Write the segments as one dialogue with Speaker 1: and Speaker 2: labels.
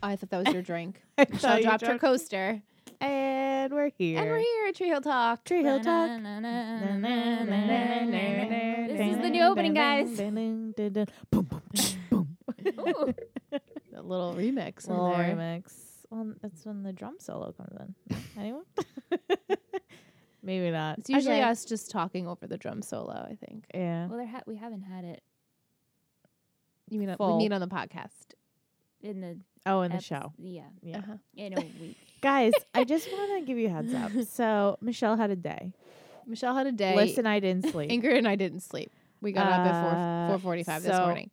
Speaker 1: that was your drink.
Speaker 2: I
Speaker 1: Michelle
Speaker 2: thought you
Speaker 1: dropped her
Speaker 2: dropped-
Speaker 1: coaster.
Speaker 2: And we're here.
Speaker 1: And we're here at Tree Hill Talk.
Speaker 2: Tree Hill Talk.
Speaker 1: This is the new opening, guys.
Speaker 2: Boom, boom, boom.
Speaker 1: Ooh. A little remix in
Speaker 2: Little
Speaker 1: there.
Speaker 2: remix. Well, that's when the drum solo comes in. Anyone? Maybe not.
Speaker 1: It's usually
Speaker 2: Okay.
Speaker 1: us just talking over the drum solo, I think.
Speaker 2: Yeah.
Speaker 3: Well, there ha- we haven't had it
Speaker 1: You mean uh,
Speaker 2: Full.
Speaker 1: we meet on the podcast.
Speaker 3: in the
Speaker 2: Oh, in the
Speaker 3: eps-
Speaker 2: show.
Speaker 3: Yeah,
Speaker 2: Yeah.
Speaker 1: Uh-huh.
Speaker 3: in a week.
Speaker 2: Guys, I just want to give you a heads up. So, Michelle had a day.
Speaker 1: Michelle had a day.
Speaker 2: Listen, I didn't sleep.
Speaker 1: Ingrid and I didn't sleep. We got up at
Speaker 2: Uh,
Speaker 1: four four forty five this
Speaker 2: so-
Speaker 1: morning.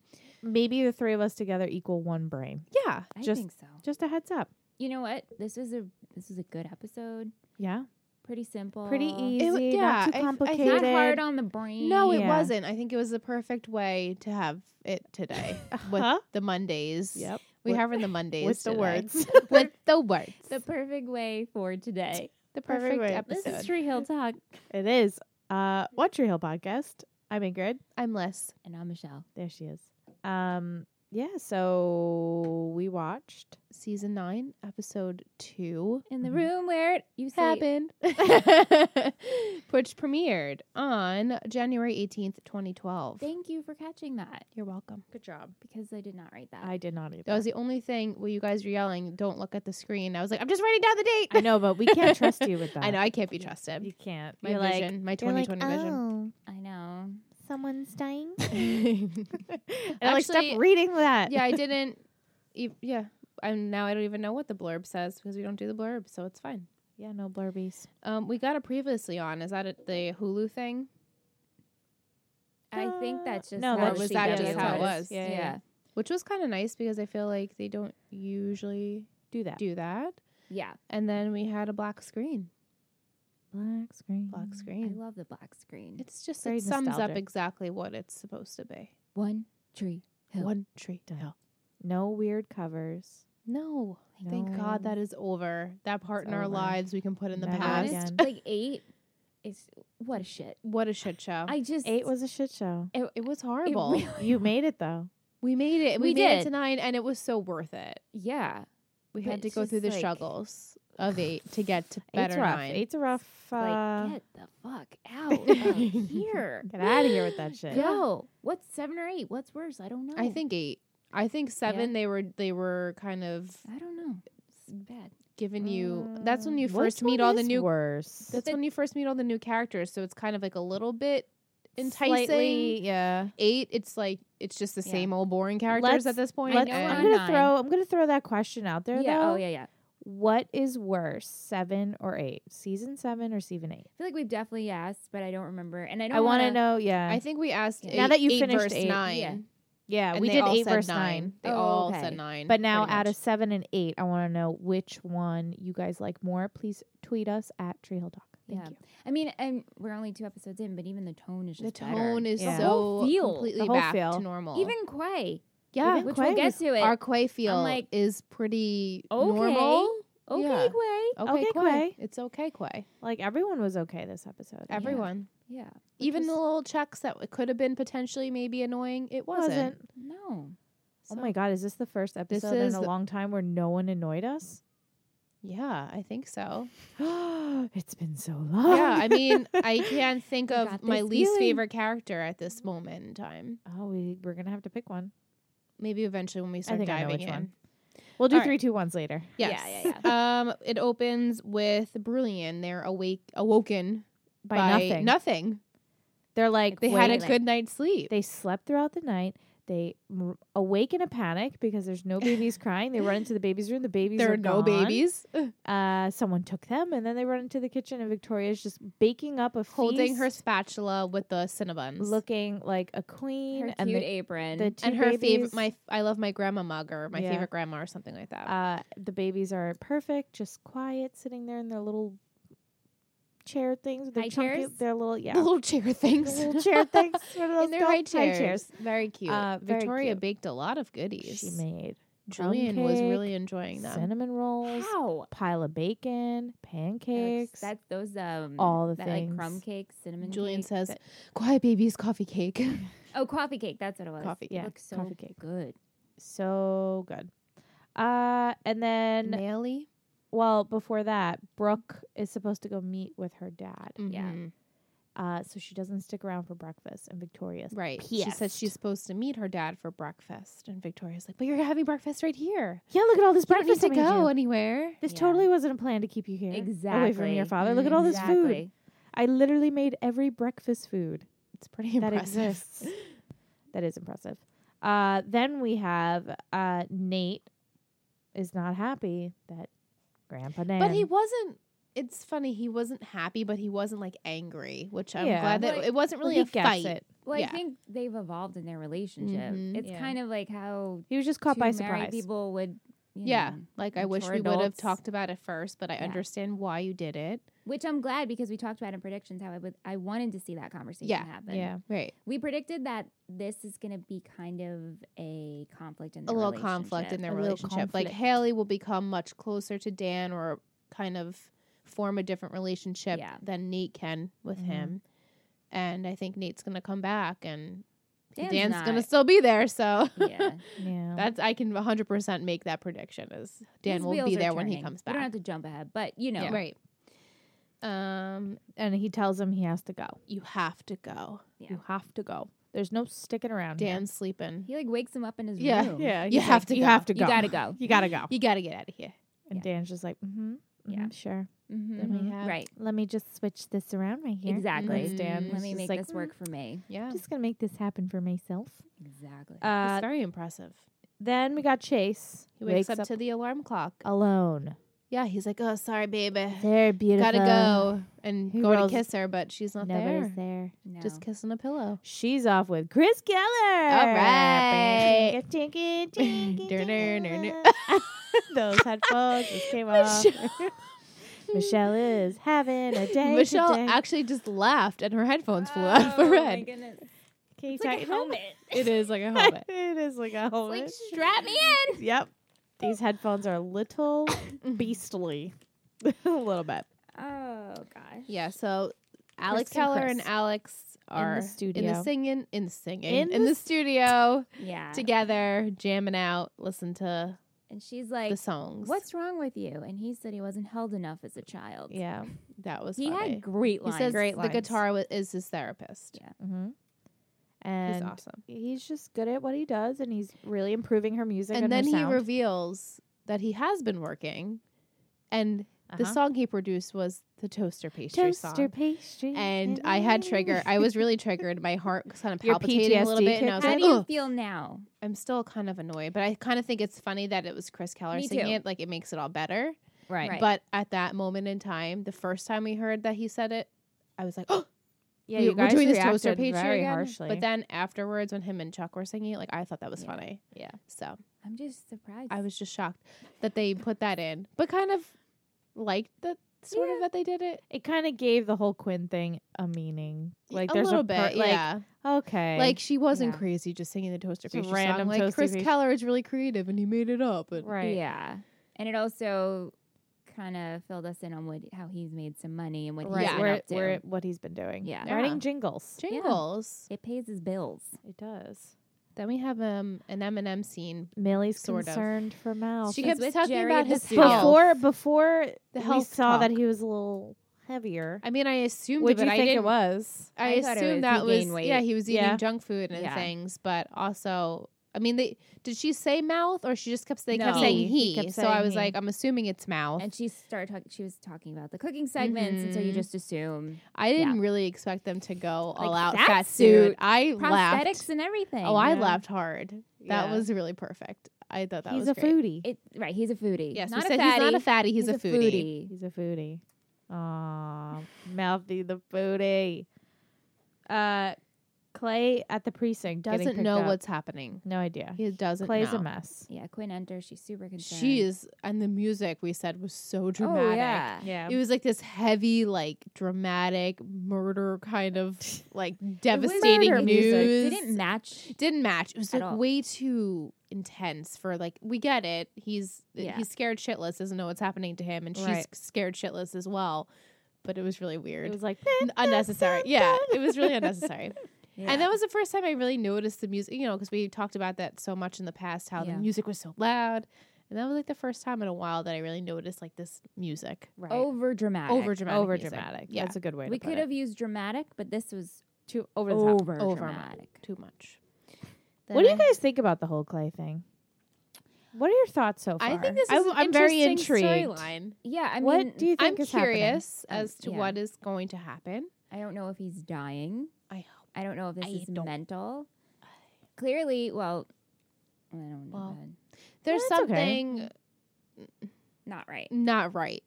Speaker 2: Maybe the three of us together equal one brain.
Speaker 1: Yeah.
Speaker 3: I
Speaker 2: Just-
Speaker 3: think so.
Speaker 2: Just a heads up.
Speaker 3: You know what? This is a this is a good episode.
Speaker 2: Yeah.
Speaker 3: Pretty simple.
Speaker 2: Pretty easy.
Speaker 1: It w-
Speaker 2: not
Speaker 1: yeah, I- I
Speaker 2: too
Speaker 1: think-
Speaker 2: complicated.
Speaker 3: Not hard on the brain.
Speaker 1: No, it
Speaker 2: Yeah.
Speaker 1: wasn't. I think it was the perfect way to have it today. With
Speaker 2: Huh?
Speaker 1: the Mondays.
Speaker 2: Yep.
Speaker 1: We
Speaker 2: With-
Speaker 1: have in the Mondays.
Speaker 2: with the
Speaker 1: today.
Speaker 2: words.
Speaker 1: with the words.
Speaker 3: the perfect way for today.
Speaker 1: The
Speaker 2: perfect
Speaker 1: perfect
Speaker 2: way.
Speaker 3: This is
Speaker 1: episode.
Speaker 3: Tree Hill Talk,
Speaker 2: It is. Uh, What's Your Hill podcast? I'm Ingrid.
Speaker 1: I'm Les.
Speaker 3: and I'm Michelle.
Speaker 2: There she is. Um, yeah. So we watched.
Speaker 1: Season nine, episode two.
Speaker 3: In the
Speaker 2: Mhm.
Speaker 3: room where it- you sleep.
Speaker 1: Happened, which premiered on January 18th, 2012.
Speaker 3: Thank you for catching that
Speaker 1: You're welcome.
Speaker 2: Good job.
Speaker 3: because I did not write that.
Speaker 2: I did not either.
Speaker 1: That was the only thing where you guys were yelling, don't look at the screen. I was like, I'm just writing down the date.
Speaker 2: I know, but we can't trust you with that.
Speaker 1: I know, I can't be
Speaker 2: Yeah.
Speaker 1: trusted.
Speaker 2: You can't.
Speaker 1: My
Speaker 2: You're like-
Speaker 1: vision, my
Speaker 2: you're like, "Oh,
Speaker 1: 2020 vision.
Speaker 3: I know.
Speaker 2: someone's dying. "Oh."
Speaker 1: and
Speaker 2: And I like, stop reading that.
Speaker 1: yeah, I didn't. e- Yeah, and now I don't even know what the blurb says because we don't do the blurb, so it's fine.
Speaker 2: Yeah, no blurbies.
Speaker 1: Um, we got a previously on. Is that a, the Hulu thing?
Speaker 3: I think
Speaker 2: Uh,
Speaker 3: that's just
Speaker 2: no,
Speaker 3: how
Speaker 2: that's
Speaker 3: she
Speaker 2: that
Speaker 3: did
Speaker 2: just
Speaker 3: it.
Speaker 2: how it
Speaker 1: was.
Speaker 3: Yeah,
Speaker 2: Yeah, yeah.
Speaker 3: yeah,
Speaker 1: Which was kind of nice because I feel like they don't usually
Speaker 2: Do that.
Speaker 1: do that.
Speaker 3: yeah.
Speaker 1: And then we had a black screen.
Speaker 2: Black screen.
Speaker 1: Black
Speaker 3: I
Speaker 1: screen.
Speaker 3: love the black screen.
Speaker 1: It's just
Speaker 2: Very
Speaker 1: Mm, it sums up
Speaker 2: nostalgic.
Speaker 1: exactly what it's supposed to be.
Speaker 3: one tree hill.
Speaker 1: One tree to
Speaker 2: Done.
Speaker 1: hell.
Speaker 2: No weird covers.
Speaker 1: No, thank God
Speaker 2: No.
Speaker 1: that is over. That part
Speaker 2: It's
Speaker 1: in our
Speaker 2: over.
Speaker 1: lives we can put in the
Speaker 2: Never
Speaker 1: past.
Speaker 2: again.
Speaker 3: honest, like eight is what a shit.
Speaker 1: What a shit show!
Speaker 3: I just
Speaker 2: Eight was a shit show.
Speaker 1: it was
Speaker 3: it
Speaker 1: horrible.
Speaker 3: really-
Speaker 2: You made it though.
Speaker 1: We made it. We,
Speaker 3: We
Speaker 1: made it
Speaker 3: did.
Speaker 1: to nine, and it was so worth it.
Speaker 3: yeah,
Speaker 1: We
Speaker 3: But
Speaker 1: had to
Speaker 3: it's
Speaker 1: go through
Speaker 3: just
Speaker 1: the
Speaker 3: like-
Speaker 1: struggles of eight to get to
Speaker 2: Eight's
Speaker 1: better
Speaker 2: rough.
Speaker 1: nine.
Speaker 2: Eight's a rough. Uh,
Speaker 3: like get the fuck out of here.
Speaker 2: Get outta here with that shit.
Speaker 3: Go. What's seven or eight? What's worse? I don't know.
Speaker 1: I think eight. I think seven. They were they were kind of
Speaker 3: I don't know. It's bad.
Speaker 1: giving you.
Speaker 2: Mm,
Speaker 1: That's when you
Speaker 2: which
Speaker 1: first
Speaker 2: one
Speaker 1: meet all the
Speaker 2: is
Speaker 1: new.
Speaker 2: Worse.
Speaker 1: That's when you first meet all the new characters. So it's kind of like a little bit enticing.
Speaker 2: Slightly, yeah.
Speaker 1: Eight. It's like it's just the
Speaker 3: Yeah.
Speaker 1: same old boring characters
Speaker 2: Let's-
Speaker 1: at this point.
Speaker 2: Let's-
Speaker 3: know
Speaker 1: and-
Speaker 2: I'm
Speaker 3: on
Speaker 2: gonna
Speaker 3: nine.
Speaker 2: throw. I'm gonna throw that question out there
Speaker 3: Yeah.
Speaker 2: though.
Speaker 3: Oh yeah, yeah. I
Speaker 2: What is worse, seven or eight? Season seven or season eight?
Speaker 3: feel like we've definitely asked, but I don't remember. And I don't.
Speaker 2: I want to
Speaker 3: wanna-
Speaker 2: know. Yeah.
Speaker 1: I think we asked
Speaker 3: Yeah.
Speaker 1: eight,
Speaker 2: Now that you
Speaker 1: eight
Speaker 2: finished
Speaker 1: verse
Speaker 2: eight,
Speaker 1: nine.
Speaker 3: yeah.
Speaker 2: yeah.
Speaker 1: and
Speaker 2: we
Speaker 1: they
Speaker 2: did
Speaker 1: all
Speaker 2: eight
Speaker 1: said
Speaker 2: versus
Speaker 1: nine.
Speaker 2: nine.
Speaker 1: They
Speaker 3: Oh,
Speaker 1: all
Speaker 3: okay.
Speaker 1: said nine.
Speaker 2: But now,
Speaker 1: pretty
Speaker 2: out
Speaker 1: much.
Speaker 2: of seven and eight, I want to know which one you guys like more. Please tweet us at Tree Hill Talk. Thank
Speaker 3: Yeah.
Speaker 2: you.
Speaker 3: I mean, and we're only two episodes in, but even the tone is
Speaker 1: the
Speaker 3: just
Speaker 1: tone
Speaker 3: better.
Speaker 1: is
Speaker 2: Yeah.
Speaker 1: so
Speaker 3: The whole feel.
Speaker 1: completely
Speaker 2: The whole
Speaker 1: back
Speaker 2: feel.
Speaker 1: to normal.
Speaker 3: even Quay.
Speaker 1: yeah,
Speaker 2: even
Speaker 3: which
Speaker 2: Quay
Speaker 3: we'll get
Speaker 2: was-
Speaker 3: to it.
Speaker 1: our quay feel
Speaker 3: like,
Speaker 1: is pretty
Speaker 3: okay,
Speaker 1: normal.
Speaker 3: okay,
Speaker 1: yeah.
Speaker 3: Quay.
Speaker 2: Okay, Quay.
Speaker 1: It's okay, quay.
Speaker 2: Like everyone was okay this episode.
Speaker 1: Everyone,
Speaker 3: Yeah.
Speaker 1: even
Speaker 3: was-
Speaker 1: the little checks that w- could have been potentially maybe annoying, it wasn't.
Speaker 2: wasn't.
Speaker 3: No.
Speaker 2: Oh
Speaker 1: So,
Speaker 2: my god, is this the first episode in
Speaker 1: is
Speaker 2: a
Speaker 1: the-
Speaker 2: long time where no one annoyed us?
Speaker 1: Yeah, I think so.
Speaker 2: it's been so long.
Speaker 1: yeah, I mean, I can't think
Speaker 3: You
Speaker 1: of
Speaker 3: got
Speaker 1: my
Speaker 3: this
Speaker 1: least
Speaker 3: feeling.
Speaker 1: favorite character at this moment in time.
Speaker 2: Oh, we we're gonna have to pick one.
Speaker 1: Maybe eventually when we start
Speaker 2: think I know
Speaker 1: diving
Speaker 2: which
Speaker 1: in.
Speaker 2: one. We'll do
Speaker 1: All right.
Speaker 2: three, two, ones later.
Speaker 1: Yes.
Speaker 3: Yeah, yeah,
Speaker 1: um, it opens with Brillian. They're awake, awoken
Speaker 2: By,
Speaker 1: by
Speaker 2: nothing.
Speaker 1: Nothing.
Speaker 2: They're like
Speaker 1: They had a
Speaker 2: wait,
Speaker 1: good night's sleep.
Speaker 2: They slept throughout the night. They m- awake in a panic because there's no babies crying. They run into the baby's room. The babies
Speaker 1: there are no
Speaker 2: gone.
Speaker 1: babies.
Speaker 2: Uh, someone took them, and then they run into the kitchen, and Victoria's just baking up a
Speaker 1: holding her
Speaker 2: feast,
Speaker 1: spatula with the cinnabuns.
Speaker 2: looking like a queen,
Speaker 3: Her
Speaker 2: and
Speaker 3: cute
Speaker 2: the,
Speaker 3: apron.
Speaker 2: the two
Speaker 1: and her
Speaker 2: babies,
Speaker 1: favorite, my I love my grandma mug or my
Speaker 2: Yeah.
Speaker 1: favorite grandma or something like that.
Speaker 2: uh, the babies are perfect, just quiet, sitting there in their little chair things. with Their
Speaker 3: High
Speaker 2: chunky-
Speaker 3: chairs?
Speaker 2: Their little yeah,
Speaker 1: The little chair
Speaker 2: the
Speaker 1: things.
Speaker 2: little chair things. What are
Speaker 1: In
Speaker 2: those
Speaker 1: their
Speaker 2: called?
Speaker 1: high chairs. very cute.
Speaker 2: Uh, very
Speaker 1: Victoria
Speaker 2: cute.
Speaker 1: baked a lot of goodies.
Speaker 2: She made crumb
Speaker 1: Julian was
Speaker 2: cake,
Speaker 1: really enjoying them.
Speaker 2: cinnamon rolls,
Speaker 3: How?
Speaker 2: pile of bacon, pancakes.
Speaker 3: That's those um
Speaker 2: all the
Speaker 3: that, like crumb
Speaker 2: things.
Speaker 3: cake, cinnamon.
Speaker 1: Julian
Speaker 3: cake.
Speaker 1: says, "Quiet babies, coffee cake,
Speaker 3: "Oh, coffee cake. That's what it was.
Speaker 1: coffee."
Speaker 2: Yeah,
Speaker 3: looks so
Speaker 2: coffee cake.
Speaker 3: good.
Speaker 2: so good. Uh, and then
Speaker 1: Nelly.
Speaker 2: well, before that, Brooke is supposed to go meet with her dad.
Speaker 3: Yeah.
Speaker 1: Mhm.
Speaker 2: Uh, so she doesn't stick around for breakfast. And Victoria's
Speaker 1: Right. She said
Speaker 2: Pissed.
Speaker 1: she's supposed to meet her dad for breakfast, and Victoria's like, "But you're having breakfast right here.
Speaker 2: yeah, look at all this
Speaker 1: You don't need
Speaker 2: breakfast
Speaker 1: to
Speaker 2: I made you.
Speaker 1: go anywhere."
Speaker 2: This
Speaker 3: Yeah.
Speaker 2: totally wasn't a plan to keep you here. Away from
Speaker 3: Exactly.
Speaker 2: your father. Look at all this food.
Speaker 1: Mm-hmm.
Speaker 3: Exactly.
Speaker 2: I literally made every breakfast food
Speaker 1: It's pretty impressive.
Speaker 2: that exists. that is impressive. Uh, then we have uh, Nate is not happy that Grandpa Nan.
Speaker 1: But he wasn't. It's funny. He wasn't happy, but he wasn't like angry, which I'm
Speaker 2: Yeah.
Speaker 1: glad that
Speaker 3: Like-
Speaker 1: it wasn't
Speaker 2: Well,
Speaker 1: really
Speaker 2: he
Speaker 1: a
Speaker 2: gets
Speaker 1: fight.
Speaker 2: it.
Speaker 3: Well,
Speaker 1: Yeah.
Speaker 3: I think they've evolved in their relationship.
Speaker 1: Mhm.
Speaker 3: It's
Speaker 2: Mm-hmm. Yeah.
Speaker 3: kind of like how
Speaker 2: He was just caught
Speaker 3: two
Speaker 2: by
Speaker 3: married
Speaker 2: surprise.
Speaker 3: people would. you
Speaker 1: Yeah.
Speaker 3: know.
Speaker 1: Like I
Speaker 3: Mature
Speaker 1: wish we would have
Speaker 3: adults.
Speaker 1: talked about it first, but I
Speaker 3: Yeah.
Speaker 1: understand why you did it.
Speaker 3: which I'm glad because we talked about in predictions how I would I wanted to see that conversation
Speaker 1: Yeah.
Speaker 3: happen.
Speaker 2: Yeah.
Speaker 1: Right.
Speaker 3: we predicted that this is going to be kind of a conflict in
Speaker 1: a
Speaker 3: their
Speaker 1: little conflict in
Speaker 3: relationship.
Speaker 1: their
Speaker 2: A little
Speaker 1: relationship. Like
Speaker 2: conflict.
Speaker 1: Haley will become much closer to Dan or kind of form a different relationship
Speaker 3: Yeah. Mm-hmm.
Speaker 1: than Nate can with
Speaker 2: Mhm.
Speaker 1: him. And I think Nate's gonna come back and Dan's,
Speaker 3: Dan's
Speaker 1: gonna
Speaker 3: not.
Speaker 1: still be there. So
Speaker 3: yeah,
Speaker 2: Yeah.
Speaker 1: that's I can 100 percent make that prediction is Dan
Speaker 3: His
Speaker 1: will
Speaker 3: wheels
Speaker 1: be
Speaker 3: are
Speaker 1: there when he
Speaker 3: turning.
Speaker 1: comes
Speaker 3: We
Speaker 1: back.
Speaker 3: don't have to jump ahead, but you know,
Speaker 1: Yeah. Right. Um,
Speaker 2: and he tells him he has to go.
Speaker 1: you have to go.
Speaker 3: Yeah.
Speaker 2: You have to go. There's no sticking around. here.
Speaker 1: Dan's sleeping.
Speaker 3: he like wakes him up in his
Speaker 1: Yeah.
Speaker 3: room.
Speaker 2: Yeah.
Speaker 1: You
Speaker 2: he's
Speaker 1: have
Speaker 2: like,
Speaker 1: to
Speaker 2: You
Speaker 1: go.
Speaker 2: have to
Speaker 3: You
Speaker 2: go.
Speaker 3: gotta go.
Speaker 2: You gotta go.
Speaker 1: You got to get out of here.
Speaker 2: And
Speaker 3: Yeah.
Speaker 2: Dan's just like, mm-hmm.
Speaker 3: Yeah.
Speaker 2: Sure.
Speaker 3: Mhm.
Speaker 1: Then we
Speaker 2: Mhm.
Speaker 1: have-
Speaker 3: Right.
Speaker 2: Let me just switch this around right here.
Speaker 3: Exactly.
Speaker 2: Thanks, Dan.
Speaker 1: Mhm.
Speaker 3: Let
Speaker 2: It's
Speaker 3: me
Speaker 2: just
Speaker 3: make
Speaker 2: like, "Mm,
Speaker 3: this work for me.
Speaker 1: Yeah.
Speaker 2: I'm just gonna make this happen for myself.
Speaker 3: Exactly.
Speaker 1: it's
Speaker 2: Uh,
Speaker 1: very impressive.
Speaker 2: then we got Chase.
Speaker 1: He wakes, up, to the alarm clock.
Speaker 2: alone.
Speaker 1: Yeah, he's like, "Oh, sorry, baby,
Speaker 2: They're beautiful.
Speaker 1: gotta go," and
Speaker 2: He
Speaker 1: go
Speaker 2: rolls-
Speaker 1: to kiss her, but she's not there.
Speaker 2: Nobody's there.
Speaker 3: no.
Speaker 1: Just kissing a pillow.
Speaker 2: She's off with Chris Keller. All
Speaker 1: right.
Speaker 2: Tinka, tinka,
Speaker 1: Durr, durr, durr,
Speaker 2: tinka. Those
Speaker 1: Oh,
Speaker 2: headphones just came off. Michelle is having a day.
Speaker 1: Michelle
Speaker 2: today.
Speaker 1: actually just laughed, and her headphones flew out of her
Speaker 3: Oh, My
Speaker 1: head.
Speaker 3: goodness.
Speaker 2: Can you
Speaker 3: It's like a
Speaker 2: tighten them?
Speaker 3: helmet.
Speaker 1: It is like a helmet.
Speaker 2: it is like a helmet.
Speaker 3: like strap me in.
Speaker 2: yep. These headphones are a little beastly. a little bit.
Speaker 3: Oh gosh.
Speaker 1: yeah. So Alex
Speaker 2: and
Speaker 1: Keller and
Speaker 2: Chris.
Speaker 1: Alex are in
Speaker 2: studio.
Speaker 1: the singing, in the singing,
Speaker 2: In
Speaker 1: in,
Speaker 2: the
Speaker 1: the, studio
Speaker 3: Yeah.
Speaker 1: together, jamming out, listen to
Speaker 3: And she's like,
Speaker 1: the songs.
Speaker 3: "What's wrong with you?" And he said he wasn't held enough as a child.
Speaker 2: Yeah.
Speaker 1: that was
Speaker 3: He
Speaker 1: funny.
Speaker 3: had great
Speaker 1: he
Speaker 3: lines.
Speaker 1: says
Speaker 3: great
Speaker 1: the
Speaker 3: lines.
Speaker 1: guitar wa- is his therapist.
Speaker 2: Mm-hmm. And
Speaker 1: He's awesome.
Speaker 2: he's just good at what he does, and he's really improving her music.
Speaker 1: and
Speaker 2: her
Speaker 1: then he
Speaker 2: sound.
Speaker 1: reveals that he has been working and the
Speaker 2: Uh-huh.
Speaker 1: song he produced was the toaster pastry
Speaker 2: toaster
Speaker 1: song
Speaker 2: pastry.
Speaker 1: and i had trigger i was really triggered my heart was kind of
Speaker 2: Your
Speaker 1: palpitating a little
Speaker 2: PTSD
Speaker 1: bit and i
Speaker 2: kicked
Speaker 1: was
Speaker 3: How
Speaker 1: like
Speaker 3: do you
Speaker 1: "Ugh."
Speaker 3: feel now?
Speaker 1: i'm still kind of annoyed but i kind of think it's funny that it was chris keller
Speaker 3: Me
Speaker 1: singing
Speaker 3: too.
Speaker 1: it like it makes it all better
Speaker 2: right.
Speaker 3: Right.
Speaker 1: but at that moment in time the first time we heard that he said it i was like oh
Speaker 2: Yeah,
Speaker 1: we-
Speaker 2: you
Speaker 1: we're
Speaker 2: guys
Speaker 1: doing this toaster
Speaker 2: reacted
Speaker 1: pastry
Speaker 2: very
Speaker 1: again.
Speaker 2: harshly.
Speaker 1: but then afterwards when him and chuck were singing it like i thought that was
Speaker 3: Yeah.
Speaker 1: funny
Speaker 2: Yeah.
Speaker 1: so
Speaker 3: I'm just surprised.
Speaker 1: I was just shocked that they put that in, but kind of liked that sort of
Speaker 3: Yeah.
Speaker 1: that they did it.
Speaker 2: it kind of gave the whole Quinn thing a meaning. Like
Speaker 1: a
Speaker 2: there's
Speaker 1: little
Speaker 2: a per-
Speaker 1: bit,
Speaker 2: like,
Speaker 1: yeah.
Speaker 2: Okay.
Speaker 1: Like she wasn't
Speaker 3: Yeah.
Speaker 1: crazy just singing the toaster
Speaker 2: Just a
Speaker 1: pastry
Speaker 2: random
Speaker 1: song. Like
Speaker 2: toaster
Speaker 1: Chris
Speaker 2: pastry-
Speaker 1: Keller is really creative and he made it up. And
Speaker 2: right.
Speaker 3: Yeah. And it also kind of filled us in on what how he's made some money and what
Speaker 1: Right.
Speaker 3: he's
Speaker 2: Yeah.
Speaker 3: been
Speaker 2: Where,
Speaker 3: up to.
Speaker 2: where what he's been doing.
Speaker 3: Yeah.
Speaker 1: Yeah.
Speaker 2: Writing jingles.
Speaker 1: Jingles.
Speaker 3: it pays his bills.
Speaker 2: It does.
Speaker 1: Then we have um an Eminem scene.
Speaker 2: Millie's
Speaker 1: Sort of.
Speaker 2: concerned for Mal.
Speaker 1: She
Speaker 3: She's
Speaker 1: kept
Speaker 3: with
Speaker 1: talking
Speaker 3: Jerry
Speaker 1: about
Speaker 3: the
Speaker 1: his
Speaker 3: Studio.
Speaker 1: health.
Speaker 2: before before
Speaker 1: The
Speaker 2: we
Speaker 1: health
Speaker 2: saw that
Speaker 1: talk.
Speaker 2: he was a little heavier.
Speaker 1: I mean, I assumed,
Speaker 2: What
Speaker 1: it,
Speaker 2: do
Speaker 1: but
Speaker 2: you
Speaker 1: I
Speaker 2: think
Speaker 1: didn't.
Speaker 2: it was?
Speaker 1: I
Speaker 3: I thought it
Speaker 1: assumed
Speaker 3: was
Speaker 1: that
Speaker 3: he
Speaker 1: was
Speaker 3: gained weight.
Speaker 1: yeah, he was eating
Speaker 2: Yeah.
Speaker 1: junk food and
Speaker 3: Yeah.
Speaker 1: things, but also. I mean, they did she say mouth or she just kept they kept
Speaker 3: No.
Speaker 1: saying
Speaker 2: He. He
Speaker 1: he?
Speaker 2: kept
Speaker 1: so
Speaker 2: saying
Speaker 1: I was
Speaker 2: he.
Speaker 1: like, I'm assuming it's mouth.
Speaker 3: And she started talking. She was talking about the cooking segments, and so you
Speaker 1: Mhm.
Speaker 3: just assume
Speaker 1: I didn't really expect them to go all
Speaker 3: Like,
Speaker 1: out
Speaker 3: fat
Speaker 1: fat
Speaker 3: suit,
Speaker 1: suit. I
Speaker 3: prosthetics
Speaker 1: laughed.
Speaker 3: and everything.
Speaker 1: Oh, I
Speaker 2: yeah.
Speaker 1: laughed hard. That
Speaker 2: Yeah.
Speaker 1: was really perfect. I thought that
Speaker 2: he's
Speaker 1: was
Speaker 2: a
Speaker 1: great.
Speaker 2: foodie.
Speaker 3: It, right, he's a foodie.
Speaker 1: Yes, we
Speaker 3: not a
Speaker 1: said
Speaker 3: fatty.
Speaker 1: he's not a fatty. He's, a, foodie.
Speaker 2: He's a foodie. Aw, Mouthy the foodie. Uh, Clay at the precinct getting
Speaker 1: Doesn't
Speaker 2: picked
Speaker 1: know
Speaker 2: up.
Speaker 1: what's happening.
Speaker 2: No idea.
Speaker 1: He doesn't.
Speaker 2: Clay's
Speaker 1: know.
Speaker 2: a mess.
Speaker 3: Yeah, Quinn enters. She's super concerned.
Speaker 1: She is, and the music we said was so dramatic.
Speaker 3: Oh, yeah.
Speaker 2: Yeah.
Speaker 1: It was like this heavy, like dramatic murder kind of like devastating
Speaker 2: murder
Speaker 1: news.
Speaker 2: music.
Speaker 3: Didn't match.
Speaker 1: didn't match. It was
Speaker 3: At
Speaker 1: like
Speaker 3: all.
Speaker 1: way too intense for like we get it. He's uh,
Speaker 3: Yeah.
Speaker 1: he's scared shitless, doesn't know what's happening to him, and she's
Speaker 2: Right.
Speaker 1: scared shitless as well. But it was really weird.
Speaker 2: It was like
Speaker 1: N- unnecessary. yeah, it was really unnecessary.
Speaker 3: Yeah.
Speaker 1: And that was the first time I really noticed the music, you know, because we talked about that so much in the past, how
Speaker 3: Yeah.
Speaker 1: the music was so loud And that was like the first time in a while that I really noticed like this music.
Speaker 2: Right.
Speaker 3: Over dramatic.
Speaker 1: Over dramatic.
Speaker 2: over
Speaker 1: music.
Speaker 2: dramatic.
Speaker 1: Yeah.
Speaker 2: That's a good way.
Speaker 3: We
Speaker 2: to put
Speaker 3: could
Speaker 2: it.
Speaker 3: have used dramatic, but this was
Speaker 2: too over the top.
Speaker 3: over
Speaker 1: over
Speaker 3: dramatic.
Speaker 1: Too much.
Speaker 2: What do
Speaker 1: Then
Speaker 2: you guys think about the whole Clay thing? What are your thoughts so far?
Speaker 1: I, I think this is
Speaker 2: I,
Speaker 1: an
Speaker 2: am very
Speaker 1: interesting
Speaker 2: intrigued.
Speaker 1: storyline.
Speaker 3: Yeah, I mean,
Speaker 2: what do you
Speaker 1: I'm
Speaker 2: think is happening?
Speaker 1: curious
Speaker 3: Um,
Speaker 1: as to
Speaker 3: yeah.
Speaker 1: what is going to happen.
Speaker 3: I don't know if he's dying.
Speaker 1: I hope.
Speaker 3: I don't know if this
Speaker 1: I
Speaker 3: is
Speaker 1: don't-
Speaker 3: mental. Clearly, well, I don't know.
Speaker 1: Well,
Speaker 3: man.
Speaker 1: There's
Speaker 2: that's okay.
Speaker 1: something
Speaker 3: Not right.
Speaker 1: not right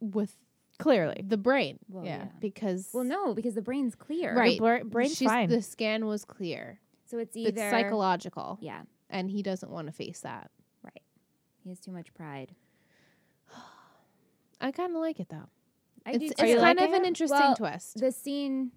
Speaker 1: with
Speaker 2: Clearly,
Speaker 1: the brain.
Speaker 3: Well,
Speaker 2: yeah.
Speaker 3: yeah.
Speaker 1: Because
Speaker 3: Well, no, because the brain's clear.
Speaker 1: Right.
Speaker 2: The bra- brain's
Speaker 1: she's-
Speaker 2: fine.
Speaker 1: the scan was clear.
Speaker 3: So it's either
Speaker 1: It's psychological.
Speaker 3: Yeah,
Speaker 1: And he doesn't want to face that.
Speaker 3: he has too much pride.
Speaker 1: I kind of like it though.
Speaker 3: I
Speaker 1: it's
Speaker 3: do.
Speaker 1: it's
Speaker 3: too.
Speaker 2: Are you
Speaker 1: kind
Speaker 2: liking
Speaker 1: of an
Speaker 2: it?
Speaker 1: interesting
Speaker 3: Well,
Speaker 1: twist
Speaker 3: the scene.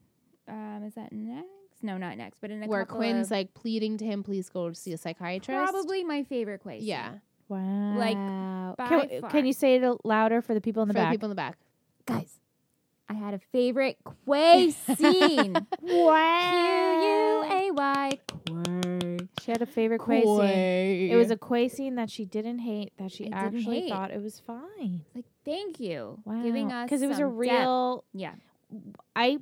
Speaker 3: Um, is that next? No, not next. But in a
Speaker 1: where
Speaker 3: couple
Speaker 1: Quinn's
Speaker 3: of-
Speaker 1: like pleading to him, please go to see a psychiatrist.
Speaker 3: probably my favorite Quay. scene.
Speaker 1: Yeah.
Speaker 2: wow.
Speaker 3: by
Speaker 2: can, we-
Speaker 3: far.
Speaker 2: can you say it a- louder for the people in the
Speaker 1: for
Speaker 2: back?
Speaker 1: the people in the back.
Speaker 3: guys, I had a favorite Quay scene. Q U
Speaker 2: wow.
Speaker 3: A Y. Quay.
Speaker 2: She had a favorite Quay scene. It was a Quay scene that she didn't hate. That
Speaker 3: I
Speaker 2: she
Speaker 3: didn't
Speaker 2: actually
Speaker 3: hate.
Speaker 2: thought it was fine.
Speaker 3: Like, thank you,
Speaker 2: Wow.
Speaker 3: giving us
Speaker 2: because it was a
Speaker 3: some depth.
Speaker 2: real.
Speaker 3: Yeah,
Speaker 2: I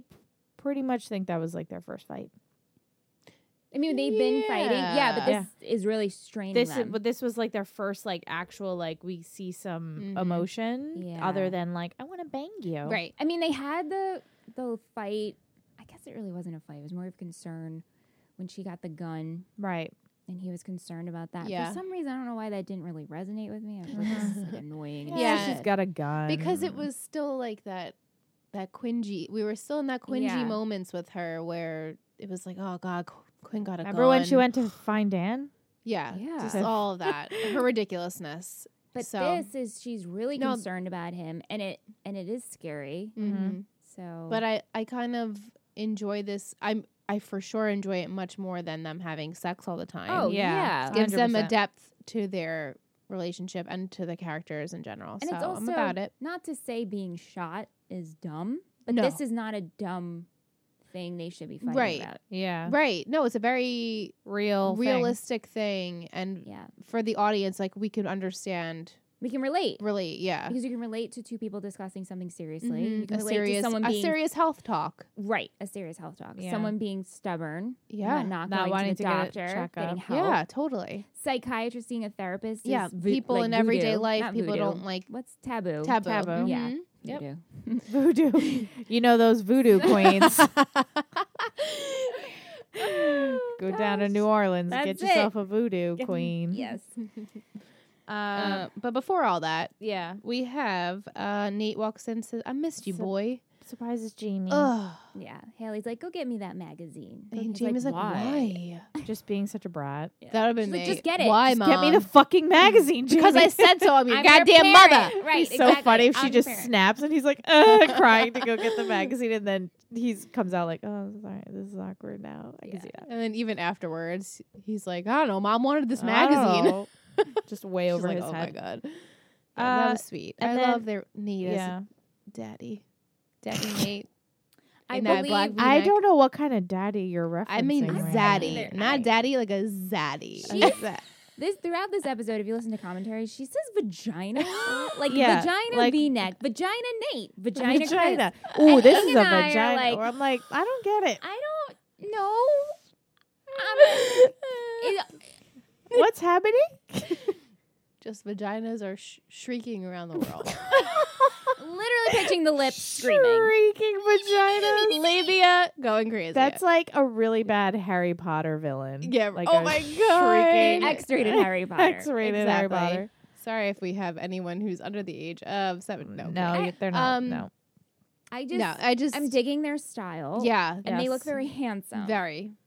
Speaker 2: pretty much think that was like their first fight.
Speaker 3: I mean they've been fighting. Yeah, but
Speaker 2: Yeah.
Speaker 3: this is really straining
Speaker 2: This is,
Speaker 3: them.
Speaker 2: but this was like their first like actual like we see some
Speaker 1: Mhm.
Speaker 2: emotion
Speaker 3: Yeah.
Speaker 2: other than like I want to bang you.
Speaker 1: right.
Speaker 3: I mean, they had the the fight. I guess it really wasn't a fight. It was more of concern when she got the gun,
Speaker 2: Right.
Speaker 3: and he was concerned about that.
Speaker 1: Yeah.
Speaker 3: For some reason, I don't know why that didn't really resonate with me. I was like, this
Speaker 2: Uh-huh.
Speaker 3: is like, annoying.
Speaker 1: Yeah.
Speaker 2: She's got a gun.
Speaker 1: Because
Speaker 3: Um,
Speaker 1: it was still like that that Quingy. We were still in that Quingy
Speaker 3: Yeah.
Speaker 1: moments with her where it was like, oh God, Qu- Quinn got a
Speaker 2: Remember when she
Speaker 1: gun."
Speaker 2: went to find Dan?
Speaker 1: Yeah.
Speaker 3: Yeah.
Speaker 1: Just all of that. Her ridiculousness.
Speaker 3: But
Speaker 1: So-
Speaker 3: this is she's really
Speaker 1: No.
Speaker 3: concerned about him, and it and it is scary.
Speaker 2: Mhm.
Speaker 3: So,
Speaker 1: Mm-hmm. But I, I kind of enjoy this. I'm, I for sure enjoy it much more than them having sex all the time.
Speaker 3: oh
Speaker 2: Yeah.
Speaker 3: yeah,
Speaker 1: It gives them a
Speaker 2: 100%.
Speaker 1: depth to their relationship and to the characters in general.
Speaker 3: And
Speaker 1: so
Speaker 3: it's
Speaker 1: I'm
Speaker 3: also
Speaker 1: about it.
Speaker 3: not to say being shot is dumb, but
Speaker 1: No.
Speaker 3: this is not a dumb thing they should be fighting
Speaker 1: Right.
Speaker 3: about.
Speaker 2: Yeah.
Speaker 1: Right. No, it's a very
Speaker 2: Real. thing.
Speaker 1: realistic thing. and
Speaker 3: Yeah,
Speaker 1: for the audience, like we could understand,
Speaker 3: we can relate.
Speaker 1: really, yeah.
Speaker 3: because you can relate to two people discussing something seriously.
Speaker 1: Mhm.
Speaker 3: You can
Speaker 1: a
Speaker 3: relate to
Speaker 1: serious,
Speaker 3: someone
Speaker 1: a
Speaker 3: being
Speaker 1: serious health talk.
Speaker 3: right, a serious health talk.
Speaker 2: Yeah.
Speaker 3: Someone being stubborn,
Speaker 1: Yeah,
Speaker 3: not, not,
Speaker 2: Not
Speaker 3: going
Speaker 2: wanting
Speaker 3: to
Speaker 2: to
Speaker 3: the
Speaker 2: get a
Speaker 3: doctor,
Speaker 2: checkup.
Speaker 3: getting help.
Speaker 1: yeah, totally.
Speaker 3: Psychiatrist seeing a therapist.
Speaker 1: Yeah,
Speaker 3: is vo-
Speaker 1: people
Speaker 3: like
Speaker 1: in everyday
Speaker 3: voodoo,
Speaker 1: life,
Speaker 3: not
Speaker 1: people
Speaker 3: voodoo.
Speaker 1: don't like
Speaker 3: What's taboo?
Speaker 1: taboo.
Speaker 2: Taboo.
Speaker 3: Yeah.
Speaker 1: Mhm. Yep.
Speaker 3: Voodoo.
Speaker 2: voodoo. you know those voodoo queens.
Speaker 1: Mm-hmm.
Speaker 2: Go down to
Speaker 3: Gosh.
Speaker 2: New Orleans, and get
Speaker 3: That's
Speaker 2: yourself a voodoo
Speaker 3: Get-
Speaker 2: queen.
Speaker 3: Yes.
Speaker 2: Um,
Speaker 1: Uh, but before all that,
Speaker 2: yeah.
Speaker 1: we have uh, Nate walks in and says, I missed you,
Speaker 2: So-
Speaker 1: boy.
Speaker 2: Surprises Jamie.
Speaker 1: Ugh.
Speaker 3: Yeah. Haley's like, go get me that magazine.
Speaker 1: And
Speaker 3: He's
Speaker 1: Jamie's like, why?
Speaker 2: Just being such a brat.
Speaker 3: Yeah.
Speaker 1: That would have
Speaker 3: She's
Speaker 1: been
Speaker 3: like,
Speaker 1: me.
Speaker 3: "Just get it.
Speaker 1: Why,
Speaker 3: Just
Speaker 1: mom?
Speaker 2: Get me the fucking magazine, Jamie.
Speaker 1: because I said so. I'm your
Speaker 3: I'm your
Speaker 1: goddamn
Speaker 3: parent.
Speaker 1: mother.
Speaker 3: Right.
Speaker 2: He's so
Speaker 3: exactly.
Speaker 2: funny if she
Speaker 3: I'm
Speaker 2: just
Speaker 3: parent.
Speaker 2: snaps and he's like uh, crying to go get the magazine, and then he's comes out like, "Oh, sorry, this is awkward now." I can
Speaker 3: Yeah.
Speaker 2: see that.
Speaker 1: And then even afterwards, he's like, I don't know, mom wanted this
Speaker 2: I
Speaker 1: magazine.
Speaker 2: don't know. Oh. just way
Speaker 1: She's
Speaker 2: over
Speaker 1: like,
Speaker 2: his
Speaker 1: oh
Speaker 2: head.
Speaker 1: my god. Yeah, that
Speaker 2: Uh,
Speaker 1: was sweet. I
Speaker 2: and
Speaker 1: love
Speaker 2: then-
Speaker 1: their Nate as
Speaker 2: Yeah,
Speaker 1: daddy. Daddy Nate.
Speaker 3: I
Speaker 1: in that
Speaker 3: believe
Speaker 1: black
Speaker 2: I
Speaker 1: V-neck.
Speaker 2: don't know what kind of daddy you're referencing.
Speaker 1: I mean
Speaker 2: right
Speaker 1: zaddy.
Speaker 3: Either I-
Speaker 1: Not daddy, like a zaddy.
Speaker 3: She-
Speaker 1: A za-
Speaker 3: This throughout this episode, if you listen to commentary, she says vagina, like
Speaker 2: Yeah,
Speaker 3: vagina
Speaker 2: like-
Speaker 3: V-neck, vagina Nate,
Speaker 2: now.
Speaker 3: vagina.
Speaker 2: Vagina.
Speaker 3: And
Speaker 2: Ooh, this
Speaker 3: Ian
Speaker 2: is a
Speaker 3: and I are
Speaker 2: vagina.
Speaker 3: like-
Speaker 2: Or I'm like, I don't get it.
Speaker 3: Chris. I don't know. I'm- it-
Speaker 2: What's happening?
Speaker 1: Just vaginas are sh- shrieking around the world.
Speaker 3: literally pitching the lips, screaming.
Speaker 2: Shrieking vagina.
Speaker 1: Labia going crazy.
Speaker 2: That's like a really bad Harry Potter villain.
Speaker 1: Yeah,
Speaker 2: Like
Speaker 1: oh
Speaker 2: a
Speaker 1: my
Speaker 2: shrieking-
Speaker 1: God.
Speaker 3: X-rated Harry Potter.
Speaker 2: X-rated Harry
Speaker 1: Exactly.
Speaker 2: Potter.
Speaker 1: Sorry if we have anyone who's under the age of seven. No,
Speaker 2: no,
Speaker 1: kidding.
Speaker 2: you- they're not.
Speaker 1: um,
Speaker 2: no,
Speaker 3: I just,
Speaker 1: no. I just
Speaker 3: I'm digging their style.
Speaker 1: yeah,
Speaker 3: and they look
Speaker 2: yes.
Speaker 3: very handsome.
Speaker 1: very.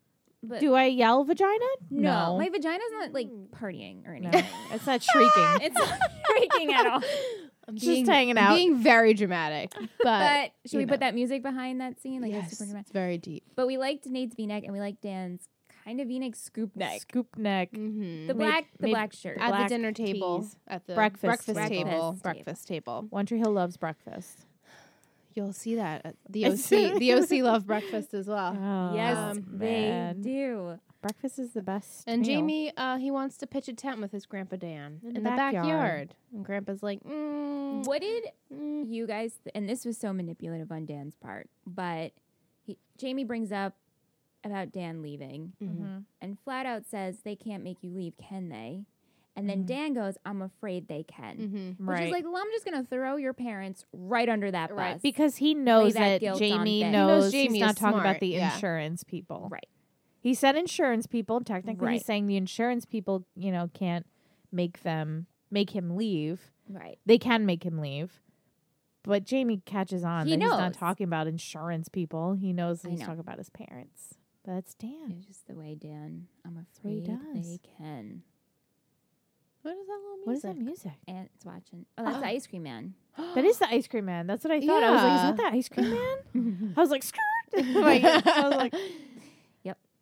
Speaker 3: But
Speaker 2: do I yell vagina?
Speaker 3: no, my vagina's not like partying or
Speaker 2: No.
Speaker 3: anything.
Speaker 2: it's not shrieking.
Speaker 3: it's not freaking at all.
Speaker 1: Uh, I'm
Speaker 2: Just hanging out.
Speaker 1: being very dramatic, but,
Speaker 3: But should we
Speaker 1: you know.
Speaker 3: put that music behind that scene? Like it's
Speaker 1: yes,
Speaker 3: super dramatic.
Speaker 1: it's very deep.
Speaker 3: But we liked Nate's V-neck and we liked Dan's kind of V-neck scoop neck. Mm.
Speaker 2: Scoop neck.
Speaker 1: Mm-hmm.
Speaker 2: Made-
Speaker 3: The black, the
Speaker 2: made-
Speaker 3: black shirt.
Speaker 1: at the
Speaker 2: black
Speaker 1: dinner table,
Speaker 2: teas.
Speaker 1: at the
Speaker 2: Breakfast
Speaker 1: breakfast,
Speaker 2: table.
Speaker 1: table,
Speaker 3: Breakfast
Speaker 1: breakfast table.
Speaker 2: One Tree Hill loves breakfast.
Speaker 1: You'll see that at the
Speaker 2: I
Speaker 1: OC.
Speaker 2: see.
Speaker 1: the OC love breakfast as well.
Speaker 2: Oh,
Speaker 3: yes,
Speaker 1: um,
Speaker 3: they
Speaker 2: man.
Speaker 3: do.
Speaker 2: Breakfast is the best.
Speaker 1: And
Speaker 2: meal.
Speaker 1: Jamie, uh, he wants to pitch a tent with his grandpa Dan
Speaker 2: In
Speaker 1: in,
Speaker 2: the
Speaker 1: the
Speaker 2: backyard.
Speaker 1: backyard. And grandpa's like, mm,
Speaker 3: What did
Speaker 1: mm.
Speaker 3: you guys? th- and this was so manipulative on Dan's part, but he, Jamie brings up about Dan leaving
Speaker 1: mm-hmm.
Speaker 2: Mhm.
Speaker 3: and flat out says they can't make you leave, can they? And then
Speaker 2: Mhm.
Speaker 3: Dan goes, "I'm afraid they can."
Speaker 1: Mhm.
Speaker 3: Which
Speaker 2: Mm, Right.
Speaker 3: is like, well, I'm just gonna throw your parents right under that bus.
Speaker 1: Right.
Speaker 2: because he knows
Speaker 3: that
Speaker 2: that,
Speaker 3: guilt on
Speaker 2: Jamie
Speaker 3: Ben.
Speaker 2: knows,
Speaker 3: He
Speaker 1: knows
Speaker 2: he's
Speaker 1: Jamie
Speaker 2: not
Speaker 1: is
Speaker 2: talking about
Speaker 1: smart,
Speaker 2: the
Speaker 1: yeah.
Speaker 2: insurance people.
Speaker 3: Right.
Speaker 2: He said insurance people. Technically,
Speaker 3: Right.
Speaker 2: he's saying the insurance people, you know, can't make them make him leave.
Speaker 3: Right.
Speaker 2: They can make him leave, but Jamie catches on.
Speaker 3: He
Speaker 2: that He's not
Speaker 3: knows.
Speaker 2: talking about insurance people. He knows that
Speaker 3: I
Speaker 2: he's
Speaker 3: know.
Speaker 2: talking about his parents. But that's Dan.
Speaker 3: It's just the way Dan. I'm
Speaker 2: what he
Speaker 3: afraid they
Speaker 2: does.
Speaker 3: can.
Speaker 1: What is that little music?
Speaker 2: What is that music?
Speaker 3: And it's watching. Oh, that's the
Speaker 1: Oh.
Speaker 3: Ice Cream Man.
Speaker 2: That is the ice cream man. That's what I thought. I was like, is that
Speaker 1: Yeah.
Speaker 2: the ice cream man? I was like, skirt. Like, I was like,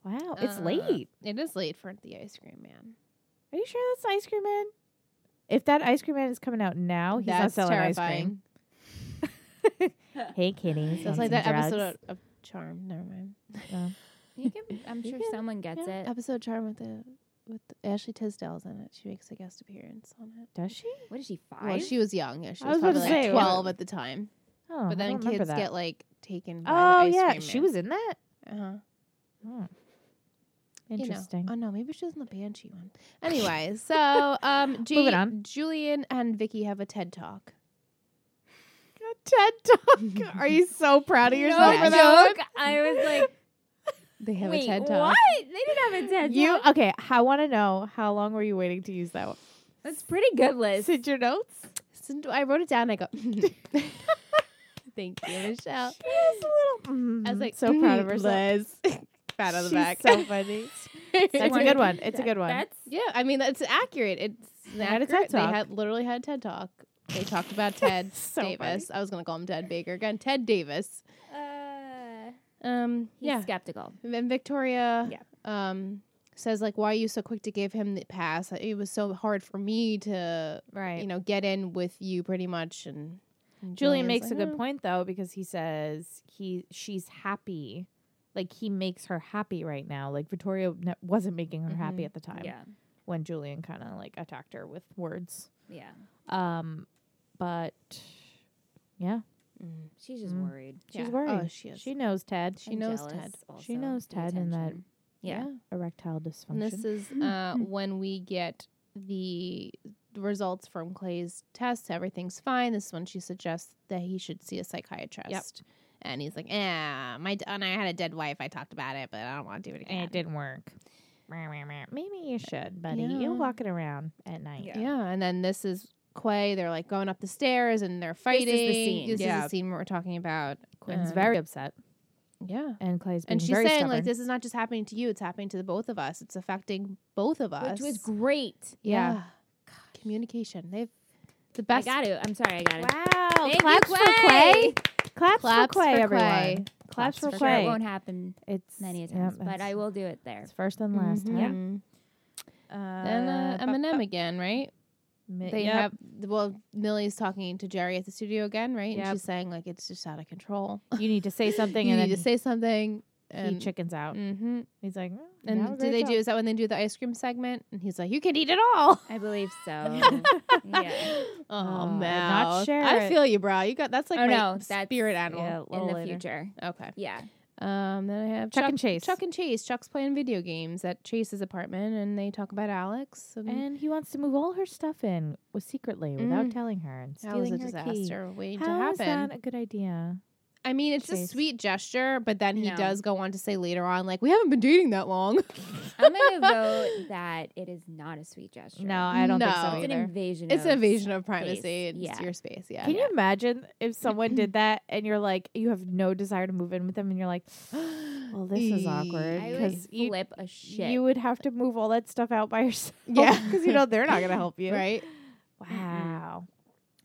Speaker 2: wow, it's
Speaker 1: Uh,
Speaker 2: late.
Speaker 1: It is late for the ice cream man.
Speaker 2: Are you sure that's the ice cream man? If that ice cream man is coming out now, Oh, he's
Speaker 1: That's
Speaker 2: not selling ice
Speaker 1: terrifying.
Speaker 2: cream. Hey, kitty.
Speaker 1: That's like that episode of, of Charm. Never mind.
Speaker 3: You can, I'm
Speaker 2: You
Speaker 3: sure
Speaker 2: can-
Speaker 3: someone gets
Speaker 2: yeah.
Speaker 3: it.
Speaker 1: Episode of Charm with the with the- Ashley Tisdale's in it. She makes a guest appearance on it.
Speaker 2: Does she?
Speaker 3: What is she five?
Speaker 1: Well, she was young. Yeah, she
Speaker 2: I
Speaker 1: was,
Speaker 2: was about to
Speaker 1: probably like
Speaker 2: say, what-
Speaker 1: twelve at the time.
Speaker 2: Oh, I
Speaker 1: but then
Speaker 2: don't remember
Speaker 1: kids
Speaker 2: that.
Speaker 1: get like taken. By
Speaker 2: Oh
Speaker 1: the ice
Speaker 2: yeah,
Speaker 1: cream
Speaker 2: she
Speaker 1: man.
Speaker 2: was in that.
Speaker 1: Uh-huh.
Speaker 2: Oh.
Speaker 1: You know.
Speaker 2: Interesting.
Speaker 1: Oh no, maybe she was in the banshee one. Anyway, so um, Ju-
Speaker 2: Moving on.
Speaker 1: Julian and Vicky have a TED talk.
Speaker 2: TED Talk. Are you so proud of
Speaker 3: No
Speaker 2: yourself for that?
Speaker 3: joke. I was like,
Speaker 1: They have
Speaker 3: wait,
Speaker 1: a TED
Speaker 3: what?
Speaker 1: talk.
Speaker 3: They didn't have a
Speaker 2: one?
Speaker 3: TED Talk.
Speaker 2: You okay? I want to know how long were you waiting to use that one?
Speaker 3: That's pretty good list.
Speaker 2: Did your notes?
Speaker 1: Since I wrote it down. I go. Thank you, Michelle.
Speaker 2: She is a little.
Speaker 1: I was like,
Speaker 2: Mm, so proud of
Speaker 1: "Mm,
Speaker 2: herself.
Speaker 1: Liz. Pat on the
Speaker 2: She's
Speaker 1: back.
Speaker 2: so funny. That's a
Speaker 3: One
Speaker 2: good one. It's a
Speaker 3: that-
Speaker 2: good one.
Speaker 3: That's
Speaker 1: Yeah, I mean that's accurate. It's
Speaker 2: They had a TED
Speaker 1: accurate. They
Speaker 2: Talk.
Speaker 1: had literally had a TED talk. They talked about Ted
Speaker 2: So
Speaker 1: Davis. I was gonna call him Ted Baker again. Ted Davis.
Speaker 3: uh,
Speaker 1: Um,
Speaker 3: he's
Speaker 1: yeah.
Speaker 3: skeptical.
Speaker 1: And Victoria. Um, says like, "Why are you so quick to give him the pass? It was so hard for me to,
Speaker 2: Right.
Speaker 1: you know, get in with you pretty much." And, and
Speaker 2: Julian
Speaker 1: Julian's
Speaker 2: makes
Speaker 1: like,
Speaker 2: a good
Speaker 1: "Oh."
Speaker 2: point though because he says he she's happy, like he makes her happy right now. Like Victoria ne- wasn't making her happy
Speaker 1: Mhm.
Speaker 2: at the time
Speaker 3: Yeah.
Speaker 2: when Julian kind of like attacked her with words.
Speaker 3: Yeah.
Speaker 2: Um, but yeah,
Speaker 1: Mm.
Speaker 3: She's just
Speaker 2: Mm.
Speaker 3: worried.
Speaker 2: she's
Speaker 1: Yeah.
Speaker 2: worried.
Speaker 1: Oh, she is.
Speaker 2: She knows Ted.
Speaker 1: She
Speaker 3: And
Speaker 1: knows
Speaker 3: jealous
Speaker 1: Ted.
Speaker 2: She
Speaker 3: also,
Speaker 2: knows
Speaker 3: the
Speaker 2: Ted and that-
Speaker 3: attention. Yeah.
Speaker 2: Erectile dysfunction.
Speaker 1: And this is
Speaker 2: Mm-hmm.
Speaker 1: uh, when we get the results from Clay's test. Everything's fine. This is when she suggests that he should see a psychiatrist. And he's like, "Yeah, my d- and I had a dead wife. I talked about it, but I don't want to do it
Speaker 2: and
Speaker 1: again."
Speaker 2: it didn't work. Meow, meow, meow. Maybe you should, buddy.
Speaker 1: Yeah.
Speaker 2: You're walking around at night.
Speaker 3: Yeah.
Speaker 1: yeah. and then this is Quay. They're like going up the stairs and they're fighting.
Speaker 3: scene.
Speaker 1: This is
Speaker 2: Yeah.
Speaker 1: the scene we're talking about.
Speaker 2: Quinn's
Speaker 1: Um,
Speaker 2: very upset,
Speaker 1: yeah.
Speaker 2: and Clay's being
Speaker 1: And she's
Speaker 2: very
Speaker 1: saying
Speaker 2: stubborn.
Speaker 1: like, "This is not just happening to you. It's happening to the both of us. It's affecting both of us."
Speaker 3: Which was great.
Speaker 1: yeah.
Speaker 2: Yeah.
Speaker 1: Communication. They've the best.
Speaker 3: I got to. I'm sorry. I got to.
Speaker 2: Wow!
Speaker 3: Thank you,
Speaker 2: claps for
Speaker 3: Quay.
Speaker 2: Quay. Claps,
Speaker 1: Claps
Speaker 2: for
Speaker 1: for
Speaker 2: Quay,
Speaker 1: Quay.
Speaker 2: everyone. Claps,
Speaker 1: Claps
Speaker 2: for
Speaker 1: for
Speaker 3: Sure,
Speaker 2: Quay.
Speaker 3: it won't happen
Speaker 2: It's
Speaker 3: many a
Speaker 2: yeah,
Speaker 3: times, but
Speaker 2: it's-
Speaker 3: I will do it there.
Speaker 2: It's first and last.
Speaker 1: Mhm.
Speaker 2: Huh?
Speaker 1: Yeah. Then uh,
Speaker 2: bu-
Speaker 1: Eminem
Speaker 2: bu-
Speaker 1: again, right?
Speaker 2: mi-
Speaker 1: They
Speaker 2: yep.
Speaker 1: have well, Millie's talking to Jerry at the studio again, right?
Speaker 2: Yep.
Speaker 1: And she's saying like it's just out of control.
Speaker 2: You need to say something,
Speaker 1: you
Speaker 2: and
Speaker 1: need
Speaker 2: then
Speaker 1: to say something.
Speaker 2: he
Speaker 1: And,
Speaker 2: chickens out.
Speaker 1: hmm
Speaker 2: He's like, "Oh, you have a
Speaker 1: and do
Speaker 2: great
Speaker 1: they
Speaker 2: job."
Speaker 1: do? Is that when they do the ice cream segment? And he's like, "You can eat it all."
Speaker 3: I believe so. yeah.
Speaker 1: oh,
Speaker 2: Oh,
Speaker 1: man,
Speaker 2: not share
Speaker 1: I
Speaker 2: it.
Speaker 1: feel you, bro. You got that's like
Speaker 3: Oh,
Speaker 1: my
Speaker 3: no, that's-
Speaker 1: spirit animal.
Speaker 2: Yeah, a
Speaker 3: In
Speaker 2: little
Speaker 3: the
Speaker 2: later.
Speaker 3: future.
Speaker 1: Okay.
Speaker 3: Yeah.
Speaker 1: Um, then I have
Speaker 2: Chuck and Chase.
Speaker 1: Chuck and Chase. Chuck's playing video games at Chase's apartment, and they talk about Alex. And,
Speaker 2: And he wants to move all her stuff in with secretly without
Speaker 1: Mm.
Speaker 2: telling her and
Speaker 1: that
Speaker 2: stealing
Speaker 1: was a
Speaker 2: her
Speaker 1: disaster
Speaker 2: key.
Speaker 1: waiting to
Speaker 2: How
Speaker 1: happen.
Speaker 2: is that a good idea?
Speaker 1: I mean, it's a
Speaker 2: Chase.
Speaker 1: sweet gesture, but then he
Speaker 3: No.
Speaker 1: does go on to say later on, like, we haven't been dating that long.
Speaker 2: Oh,
Speaker 3: I'm going to vote that it is not a sweet gesture.
Speaker 2: No, I don't think so
Speaker 1: No.
Speaker 3: It's an
Speaker 2: either.
Speaker 3: invasion.
Speaker 1: it's
Speaker 3: of
Speaker 1: an invasion of privacy.
Speaker 3: space.
Speaker 1: It's
Speaker 3: Yeah.
Speaker 1: your space. Yeah.
Speaker 2: Can you imagine if someone did that and you're like, you have no desire to move in with them, and you're like,
Speaker 1: Oh,
Speaker 2: well, this is
Speaker 1: Eee.
Speaker 2: awkward
Speaker 3: I would
Speaker 2: because you,
Speaker 3: flip a shit.
Speaker 2: you would have to move all that stuff out by yourself.
Speaker 1: Yeah.
Speaker 2: because Oh, you know they're not going to help you.
Speaker 1: right?
Speaker 2: Wow,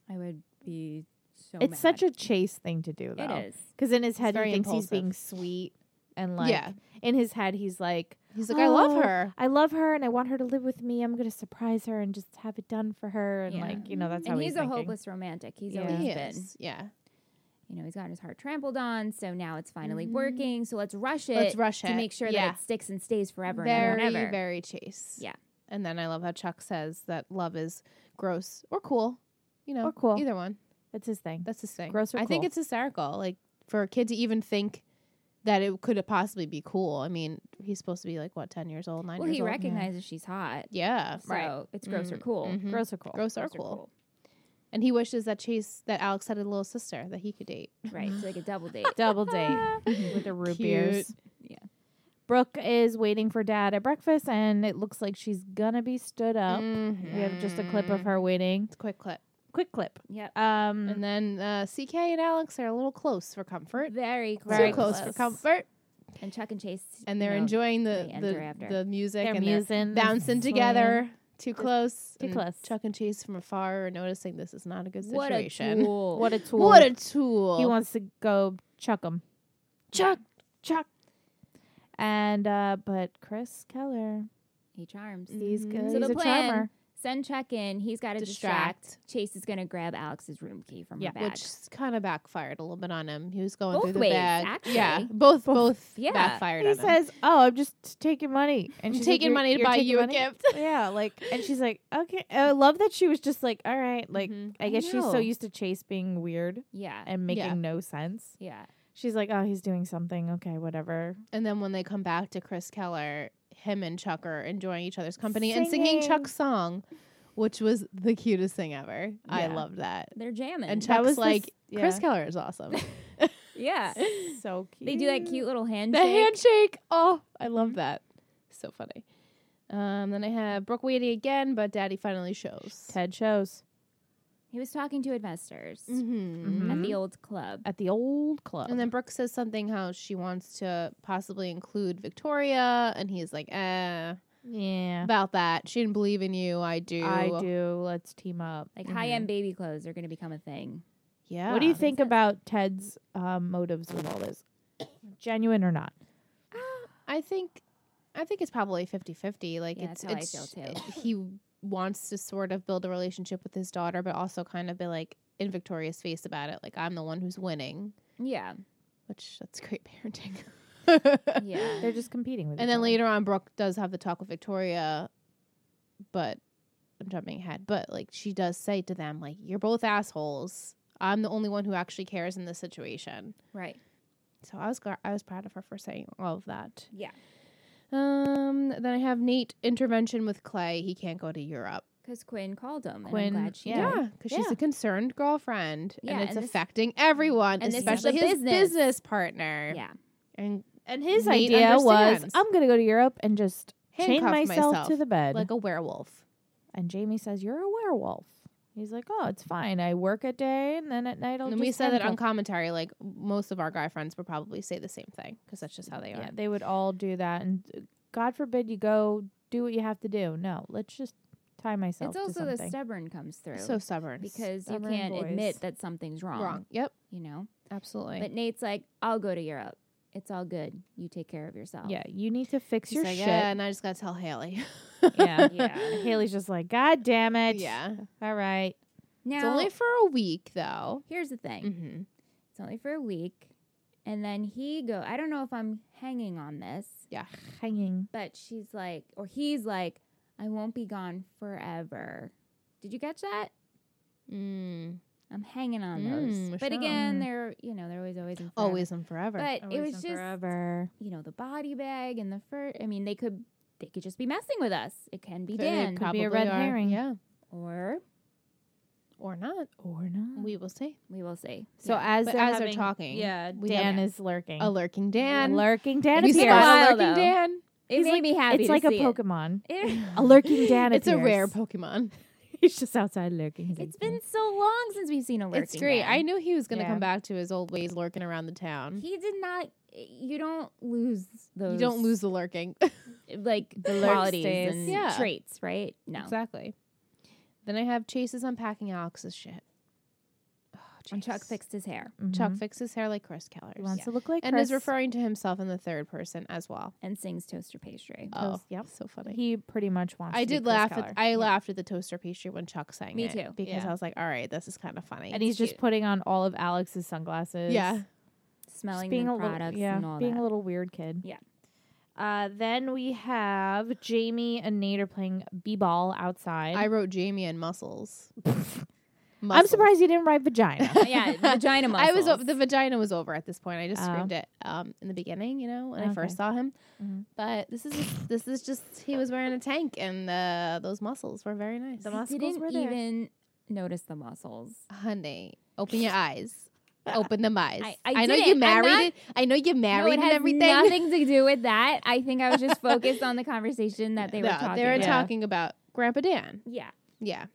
Speaker 3: I would be so.
Speaker 2: it's such a chase thing to do though.
Speaker 3: It is.
Speaker 2: Because in his head,
Speaker 1: very
Speaker 2: he thinks
Speaker 1: impulsive.
Speaker 2: he's being sweet and like,
Speaker 1: Yeah.
Speaker 2: in his head, he's like,
Speaker 1: He's like, I love
Speaker 2: Oh,
Speaker 1: her.
Speaker 2: I love her and I want her to live with me. I'm gonna surprise her and just have it done for her and
Speaker 3: Yeah.
Speaker 2: like you know that's how
Speaker 3: And he's, a
Speaker 2: thinking.
Speaker 3: hopeless romantic. He's
Speaker 2: Yeah.
Speaker 3: always
Speaker 1: He
Speaker 3: been.
Speaker 1: is. Yeah.
Speaker 3: you know, he's gotten his heart trampled on, so now it's finally
Speaker 1: Mhm.
Speaker 3: working. So let's rush it
Speaker 1: Let's rush
Speaker 3: to
Speaker 1: it
Speaker 3: make sure
Speaker 1: yeah.
Speaker 3: that it sticks and stays forever and
Speaker 1: very
Speaker 3: ever and ever.
Speaker 1: very chase.
Speaker 3: Yeah.
Speaker 1: And then I love how Chuck says that love is gross or cool, you know,
Speaker 2: Or cool.
Speaker 1: either one.
Speaker 2: That's his thing.
Speaker 1: That's his thing.
Speaker 2: Gross or
Speaker 1: I think
Speaker 2: cool?
Speaker 1: it's hysterical, like for a kid to even think that it could possibly be cool. I mean, he's supposed to be like what ten years old, nine
Speaker 3: well,
Speaker 1: years
Speaker 3: he
Speaker 1: old.
Speaker 3: recognizes she's hot,
Speaker 1: yeah,
Speaker 3: so it's gross or
Speaker 1: Mm,
Speaker 3: cool.
Speaker 1: mhm.
Speaker 2: Gross or cool.
Speaker 1: Gross or cool. And he wishes that Chase, that Alex had a little sister that he could date.
Speaker 3: right? It's like a double date.
Speaker 2: Double date with the
Speaker 1: Cute.
Speaker 2: root beers.
Speaker 3: Yeah.
Speaker 2: Brooke is waiting for dad at breakfast, and it looks like she's gonna be stood up.
Speaker 1: Mm.
Speaker 2: Mm-hmm. We have just a clip of
Speaker 1: Mhm.
Speaker 2: her waiting.
Speaker 1: Quick clip.
Speaker 2: Quick clip.
Speaker 3: Yep.
Speaker 2: Um,
Speaker 1: And then uh, CK and Alex are a little close for comfort.
Speaker 3: Very close.
Speaker 2: Very
Speaker 1: Too close, for
Speaker 2: close.
Speaker 1: comfort.
Speaker 3: And Chuck and Chase.
Speaker 1: And they're
Speaker 3: you know,
Speaker 1: enjoying the
Speaker 3: they enter
Speaker 1: the,
Speaker 3: after.
Speaker 1: the music
Speaker 2: they're
Speaker 1: and
Speaker 2: musing,
Speaker 1: they're bouncing together. Too close.
Speaker 2: too
Speaker 1: And
Speaker 2: close.
Speaker 1: Chuck and Chase from afar are noticing this is not a good
Speaker 3: What a
Speaker 1: situation.
Speaker 3: tool.
Speaker 2: What a tool!
Speaker 1: What a tool.
Speaker 2: he wants to go chuck him, chuck, chuck. And uh, but Chris Keller,
Speaker 3: he charms.
Speaker 2: he's
Speaker 1: Mhm.
Speaker 2: good.
Speaker 3: So
Speaker 2: he's
Speaker 3: the
Speaker 2: a
Speaker 3: plan-
Speaker 2: charmer.
Speaker 3: Send Chuck in. He's got to distract.
Speaker 1: Distract.
Speaker 3: Chase is going to grab Alex's room key from
Speaker 2: Yeah.
Speaker 3: her bag.
Speaker 1: Which kind of backfired a little bit on him. He was going
Speaker 3: Both
Speaker 1: through the
Speaker 3: ways,
Speaker 1: bag.
Speaker 3: actually.
Speaker 1: Yeah, both both
Speaker 3: yeah.
Speaker 1: backfired
Speaker 2: He
Speaker 1: on him.
Speaker 2: says, "Oh, I'm just taking money."
Speaker 1: I'm
Speaker 2: And she's like,
Speaker 1: taking
Speaker 2: "You're-
Speaker 1: money to
Speaker 2: you're
Speaker 1: buy
Speaker 2: taking
Speaker 1: you a
Speaker 2: money?"
Speaker 1: gift.
Speaker 2: yeah, like, and she's like, "Okay." I love that she was just like, "All right," like,
Speaker 1: Mhm.
Speaker 2: I
Speaker 3: I
Speaker 2: guess she's so
Speaker 3: know.
Speaker 2: used to Chase being weird
Speaker 3: yeah.
Speaker 2: and making
Speaker 1: Yeah.
Speaker 2: no sense.
Speaker 3: yeah.
Speaker 2: She's like, "Oh, he's doing something. Okay, whatever."
Speaker 1: And then when they come back to Chris Keller, him and Chuck are enjoying each other's company and singing
Speaker 2: Singing.
Speaker 1: Chuck's song, which was the cutest thing ever. I
Speaker 2: Yeah.
Speaker 1: loved that.
Speaker 3: They're jamming.
Speaker 1: And
Speaker 2: That
Speaker 1: Chuck's
Speaker 2: was the
Speaker 1: like,
Speaker 2: s- yeah.
Speaker 1: Chris Keller is awesome.
Speaker 3: yeah.
Speaker 2: so cute.
Speaker 3: They do that cute little
Speaker 1: the
Speaker 3: handshake.
Speaker 1: handshake. Oh, I love that. So funny. Um, then I have Brooke waiting again, but Daddy finally shows.
Speaker 2: Ted shows
Speaker 3: He was talking to investors
Speaker 1: Mhm.
Speaker 2: Mhm.
Speaker 3: at the old club.
Speaker 2: at the old club,
Speaker 1: And then Brooke says something how she wants to possibly include Victoria, and he's like, eh,
Speaker 2: yeah,
Speaker 1: about that. She didn't believe in you. I do.
Speaker 2: I do. Let's team up.
Speaker 3: Like
Speaker 2: Mhm.
Speaker 3: high end baby clothes are going to become a thing.
Speaker 1: Yeah.
Speaker 2: What do you think about Ted's um, motives with all this? Genuine or not?
Speaker 1: I think I think it's probably 50-50. Like
Speaker 3: Yeah,
Speaker 1: it's
Speaker 3: that's how I
Speaker 1: it's
Speaker 3: feel, too.
Speaker 1: it- he wants to sort of build a relationship with his daughter but also kind of be like in Victoria's face about it. Like I'm the one who's winning,
Speaker 3: Yeah.
Speaker 1: which that's great parenting.
Speaker 3: Yeah.
Speaker 2: They're just competing with. each
Speaker 1: And then
Speaker 2: other.
Speaker 1: later on Brooke does have the talk with Victoria, but I'm jumping ahead, but like she does say to them like you're both assholes. I'm the only one who actually cares in this situation.
Speaker 3: right.
Speaker 1: So I was gr- I was proud of her for saying all of that.
Speaker 3: Yeah.
Speaker 1: Um, then I have Nate intervention with Clay. He can't go to Europe.
Speaker 3: Because Quinn called him.
Speaker 2: Quinn-
Speaker 3: And I'm glad she
Speaker 2: Yeah.
Speaker 3: did.
Speaker 1: because she's
Speaker 2: Yeah.
Speaker 1: a concerned girlfriend,
Speaker 3: Yeah,
Speaker 1: and it's
Speaker 3: and this-
Speaker 1: affecting everyone,
Speaker 3: and this is
Speaker 1: especially
Speaker 3: the
Speaker 1: his
Speaker 3: business.
Speaker 1: business, partner.
Speaker 3: Yeah.
Speaker 1: and
Speaker 2: And his
Speaker 1: Nate
Speaker 2: idea was,
Speaker 1: understands.
Speaker 2: I'm going to go to Europe and just chain
Speaker 1: Handcuff
Speaker 2: myself,
Speaker 1: myself,
Speaker 2: to the bed.
Speaker 1: like a werewolf.
Speaker 2: and Jamie says, You're a werewolf. He's like, Oh, it's fine. I work at day and then at night I'll
Speaker 1: and we
Speaker 2: just
Speaker 1: said that on
Speaker 2: handcuff."
Speaker 1: commentary. Like most of our guy friends would probably say the same thing because that's just how they
Speaker 2: Yeah,
Speaker 1: are.
Speaker 2: they would all do that. And uh, God forbid you go do what you have to do. No, let's just tie myself
Speaker 3: It's
Speaker 2: to
Speaker 3: also the
Speaker 2: something.
Speaker 3: stubborn comes through.
Speaker 1: So stubborn
Speaker 3: because you
Speaker 2: stubborn
Speaker 3: can't
Speaker 2: boys.
Speaker 3: admit that something's wrong.
Speaker 1: wrong. Yep,
Speaker 3: You know?
Speaker 1: absolutely.
Speaker 3: But Nate's like, I'll go to Europe. It's all good. You take care of yourself.
Speaker 2: yeah, you need to fix
Speaker 1: She's
Speaker 2: your
Speaker 1: like,
Speaker 2: shit.
Speaker 1: yeah, and I just gotta tell Haley.
Speaker 2: Yeah.
Speaker 3: Yeah.
Speaker 2: Haley's just like, God damn it.
Speaker 1: yeah,
Speaker 2: All right.
Speaker 3: Now,
Speaker 1: it's only for a week though.
Speaker 3: here's the thing.
Speaker 1: Mm-hmm.
Speaker 3: It's only for a week. And then he go, I don't know if I'm hanging on this,
Speaker 2: Hanging.
Speaker 3: but she's like, or he's like, I won't be gone forever. Did you catch that?
Speaker 1: Mm.
Speaker 3: I'm hanging on
Speaker 1: Mm,
Speaker 3: those. But
Speaker 1: Michelle.
Speaker 3: again,
Speaker 2: Mm.
Speaker 3: they're, you know, they're always, always, and forever.
Speaker 1: Always and forever.
Speaker 3: But it
Speaker 2: Always
Speaker 3: was
Speaker 2: and
Speaker 3: just,
Speaker 2: forever.
Speaker 3: you know, the body bag and the fur. I mean, they could, they could just be messing with us. It can be
Speaker 1: Very
Speaker 3: Dan.
Speaker 2: could be
Speaker 1: probably
Speaker 2: a red
Speaker 1: are.
Speaker 2: herring.
Speaker 1: Yeah.
Speaker 3: Or
Speaker 1: Or not.
Speaker 2: Or not.
Speaker 1: We will see.
Speaker 3: we will see.
Speaker 2: Mm. so
Speaker 1: Yeah.
Speaker 2: as
Speaker 1: But
Speaker 2: they're
Speaker 1: as they're
Speaker 2: having-
Speaker 1: talking,
Speaker 2: yeah,
Speaker 1: we have
Speaker 2: Dan is lurking.
Speaker 1: A lurking Dan.
Speaker 2: lurking Dan
Speaker 1: you
Speaker 2: appears.
Speaker 1: spot
Speaker 3: Wild,
Speaker 1: a lurking
Speaker 3: though.
Speaker 1: Dan.
Speaker 3: It made me happy.
Speaker 2: It's
Speaker 3: to
Speaker 2: like a
Speaker 3: see it.
Speaker 2: Pokemon.
Speaker 3: It-
Speaker 2: A lurking Dan
Speaker 1: It's a rare
Speaker 2: appears.
Speaker 1: Pokemon.
Speaker 2: He's just outside lurking. He's
Speaker 3: It's
Speaker 1: Mm-hmm.
Speaker 2: like,
Speaker 3: been so long since we've seen a lurking.
Speaker 1: it's great.
Speaker 3: man.
Speaker 1: I knew he was going to
Speaker 2: Yeah.
Speaker 1: come back to his old ways lurking around the town.
Speaker 3: He did not. You don't lose those.
Speaker 1: you don't lose the lurking.
Speaker 3: like the
Speaker 2: lurk
Speaker 3: qualities
Speaker 2: stays.
Speaker 3: and
Speaker 1: Yeah.
Speaker 3: traits, right? No.
Speaker 1: Exactly. Then I have Chase's unpacking Alex's shit. Oh,
Speaker 3: And Chuck
Speaker 1: jeez.
Speaker 3: fixed his hair
Speaker 1: Chuck
Speaker 2: Mhm.
Speaker 1: fixes hair like Chris Keller's.
Speaker 2: He wants to look like
Speaker 1: And
Speaker 2: Chris.
Speaker 1: is referring to himself in the third person as well.
Speaker 3: and sings toaster pastry.
Speaker 1: Oh,
Speaker 2: Toast- yep.
Speaker 1: so funny.
Speaker 2: He pretty much wants.
Speaker 1: I
Speaker 2: to be
Speaker 1: did
Speaker 2: Chris
Speaker 1: laugh.
Speaker 2: Keller.
Speaker 1: At, I laughed at the toaster pastry when Chuck sang
Speaker 3: Me
Speaker 1: it
Speaker 3: too.
Speaker 1: because
Speaker 2: Yeah.
Speaker 1: I was like, "All right, this is kind of funny."
Speaker 2: and he's just
Speaker 1: Cute.
Speaker 2: putting on all of Alex's sunglasses.
Speaker 1: yeah.
Speaker 2: Just
Speaker 3: Smelling
Speaker 2: being
Speaker 3: the
Speaker 2: a
Speaker 3: products
Speaker 2: little, yeah,
Speaker 3: and all
Speaker 2: being
Speaker 3: that.
Speaker 2: a little weird kid.
Speaker 3: Yeah.
Speaker 2: Uh, then we have Jamie and Nate are playing b-ball outside.
Speaker 1: I wrote Jamie and muscles.
Speaker 2: I'm
Speaker 1: Muscles.
Speaker 2: surprised you didn't write vagina.
Speaker 3: Uh, yeah, vagina
Speaker 1: I was o-
Speaker 3: muscles.
Speaker 1: the vagina was over at this point. I just
Speaker 2: Oh.
Speaker 1: screamed it um, in the beginning, you know, when I
Speaker 2: Okay.
Speaker 1: first saw him.
Speaker 3: Mm-hmm.
Speaker 2: Mhm.
Speaker 1: But this is just, this is just he was wearing a tank, and uh, those muscles were very nice.
Speaker 2: The
Speaker 3: I
Speaker 2: muscles
Speaker 3: didn't
Speaker 2: were there.
Speaker 3: even notice the muscles.
Speaker 1: honey, open your eyes. Open them eyes.
Speaker 3: I- I
Speaker 1: know
Speaker 3: did
Speaker 1: you
Speaker 3: it. I'm
Speaker 1: married.
Speaker 3: not-
Speaker 1: it. I know you married
Speaker 3: no, it
Speaker 1: and
Speaker 3: has
Speaker 1: everything.
Speaker 3: nothing to do with that. I think I was just focused on the conversation that they were
Speaker 1: No,
Speaker 3: talking.
Speaker 1: They were
Speaker 3: about.
Speaker 2: Yeah.
Speaker 1: talking about Grandpa Dan.
Speaker 3: Yeah.
Speaker 1: Yeah,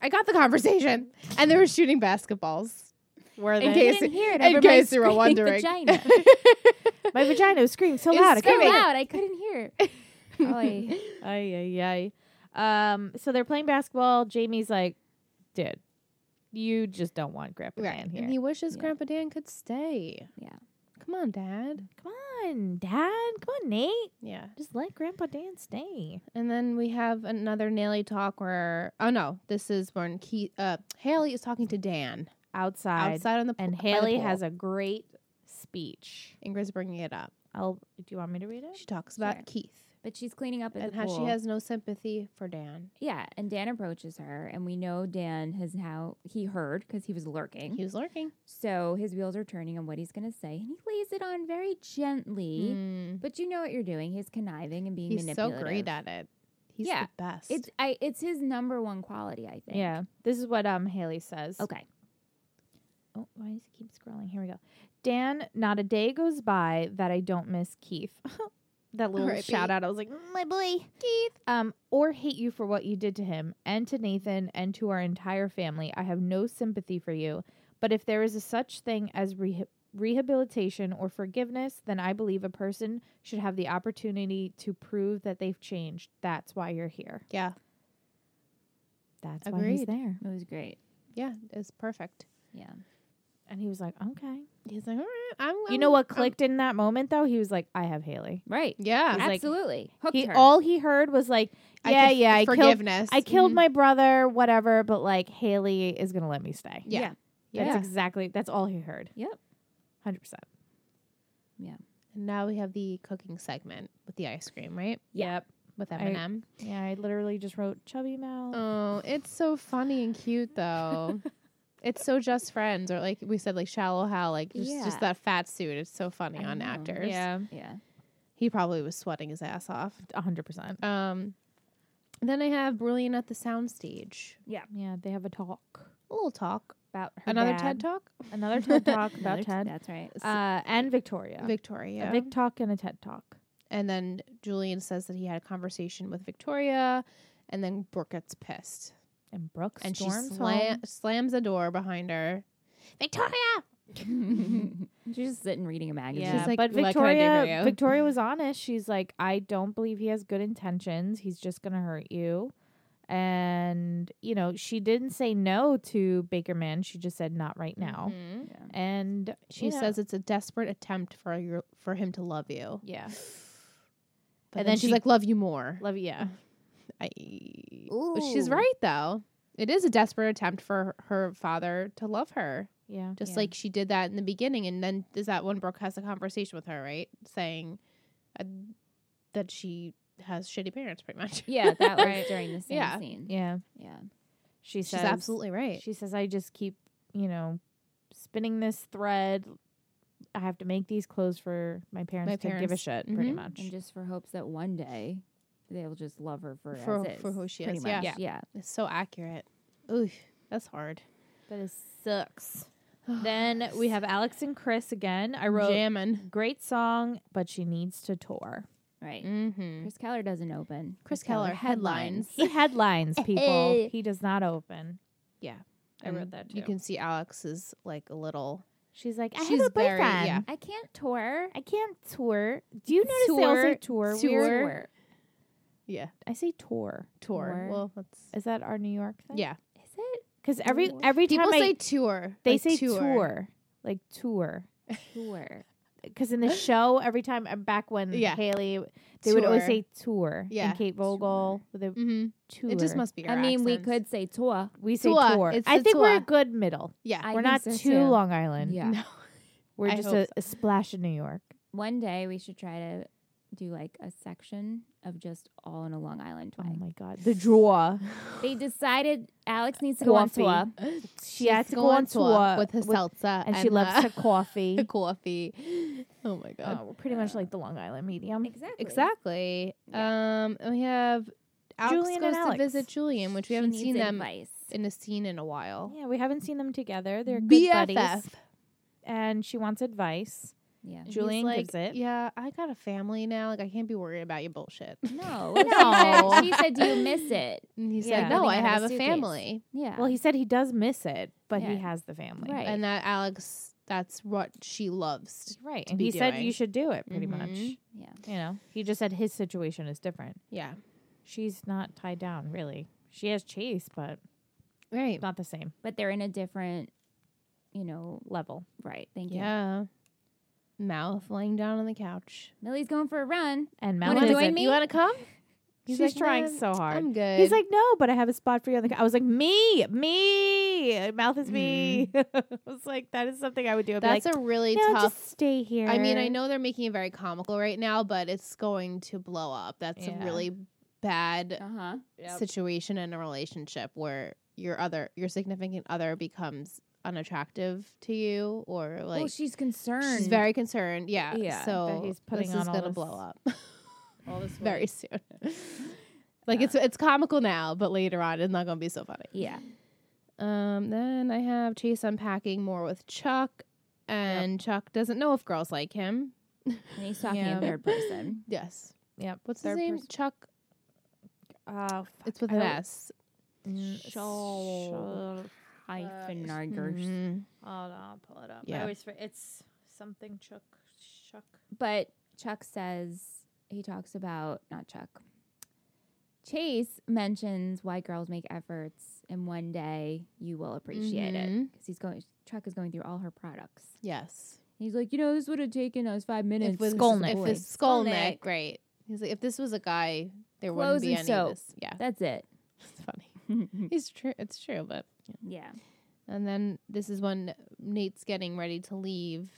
Speaker 1: I got the conversation, and they were shooting basketballs.
Speaker 2: Were
Speaker 1: In
Speaker 3: I
Speaker 1: case-
Speaker 3: didn't hear it
Speaker 1: in
Speaker 3: over my
Speaker 1: case you were
Speaker 3: screaming
Speaker 1: wondering.
Speaker 3: Vagina.
Speaker 2: My vagina was screaming so
Speaker 1: It's
Speaker 2: loud. I
Speaker 3: so
Speaker 2: couldn't make
Speaker 3: loud, I couldn't hear. Oy.
Speaker 2: Ay, ay, ay. Um, so they're playing basketball. Jamie's like, dude, you just don't want Grandpa Dan here.
Speaker 1: and he wishes
Speaker 3: Yeah.
Speaker 1: Grandpa Dan could stay.
Speaker 3: Yeah.
Speaker 1: come on, Dad.
Speaker 2: Come on, Dad. Come on, Nate.
Speaker 1: Yeah.
Speaker 2: Just let Grandpa Dan stay.
Speaker 1: And then we have another Nelly talk where oh no, this is when Keith, uh, Haley is talking to Dan
Speaker 2: Outside.
Speaker 1: outside on the
Speaker 2: And Haley has a great speech.
Speaker 1: Ingrid's bringing it up.
Speaker 2: I'll, do you want me to read it?
Speaker 1: She talks about
Speaker 3: Sure.
Speaker 1: Keith
Speaker 3: But she's cleaning up at
Speaker 1: and
Speaker 3: the
Speaker 1: how
Speaker 3: pool.
Speaker 1: she has no sympathy for Dan.
Speaker 3: Yeah, and Dan approaches her, and we know Dan has now he heard because he was lurking.
Speaker 1: He was lurking.
Speaker 3: So his wheels are turning on what he's going to say, and he lays it on very gently.
Speaker 1: Mm.
Speaker 3: But you know what you're doing. He's conniving and being
Speaker 1: He's so
Speaker 3: manipulative.
Speaker 1: great at it. He's
Speaker 3: Yeah.
Speaker 1: the best.
Speaker 3: It's I it's his number one quality, I think.
Speaker 2: Yeah. This is what um Haley says.
Speaker 3: Okay.
Speaker 2: Oh, why does it keep scrolling? Here we go. Dan, not a day goes by that I don't miss Keith. that little
Speaker 1: R.I.P..
Speaker 2: shout out. I was like, "Mm, my boy, Keith. Um, or hate you for what you did to him and to Nathan and to our entire family. I have no sympathy for you. But if there is a such thing as reha- rehabilitation or forgiveness, then I believe a person should have the opportunity to prove that they've changed. That's why you're here.
Speaker 1: yeah,
Speaker 2: That's why he's
Speaker 1: Agreed.
Speaker 2: there.
Speaker 3: It was great.
Speaker 1: yeah, it's perfect.
Speaker 3: Yeah.
Speaker 2: And he was like, okay.
Speaker 1: He's like, all right, I'm.
Speaker 2: You
Speaker 1: I'm-
Speaker 2: know what
Speaker 1: I'm-"
Speaker 2: clicked in that moment though? He was like, I have Haley.
Speaker 3: Right.
Speaker 1: Yeah,
Speaker 2: He's like-
Speaker 3: Absolutely. Hooked
Speaker 2: He
Speaker 3: her.
Speaker 2: all he heard was like,
Speaker 1: I
Speaker 2: yeah,
Speaker 1: can-
Speaker 2: yeah, I killed,
Speaker 1: forgiveness. Mm-hmm.
Speaker 2: I killed
Speaker 3: Mhm.
Speaker 2: my brother, whatever, but like Haley is gonna let me stay.
Speaker 1: Yeah.
Speaker 3: Yeah.
Speaker 1: yeah.
Speaker 2: That's exactly that's all he heard.
Speaker 3: Yep.
Speaker 2: hundred percent.
Speaker 1: and now we have the cooking segment with the ice cream, right?
Speaker 2: Yep.
Speaker 1: With
Speaker 2: I-
Speaker 1: Eminem.
Speaker 2: Yeah, I literally just wrote chubby mouth.
Speaker 1: Oh, it's so funny and cute though. it's so just friends, or like we said, like shallow Hal, like just,
Speaker 3: Yeah.
Speaker 1: just that fat suit. It's so funny
Speaker 3: I
Speaker 1: on
Speaker 3: know.
Speaker 1: actors.
Speaker 2: yeah,
Speaker 3: Yeah.
Speaker 1: he probably was sweating his ass off.
Speaker 2: hundred percent.
Speaker 1: Um, then I have Brilliant at the soundstage.
Speaker 2: Yeah, they have a talk
Speaker 1: A little talk,
Speaker 2: about her
Speaker 1: another
Speaker 2: dad.
Speaker 1: TED talk.
Speaker 2: another TED talk about
Speaker 3: Another-
Speaker 2: Ted,
Speaker 3: That's right.
Speaker 2: uh, and Victoria,
Speaker 1: Victoria,
Speaker 2: a big talk and a TED talk.
Speaker 1: and then Julian says that he had a conversation with Victoria, and then Brooke gets pissed
Speaker 2: And Brooke
Speaker 1: and she
Speaker 2: storms
Speaker 1: sla-
Speaker 2: home.
Speaker 1: slams the door behind her. Victoria,
Speaker 3: She's just sitting reading a magazine.
Speaker 2: Yeah,
Speaker 1: She's like,
Speaker 2: but
Speaker 1: "What can I do for
Speaker 2: Victoria
Speaker 1: you?"
Speaker 2: Victoria was honest. She's like, I don't believe he has good intentions. He's just gonna hurt you. And you know, she didn't say no to Baker Man. She just said not right now.
Speaker 1: Mhm.
Speaker 2: And
Speaker 1: She
Speaker 2: you know,
Speaker 1: says it's a desperate attempt for your for him to love you.
Speaker 2: yeah,
Speaker 1: But
Speaker 2: And
Speaker 1: then,
Speaker 2: then
Speaker 1: she's
Speaker 2: she-
Speaker 1: like, "Love you more."
Speaker 2: love yeah.
Speaker 1: I, she's
Speaker 3: Ooh.
Speaker 1: right though. It is a desperate attempt for her father to love her,
Speaker 2: Yeah,
Speaker 1: just
Speaker 3: Yeah.
Speaker 1: like she did that in the beginning. And then is that when Brooke has a conversation with her, right, saying uh, that she has shitty parents, pretty much.
Speaker 3: Yeah, that was during the same
Speaker 1: Yeah.
Speaker 3: scene.
Speaker 2: yeah.
Speaker 3: Yeah.
Speaker 2: She
Speaker 1: she's
Speaker 2: says
Speaker 1: absolutely right.
Speaker 2: She says I just keep you know spinning this thread. I have to make these clothes for my parents to give a
Speaker 1: parents.
Speaker 2: shit, pretty
Speaker 1: Mhm.
Speaker 2: much.
Speaker 3: And just for hopes that one day they'll just love her for
Speaker 1: For-
Speaker 3: as
Speaker 1: for
Speaker 3: is,
Speaker 1: who she
Speaker 3: pretty
Speaker 1: is,
Speaker 3: Much.
Speaker 1: yeah.
Speaker 3: Yeah.
Speaker 1: it's so accurate. Ooh, that's hard.
Speaker 2: That is sucks. then we have Alex and Chris again. I wrote
Speaker 1: Jamming.
Speaker 2: great song, but she needs to tour.
Speaker 3: Right.
Speaker 2: Mm.
Speaker 1: Mm-hmm.
Speaker 3: Chris Keller doesn't open.
Speaker 1: Chris Keller headlines.
Speaker 2: He headlines people. he does not open.
Speaker 1: Yeah,
Speaker 2: I
Speaker 1: Eh, And
Speaker 2: wrote that too.
Speaker 1: You can see Alex is like a little.
Speaker 2: She's like, I
Speaker 1: She's
Speaker 2: have a
Speaker 1: very-
Speaker 2: boyfriend.
Speaker 1: yeah.
Speaker 3: I can't tour.
Speaker 2: I can't tour. Do you notice they also tour? weird?
Speaker 1: Tour. Yeah,
Speaker 2: I say tour.
Speaker 1: tour.
Speaker 3: Tour.
Speaker 1: Well, that's
Speaker 2: Is that our New York thing?
Speaker 1: yeah.
Speaker 3: Is it?
Speaker 2: Because every
Speaker 3: Tour?
Speaker 2: every time
Speaker 1: People
Speaker 2: I,
Speaker 1: say tour.
Speaker 2: they
Speaker 1: like
Speaker 2: say tour. like tour,
Speaker 3: Tour.
Speaker 2: because in the show every time uh, back when
Speaker 1: Yeah.
Speaker 2: Haley, they would always
Speaker 1: Tour.
Speaker 2: say tour.
Speaker 1: Yeah.
Speaker 2: and Kate Vogel with a
Speaker 1: Mhm.
Speaker 2: tour.
Speaker 1: It just must be.
Speaker 3: I
Speaker 1: our
Speaker 3: mean, we
Speaker 1: accents.
Speaker 3: could say tour.
Speaker 2: we say
Speaker 1: Tour.
Speaker 2: tour.
Speaker 1: It's
Speaker 2: I
Speaker 1: the
Speaker 2: think we're a
Speaker 1: tour.
Speaker 2: good middle.
Speaker 1: Yeah.
Speaker 3: I
Speaker 2: we're
Speaker 3: think
Speaker 2: not
Speaker 3: so,
Speaker 2: too
Speaker 3: too.
Speaker 2: Long Island.
Speaker 3: Yeah.
Speaker 1: No.
Speaker 2: We're
Speaker 1: I
Speaker 2: just
Speaker 1: hope
Speaker 2: a,
Speaker 1: so.
Speaker 2: a splash in New York. Oh
Speaker 3: One day we should try to do like a section of just all in a Long Island
Speaker 2: Oh
Speaker 3: twang.
Speaker 2: my god, the draw.
Speaker 3: They decided Alex needs to go on tour.
Speaker 2: Coffee. She had to go on tour
Speaker 1: with her salsa,
Speaker 2: and she
Speaker 1: uh,
Speaker 2: loves her coffee.
Speaker 1: the coffee. Oh my god.
Speaker 2: Oh, we're pretty much like the Long Island medium.
Speaker 3: Exactly.
Speaker 1: Exactly. Um, and we have Alex
Speaker 2: Julian and
Speaker 1: goes
Speaker 2: Alex.
Speaker 1: to visit Julian, which we
Speaker 3: She
Speaker 1: haven't
Speaker 3: needs
Speaker 1: seen them
Speaker 3: advice.
Speaker 1: in a scene in a while.
Speaker 2: Yeah, we haven't seen them together. They're good
Speaker 1: BFF.
Speaker 2: buddies, and she wants advice.
Speaker 3: Yeah.
Speaker 1: And he's
Speaker 2: Julian
Speaker 1: like,
Speaker 2: gives it.
Speaker 1: Yeah, I got a family now. Like I can't be worried about your bullshit.
Speaker 3: No.
Speaker 2: No.
Speaker 3: She said, she said, "Do you miss it?"
Speaker 1: And he said,
Speaker 2: Yeah.
Speaker 1: No, I
Speaker 3: Living out of
Speaker 1: have
Speaker 3: a
Speaker 1: a
Speaker 3: suitcase.
Speaker 1: family.
Speaker 3: Yeah.
Speaker 2: Well, he said he does miss it, but he
Speaker 3: Yeah.
Speaker 2: has the family.
Speaker 3: Right.
Speaker 1: And that Alex, that's what she loves.
Speaker 2: Right.
Speaker 1: To
Speaker 2: And
Speaker 1: be
Speaker 2: he said
Speaker 1: doing.
Speaker 2: you should do it pretty much.
Speaker 1: Mhm.
Speaker 2: You
Speaker 3: yeah.
Speaker 2: know, he just said his situation is different.
Speaker 1: Yeah.
Speaker 2: She's not tied down, really. She has Chase, but
Speaker 1: Right.
Speaker 2: not the same
Speaker 3: But they're in a different, you know,
Speaker 2: level.
Speaker 3: right? Thank you.
Speaker 1: Yeah. Mouth laying down on the couch.
Speaker 3: Millie's going for a run.
Speaker 2: And
Speaker 3: wanna
Speaker 2: Mount
Speaker 1: Wanna
Speaker 2: is
Speaker 3: join
Speaker 2: like,
Speaker 3: me?
Speaker 1: You want to come?
Speaker 2: She's
Speaker 1: like,
Speaker 2: trying
Speaker 1: "Nah,
Speaker 2: so hard.
Speaker 1: I'm good.
Speaker 2: He's like, no, but I have a spot for you on the. co-" I was like, me, me, mouth is me. I was like, that is something I would do. I'd be
Speaker 1: Mm. that's
Speaker 2: like,
Speaker 1: a really
Speaker 2: "No,
Speaker 1: tough
Speaker 2: Just stay here.
Speaker 1: I mean, I know they're making it very comical right now, but it's going to blow up. That's
Speaker 2: Yeah.
Speaker 1: a really bad
Speaker 3: Uh huh.
Speaker 1: situation in a relationship where your other, your significant other becomes unattractive to you, or like
Speaker 3: well, she's concerned.
Speaker 1: she's very concerned. Yeah,
Speaker 3: Yeah, that
Speaker 1: So
Speaker 2: he's putting
Speaker 1: this
Speaker 2: on
Speaker 1: is
Speaker 2: all
Speaker 1: gonna
Speaker 2: this-
Speaker 1: blow up
Speaker 2: all this
Speaker 1: very soon. like it's it's comical now, but later on, it's not gonna be so funny.
Speaker 3: Yeah.
Speaker 1: Um, then I have Chase unpacking more with Chuck, and Chuck doesn't know if girls like him.
Speaker 3: And he's talking
Speaker 2: Yeah.
Speaker 3: in third person.
Speaker 1: Yes.
Speaker 2: Yep.
Speaker 1: What's
Speaker 2: Third
Speaker 1: his name?
Speaker 2: person.
Speaker 1: Chuck.
Speaker 2: Uh,
Speaker 1: oh, It's with
Speaker 2: I
Speaker 1: an
Speaker 2: don't-
Speaker 1: S.
Speaker 2: Mm,
Speaker 3: Shaw-
Speaker 2: Shaw-
Speaker 3: Hyphenagers.
Speaker 2: Hold on, I'll pull it up.
Speaker 1: Mm-hmm. Yeah.
Speaker 2: always for, it's something Chuck Chuck.
Speaker 3: But Chuck says he talks about not Chuck. Chase mentions why girls make efforts, and one day you will appreciate it
Speaker 1: Mhm.
Speaker 3: because he's going. Chuck is going through all her products.
Speaker 1: Yes.
Speaker 3: He's like, you know, this would have taken us five minutes.
Speaker 1: If this,
Speaker 2: Skolnick.
Speaker 1: if
Speaker 3: boy."
Speaker 1: this Skolnick, great. He's like, if this was a guy, there wouldn't
Speaker 3: Clothes
Speaker 1: be
Speaker 3: and
Speaker 1: any
Speaker 3: soap.
Speaker 1: of this. Yeah,
Speaker 3: That's it.
Speaker 1: it's funny. He's true. It's true, but
Speaker 3: yeah.
Speaker 1: and then this is when Nate's getting ready to leave,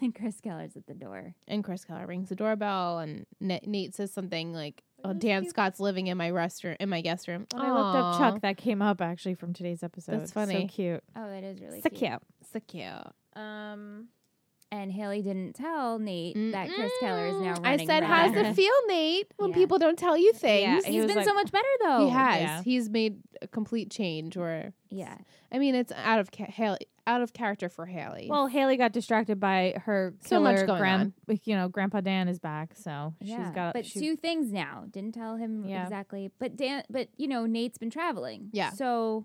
Speaker 3: and Chris Keller's at the door.
Speaker 1: and Chris Keller rings the doorbell, and Na- Nate says something like, "Oh,
Speaker 2: Those
Speaker 1: Dan
Speaker 2: people-
Speaker 1: Scott's living in my restroom, in my guest room."
Speaker 2: When I looked up
Speaker 1: Aw,
Speaker 2: Chuck, that came up actually from today's episode.
Speaker 1: That's funny.
Speaker 2: So cute.
Speaker 3: Oh, that is really
Speaker 2: so
Speaker 3: cute.
Speaker 2: cute.
Speaker 1: so cute.
Speaker 2: Um,
Speaker 3: And Haley didn't tell Nate that Chris Keller is now
Speaker 1: Mm-mm.
Speaker 3: running.
Speaker 1: I said,
Speaker 3: around
Speaker 1: "How's
Speaker 3: her."
Speaker 1: it feel, Nate? When
Speaker 3: Yeah.
Speaker 1: people don't tell you things?"
Speaker 2: he
Speaker 3: He's
Speaker 2: was
Speaker 3: been
Speaker 2: like-
Speaker 3: so much better though.
Speaker 1: he has.
Speaker 2: yeah.
Speaker 1: He's made a complete change. Where
Speaker 3: Yeah.
Speaker 1: I mean, it's out of ca- Haley, out of character for Haley.
Speaker 2: well, Haley got distracted by her
Speaker 1: So much
Speaker 2: killer
Speaker 1: going
Speaker 2: grand. You know, Grandpa Dan is back, so
Speaker 3: Yeah.
Speaker 2: she's got.
Speaker 3: but
Speaker 2: she,
Speaker 3: two things now. Didn't tell him
Speaker 2: Yeah.
Speaker 3: exactly. But Dan but you know, Nate's been traveling.
Speaker 1: Yeah.
Speaker 3: So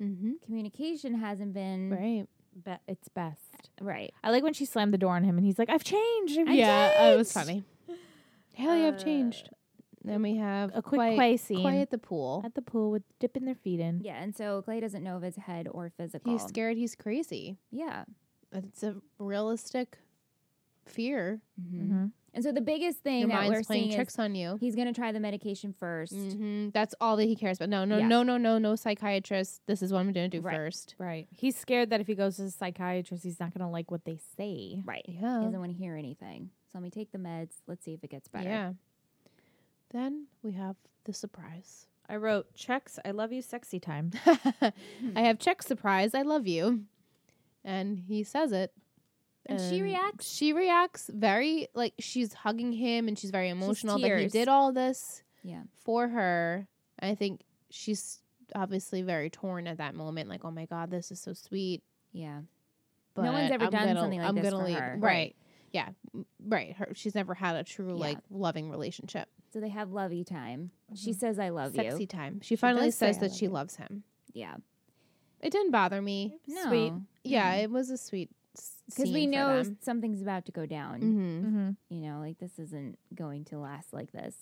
Speaker 1: mm-hmm.
Speaker 3: communication hasn't been
Speaker 1: right?
Speaker 2: be- it's best.
Speaker 3: right.
Speaker 2: I like when she slammed the door on him, and he's like, "I've changed." I've
Speaker 1: yeah,
Speaker 2: changed.
Speaker 1: it was funny. Haley, I've
Speaker 2: Uh,
Speaker 1: changed. Then we have
Speaker 2: A quick
Speaker 1: quiet,
Speaker 2: play scene
Speaker 1: quiet the pool.
Speaker 2: at the pool with dipping their feet in.
Speaker 3: Yeah. And so Clay doesn't know if it's head or physical.
Speaker 1: He's scared. He's crazy.
Speaker 3: Yeah.
Speaker 1: It's a realistic fear.
Speaker 3: hmm
Speaker 2: Mm-hmm.
Speaker 3: And so the biggest thing
Speaker 1: Your
Speaker 3: that we're
Speaker 1: mind's playing
Speaker 3: seeing
Speaker 1: tricks on
Speaker 3: is
Speaker 1: you.
Speaker 3: he's gonna try the medication 1st
Speaker 1: hmm That's all that he cares about. No, no,
Speaker 3: Yeah.
Speaker 1: no, no, no, no psychiatrist. This is what I'm going to do
Speaker 3: Right.
Speaker 1: first.
Speaker 2: Right. He's scared that if he goes to the psychiatrist, he's not going to like what they say.
Speaker 3: Right.
Speaker 1: Yeah.
Speaker 3: He doesn't want to hear anything. So let me take the meds. Let's see if it gets better.
Speaker 1: Yeah. Then we have the surprise.
Speaker 2: I wrote checks. I love you, sexy time.
Speaker 1: I have check surprise. I love you. And he says it.
Speaker 3: And she reacts?
Speaker 1: She reacts very like she's hugging him and she's very emotional that he
Speaker 3: tears.
Speaker 1: did all this
Speaker 3: Yeah.
Speaker 1: for her. And I think she's obviously very torn at that moment, like, oh my God, this is so sweet.
Speaker 3: Yeah.
Speaker 1: But
Speaker 3: No one's ever
Speaker 1: I'm
Speaker 3: done
Speaker 1: gonna-
Speaker 3: something like
Speaker 1: I'm
Speaker 3: this
Speaker 1: gonna
Speaker 3: for
Speaker 1: leave.
Speaker 3: her.
Speaker 1: Right.
Speaker 3: Right.
Speaker 1: Yeah. M- Right. Her, she's never had a true
Speaker 3: Yeah.
Speaker 1: like loving relationship.
Speaker 3: So they have lovey time. She says, I love
Speaker 1: Mm-hmm. Sexy
Speaker 3: you.
Speaker 1: time. She finally
Speaker 3: does say
Speaker 1: says
Speaker 3: I
Speaker 1: that
Speaker 3: love
Speaker 1: she
Speaker 3: you.
Speaker 1: loves him.
Speaker 3: Yeah.
Speaker 1: It didn't bother me.
Speaker 3: No.
Speaker 2: Sweet.
Speaker 1: Yeah, it was a sweet
Speaker 3: Because we know something's about to go down.
Speaker 1: Mm-hmm.
Speaker 2: Mm-hmm.
Speaker 3: You know, like this isn't going to last like this.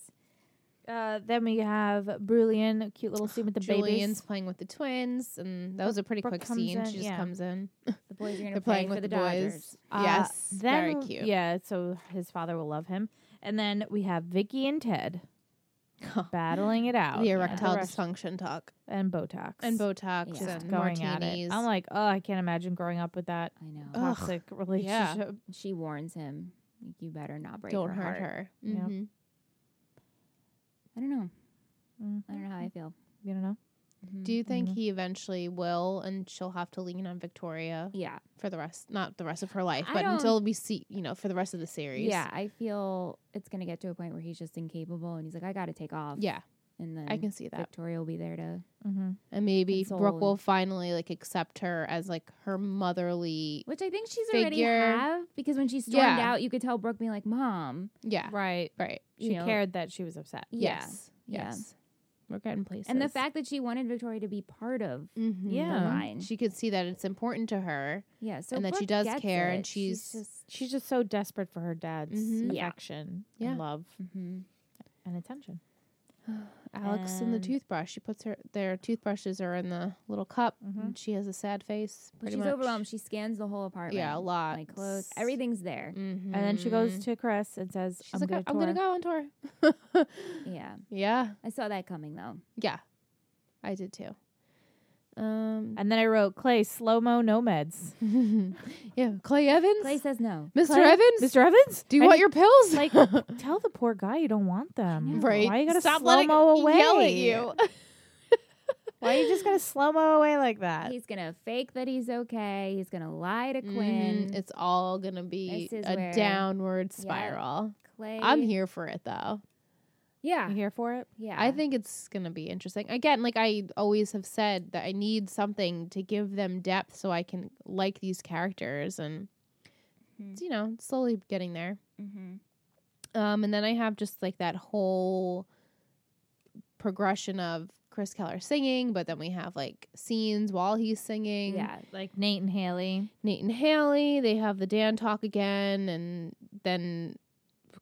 Speaker 2: Uh, then we have Brulian, a cute little scene with the
Speaker 1: Julian's
Speaker 2: babies.
Speaker 1: playing with the twins, and that was a pretty
Speaker 2: Brooke
Speaker 1: quick
Speaker 2: comes
Speaker 1: scene.
Speaker 2: in,
Speaker 1: she just
Speaker 2: yeah.
Speaker 1: comes in.
Speaker 3: The boys are going
Speaker 1: They're
Speaker 3: to play
Speaker 1: playing
Speaker 3: for
Speaker 1: with
Speaker 3: the,
Speaker 1: the,
Speaker 3: Dodgers.
Speaker 1: boys.
Speaker 2: Uh,
Speaker 1: yes,
Speaker 2: then-
Speaker 1: very cute.
Speaker 2: Yeah, so his father will love him. And then we have Vicky and Ted battling it out.
Speaker 1: the
Speaker 2: Yeah.
Speaker 1: erectile
Speaker 2: Rush-
Speaker 1: dysfunction talk
Speaker 2: and Botox
Speaker 1: and Botox
Speaker 3: Yeah.
Speaker 2: Just
Speaker 1: and
Speaker 2: going
Speaker 1: martinis.
Speaker 2: at it. I'm like, oh, I can't imagine growing up with that
Speaker 3: I know.
Speaker 1: Ugh,
Speaker 2: toxic relationship.
Speaker 3: She warns him, "You better not break
Speaker 1: don't
Speaker 3: her
Speaker 1: hurt
Speaker 3: heart."
Speaker 1: her.
Speaker 2: Yeah.
Speaker 1: Mhm.
Speaker 3: I don't know.
Speaker 2: Mm,
Speaker 3: I don't know how I feel.
Speaker 2: you don't know.
Speaker 3: Mhm.
Speaker 1: Mm-hmm. Do you think
Speaker 2: Mhm.
Speaker 1: he eventually will, and she'll have to lean on Victoria
Speaker 3: yeah,
Speaker 1: for the rest, not the rest of her life,
Speaker 3: I
Speaker 1: but
Speaker 3: don't-
Speaker 1: until we see, you know, for the rest of the series.
Speaker 3: yeah. I feel it's going to get to a point where he's just incapable, and he's like, "I got to take off."
Speaker 1: yeah,
Speaker 3: and then
Speaker 1: I can see that.
Speaker 3: Victoria will be there to
Speaker 2: Mm-hmm.
Speaker 1: And maybe Brooke
Speaker 3: Console
Speaker 1: will
Speaker 3: and-
Speaker 1: finally like accept her as like her motherly.
Speaker 3: Which I think she's
Speaker 1: Figure.
Speaker 3: already have because when she stormed
Speaker 1: Yeah.
Speaker 3: out, you could tell Brooke being like, "Mom."
Speaker 1: Yeah,
Speaker 2: Right.
Speaker 1: right.
Speaker 3: You
Speaker 2: She
Speaker 3: know-
Speaker 2: cared that she was upset.
Speaker 3: Yeah.
Speaker 1: Yes,
Speaker 3: Yeah.
Speaker 1: yes. We're getting places.
Speaker 3: And the fact that she wanted Victoria to be part of
Speaker 1: Mhm.
Speaker 2: Yeah.
Speaker 3: the line,
Speaker 1: she could see that it's important to her.
Speaker 3: yeah, so
Speaker 1: and that she
Speaker 3: Brooke
Speaker 1: does
Speaker 3: gets
Speaker 1: care and
Speaker 3: it. she's,
Speaker 1: she's-
Speaker 3: just
Speaker 2: She's just so desperate for her dad's
Speaker 1: Mhm.
Speaker 3: Yeah.
Speaker 2: affection
Speaker 1: Yeah.
Speaker 2: and love
Speaker 1: Mm-hmm.
Speaker 3: hmm
Speaker 2: and attention.
Speaker 1: Alex and the
Speaker 3: And-
Speaker 1: toothbrush. She puts her their toothbrushes are in the little cup.
Speaker 2: Mhm.
Speaker 1: And she has a sad face.
Speaker 3: but
Speaker 1: pretty
Speaker 3: she's
Speaker 1: much.
Speaker 3: overwhelmed. She scans the whole apartment,
Speaker 1: Yeah, a lot.
Speaker 3: like clothes, everything's there.
Speaker 1: Mm-hmm.
Speaker 2: And then she goes to Chris and says,
Speaker 1: She's
Speaker 2: I'm
Speaker 1: like,
Speaker 2: gonna
Speaker 1: I'm gonna
Speaker 2: tour."
Speaker 1: go on tour.
Speaker 3: Yeah,
Speaker 1: yeah,
Speaker 3: I saw that coming though.
Speaker 1: yeah, I did too. Um,
Speaker 2: And then I wrote, Clay, slow mo nomads.
Speaker 1: yeah, Clay Evans,
Speaker 3: Clay says no.
Speaker 1: Mr.
Speaker 2: Clay-
Speaker 1: Evans,
Speaker 2: Mr. Evans?
Speaker 1: do you
Speaker 2: I
Speaker 1: want
Speaker 2: didn't-
Speaker 1: your pills?
Speaker 2: like tell the poor guy you don't want them.
Speaker 1: right?
Speaker 2: Why you gotta
Speaker 1: Stop
Speaker 2: slow
Speaker 1: letting
Speaker 2: mo away?
Speaker 1: yell at you.
Speaker 2: Why you just gotta slow mo away like that?
Speaker 3: He's gonna fake that he's okay. He's gonna lie to Quinn.
Speaker 1: Quinn, Mm, Mm-hmm. it's all gonna be
Speaker 3: This is
Speaker 1: a
Speaker 3: where-
Speaker 1: downward
Speaker 3: Yeah.
Speaker 1: spiral.
Speaker 3: Clay.
Speaker 1: I'm here for it though.
Speaker 2: You
Speaker 3: Yeah,
Speaker 2: here for it?
Speaker 3: yeah.
Speaker 1: I think it's going to be interesting. Again, like I always have said that I need something to give them depth so I can like these characters and
Speaker 2: Hmm.
Speaker 3: Mhm.
Speaker 1: you know, slowly getting there.
Speaker 3: hmm
Speaker 1: Um and then I have just like that whole progression of Chris Keller singing, but then we have like scenes while he's singing.
Speaker 3: Yeah,
Speaker 2: Like Nate and Haley.
Speaker 1: Nate and Haley, they have the Dan talk again, and then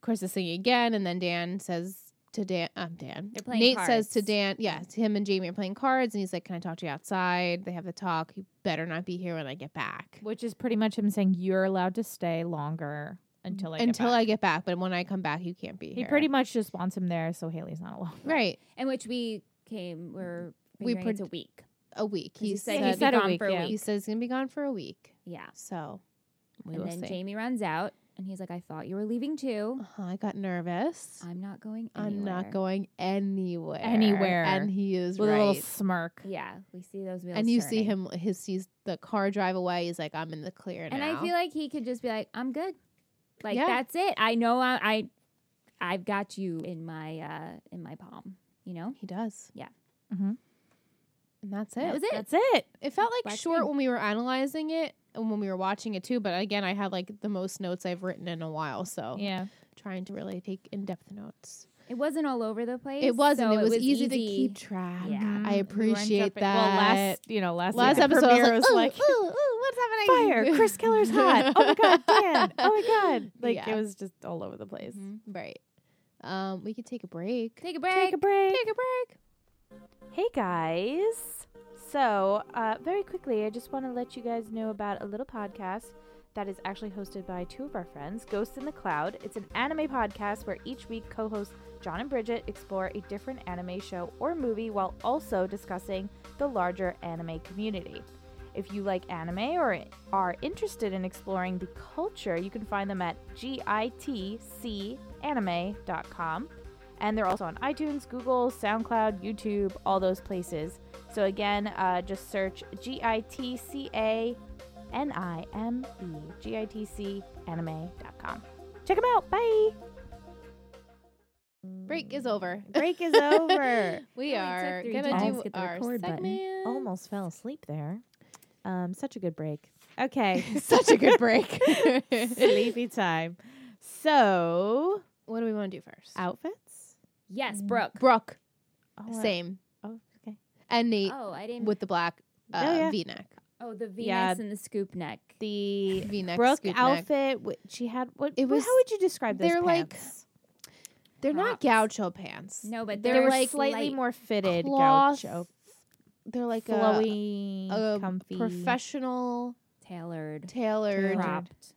Speaker 1: Chris is singing again, and then Dan says to Dan, um, Dan,
Speaker 3: They're playing
Speaker 1: Nate says to
Speaker 3: cards.
Speaker 1: Dan, yeah, to him and Jamie are playing cards, and he's like, "Can I talk to you outside?" They have the talk. You better not be here when I get back.
Speaker 2: Which is pretty much him saying you're allowed to stay longer until I get
Speaker 1: Until
Speaker 2: back."
Speaker 1: I get back, but when I come back, you can't be
Speaker 2: He
Speaker 1: here.
Speaker 2: pretty much just wants him there so Haley's not alone.
Speaker 1: right
Speaker 3: and which we came. We're
Speaker 1: We
Speaker 3: we put it's a
Speaker 1: pred-
Speaker 3: week.
Speaker 1: a week.
Speaker 3: He, said,
Speaker 2: he
Speaker 3: he'd be
Speaker 2: said a
Speaker 3: gone
Speaker 2: week,
Speaker 3: for a
Speaker 2: yeah.
Speaker 3: week.
Speaker 1: he says he's gonna be gone for a week.
Speaker 3: Yeah.
Speaker 1: So we
Speaker 3: and
Speaker 1: will
Speaker 3: then
Speaker 1: see.
Speaker 3: Jamie runs out and he's like, I thought you were leaving too.
Speaker 1: uh-huh, I got nervous.
Speaker 3: I'm not going anywhere.
Speaker 1: I'm not going anywhere.
Speaker 2: Anywhere.
Speaker 1: And he is
Speaker 2: With
Speaker 1: right.
Speaker 2: a little smirk.
Speaker 3: Yeah, we see those wheels.
Speaker 1: and you see
Speaker 3: turning.
Speaker 1: him his sees the car drive away he's like i'm in the clear now
Speaker 3: And I feel like he could just be like, I'm good. Like
Speaker 1: Yeah.
Speaker 3: that's it. I know I, I I've got you in my uh in my palm, you know?
Speaker 1: he does
Speaker 3: Yeah.
Speaker 2: Mhm.
Speaker 1: and that's
Speaker 3: That
Speaker 1: it
Speaker 3: was it.
Speaker 2: That's it.
Speaker 1: it felt like
Speaker 3: Black
Speaker 1: short
Speaker 3: screen.
Speaker 1: when we were analyzing it and when we were watching it too but again i had like the most notes i've written in a while so
Speaker 2: Yeah.
Speaker 1: trying to really take in-depth notes
Speaker 3: it wasn't all over the place.
Speaker 1: it wasn't
Speaker 3: so
Speaker 1: it was, easy, to
Speaker 3: easy.
Speaker 1: keep track
Speaker 3: Yeah.
Speaker 1: i
Speaker 2: We weren't
Speaker 1: appreciate
Speaker 2: jumping-
Speaker 1: that
Speaker 2: Well, last you know, last,
Speaker 1: Last
Speaker 2: episode
Speaker 1: episode, I was like, "Oh, ooh,
Speaker 2: like,
Speaker 1: ooh, what's happening
Speaker 2: fire, Chris Keller's hot. Oh my god, Dan. Oh my god. Like
Speaker 1: Yeah. Mm-hmm.
Speaker 2: it was just all over the place.
Speaker 3: Mhm.
Speaker 1: right um we could take a break
Speaker 3: Take a break.
Speaker 2: Take a break.
Speaker 1: take a break
Speaker 2: Hey guys! So, uh, very quickly, I just want to let you guys know about a little podcast that is actually hosted by two of our friends, Ghost in the Cloud. It's an anime podcast where each week co hosts John and Bridget explore a different anime show or movie while also discussing the larger anime community. If you like anime or are interested in exploring the culture, you can find them at gitcanime.com. And they're also on iTunes, Google, SoundCloud, YouTube, all those places. So again, uh, just search G I T C A N I M E, G I T C anime.com. Check them out. Bye.
Speaker 1: break is over
Speaker 2: Break is over.
Speaker 1: We
Speaker 3: Only took
Speaker 1: are
Speaker 3: three
Speaker 1: gonna
Speaker 2: takes
Speaker 1: do
Speaker 3: to hit the
Speaker 1: our
Speaker 3: record button. Oh
Speaker 1: segment.
Speaker 2: Almost fell asleep there. Um, such a good break. Okay.
Speaker 1: Such a good break.
Speaker 2: Sleepy time. So,
Speaker 1: what do we want to do first?
Speaker 2: outfits?
Speaker 3: Yes, Brooke.
Speaker 1: Brooke,
Speaker 2: Oh, uh,
Speaker 1: same,
Speaker 2: Oh, okay.
Speaker 1: and Nate
Speaker 3: Oh, I didn't
Speaker 1: with the black uh,
Speaker 2: Oh, yeah.
Speaker 1: V-neck.
Speaker 3: Oh, the Venus
Speaker 2: Yeah.
Speaker 3: and the scoop neck.
Speaker 2: The
Speaker 1: V-neck,
Speaker 2: Brooke
Speaker 1: scoop neck.
Speaker 2: outfit. wh- She had what?
Speaker 1: It
Speaker 2: wh-
Speaker 1: was-
Speaker 2: how would you describe those
Speaker 1: they're like-
Speaker 2: pants?
Speaker 1: They're not
Speaker 3: Props.
Speaker 1: gaucho pants.
Speaker 3: No, but
Speaker 2: They're,
Speaker 3: they're,
Speaker 2: like
Speaker 3: like
Speaker 2: slightly
Speaker 3: light.
Speaker 2: more fitted
Speaker 1: Cloth,
Speaker 2: gaucho,
Speaker 1: They're like a,
Speaker 2: flowy,
Speaker 1: a
Speaker 2: comfy,
Speaker 1: professional
Speaker 3: tailored,
Speaker 1: tailored.
Speaker 3: cropped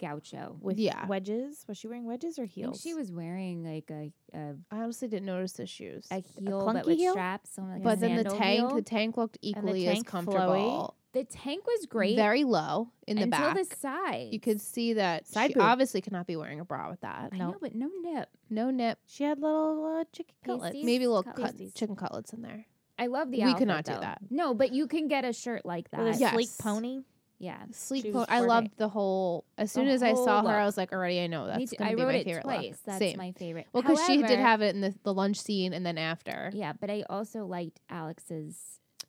Speaker 3: gaucho.
Speaker 2: with
Speaker 1: yeah.
Speaker 2: wedges. Was she wearing wedges or
Speaker 3: I think
Speaker 2: heels?
Speaker 3: she was wearing like a a,
Speaker 1: I honestly didn't notice the shoes.
Speaker 3: a heel,
Speaker 2: clunky
Speaker 3: but with
Speaker 2: heel?
Speaker 3: straps. so like a
Speaker 1: but then the
Speaker 3: sandal
Speaker 1: tank,
Speaker 3: heel.
Speaker 1: the tank looked equally
Speaker 2: tank
Speaker 1: as comfortable.
Speaker 3: The tank was great
Speaker 1: Very low in the
Speaker 3: until
Speaker 1: back.
Speaker 3: the side.
Speaker 1: you could see that
Speaker 2: Side
Speaker 1: she
Speaker 2: boob.
Speaker 1: obviously cannot be wearing a bra with that.
Speaker 3: I know, but no nip.
Speaker 1: No nip.
Speaker 2: She had little uh, chicken cutlets.
Speaker 3: Pasties?
Speaker 1: Maybe a little
Speaker 3: Cutlets.
Speaker 1: cut, chicken cutlets in there.
Speaker 3: I love the.
Speaker 1: We
Speaker 3: outfit,
Speaker 1: could not do
Speaker 3: though.
Speaker 1: that.
Speaker 3: No, but you can get a shirt like that.
Speaker 2: With a
Speaker 1: Yes.
Speaker 2: sleek pony.
Speaker 3: Yeah.
Speaker 1: Sleep.
Speaker 2: She
Speaker 1: Po-
Speaker 2: was
Speaker 1: I
Speaker 2: flirting.
Speaker 1: loved the the whole. As soon
Speaker 3: The
Speaker 1: as I saw
Speaker 3: whole
Speaker 1: her, I
Speaker 3: look.
Speaker 1: was like, already I know
Speaker 3: Me
Speaker 1: that's
Speaker 3: too.
Speaker 1: going
Speaker 3: I
Speaker 1: to be
Speaker 3: wrote
Speaker 1: my
Speaker 3: it
Speaker 1: favorite
Speaker 3: twice.
Speaker 1: look.
Speaker 3: That's
Speaker 1: Same.
Speaker 3: my favorite.
Speaker 1: well, because she did
Speaker 3: However-
Speaker 1: have it in the, the lunch scene and then after
Speaker 3: Yeah, but I also liked Alex's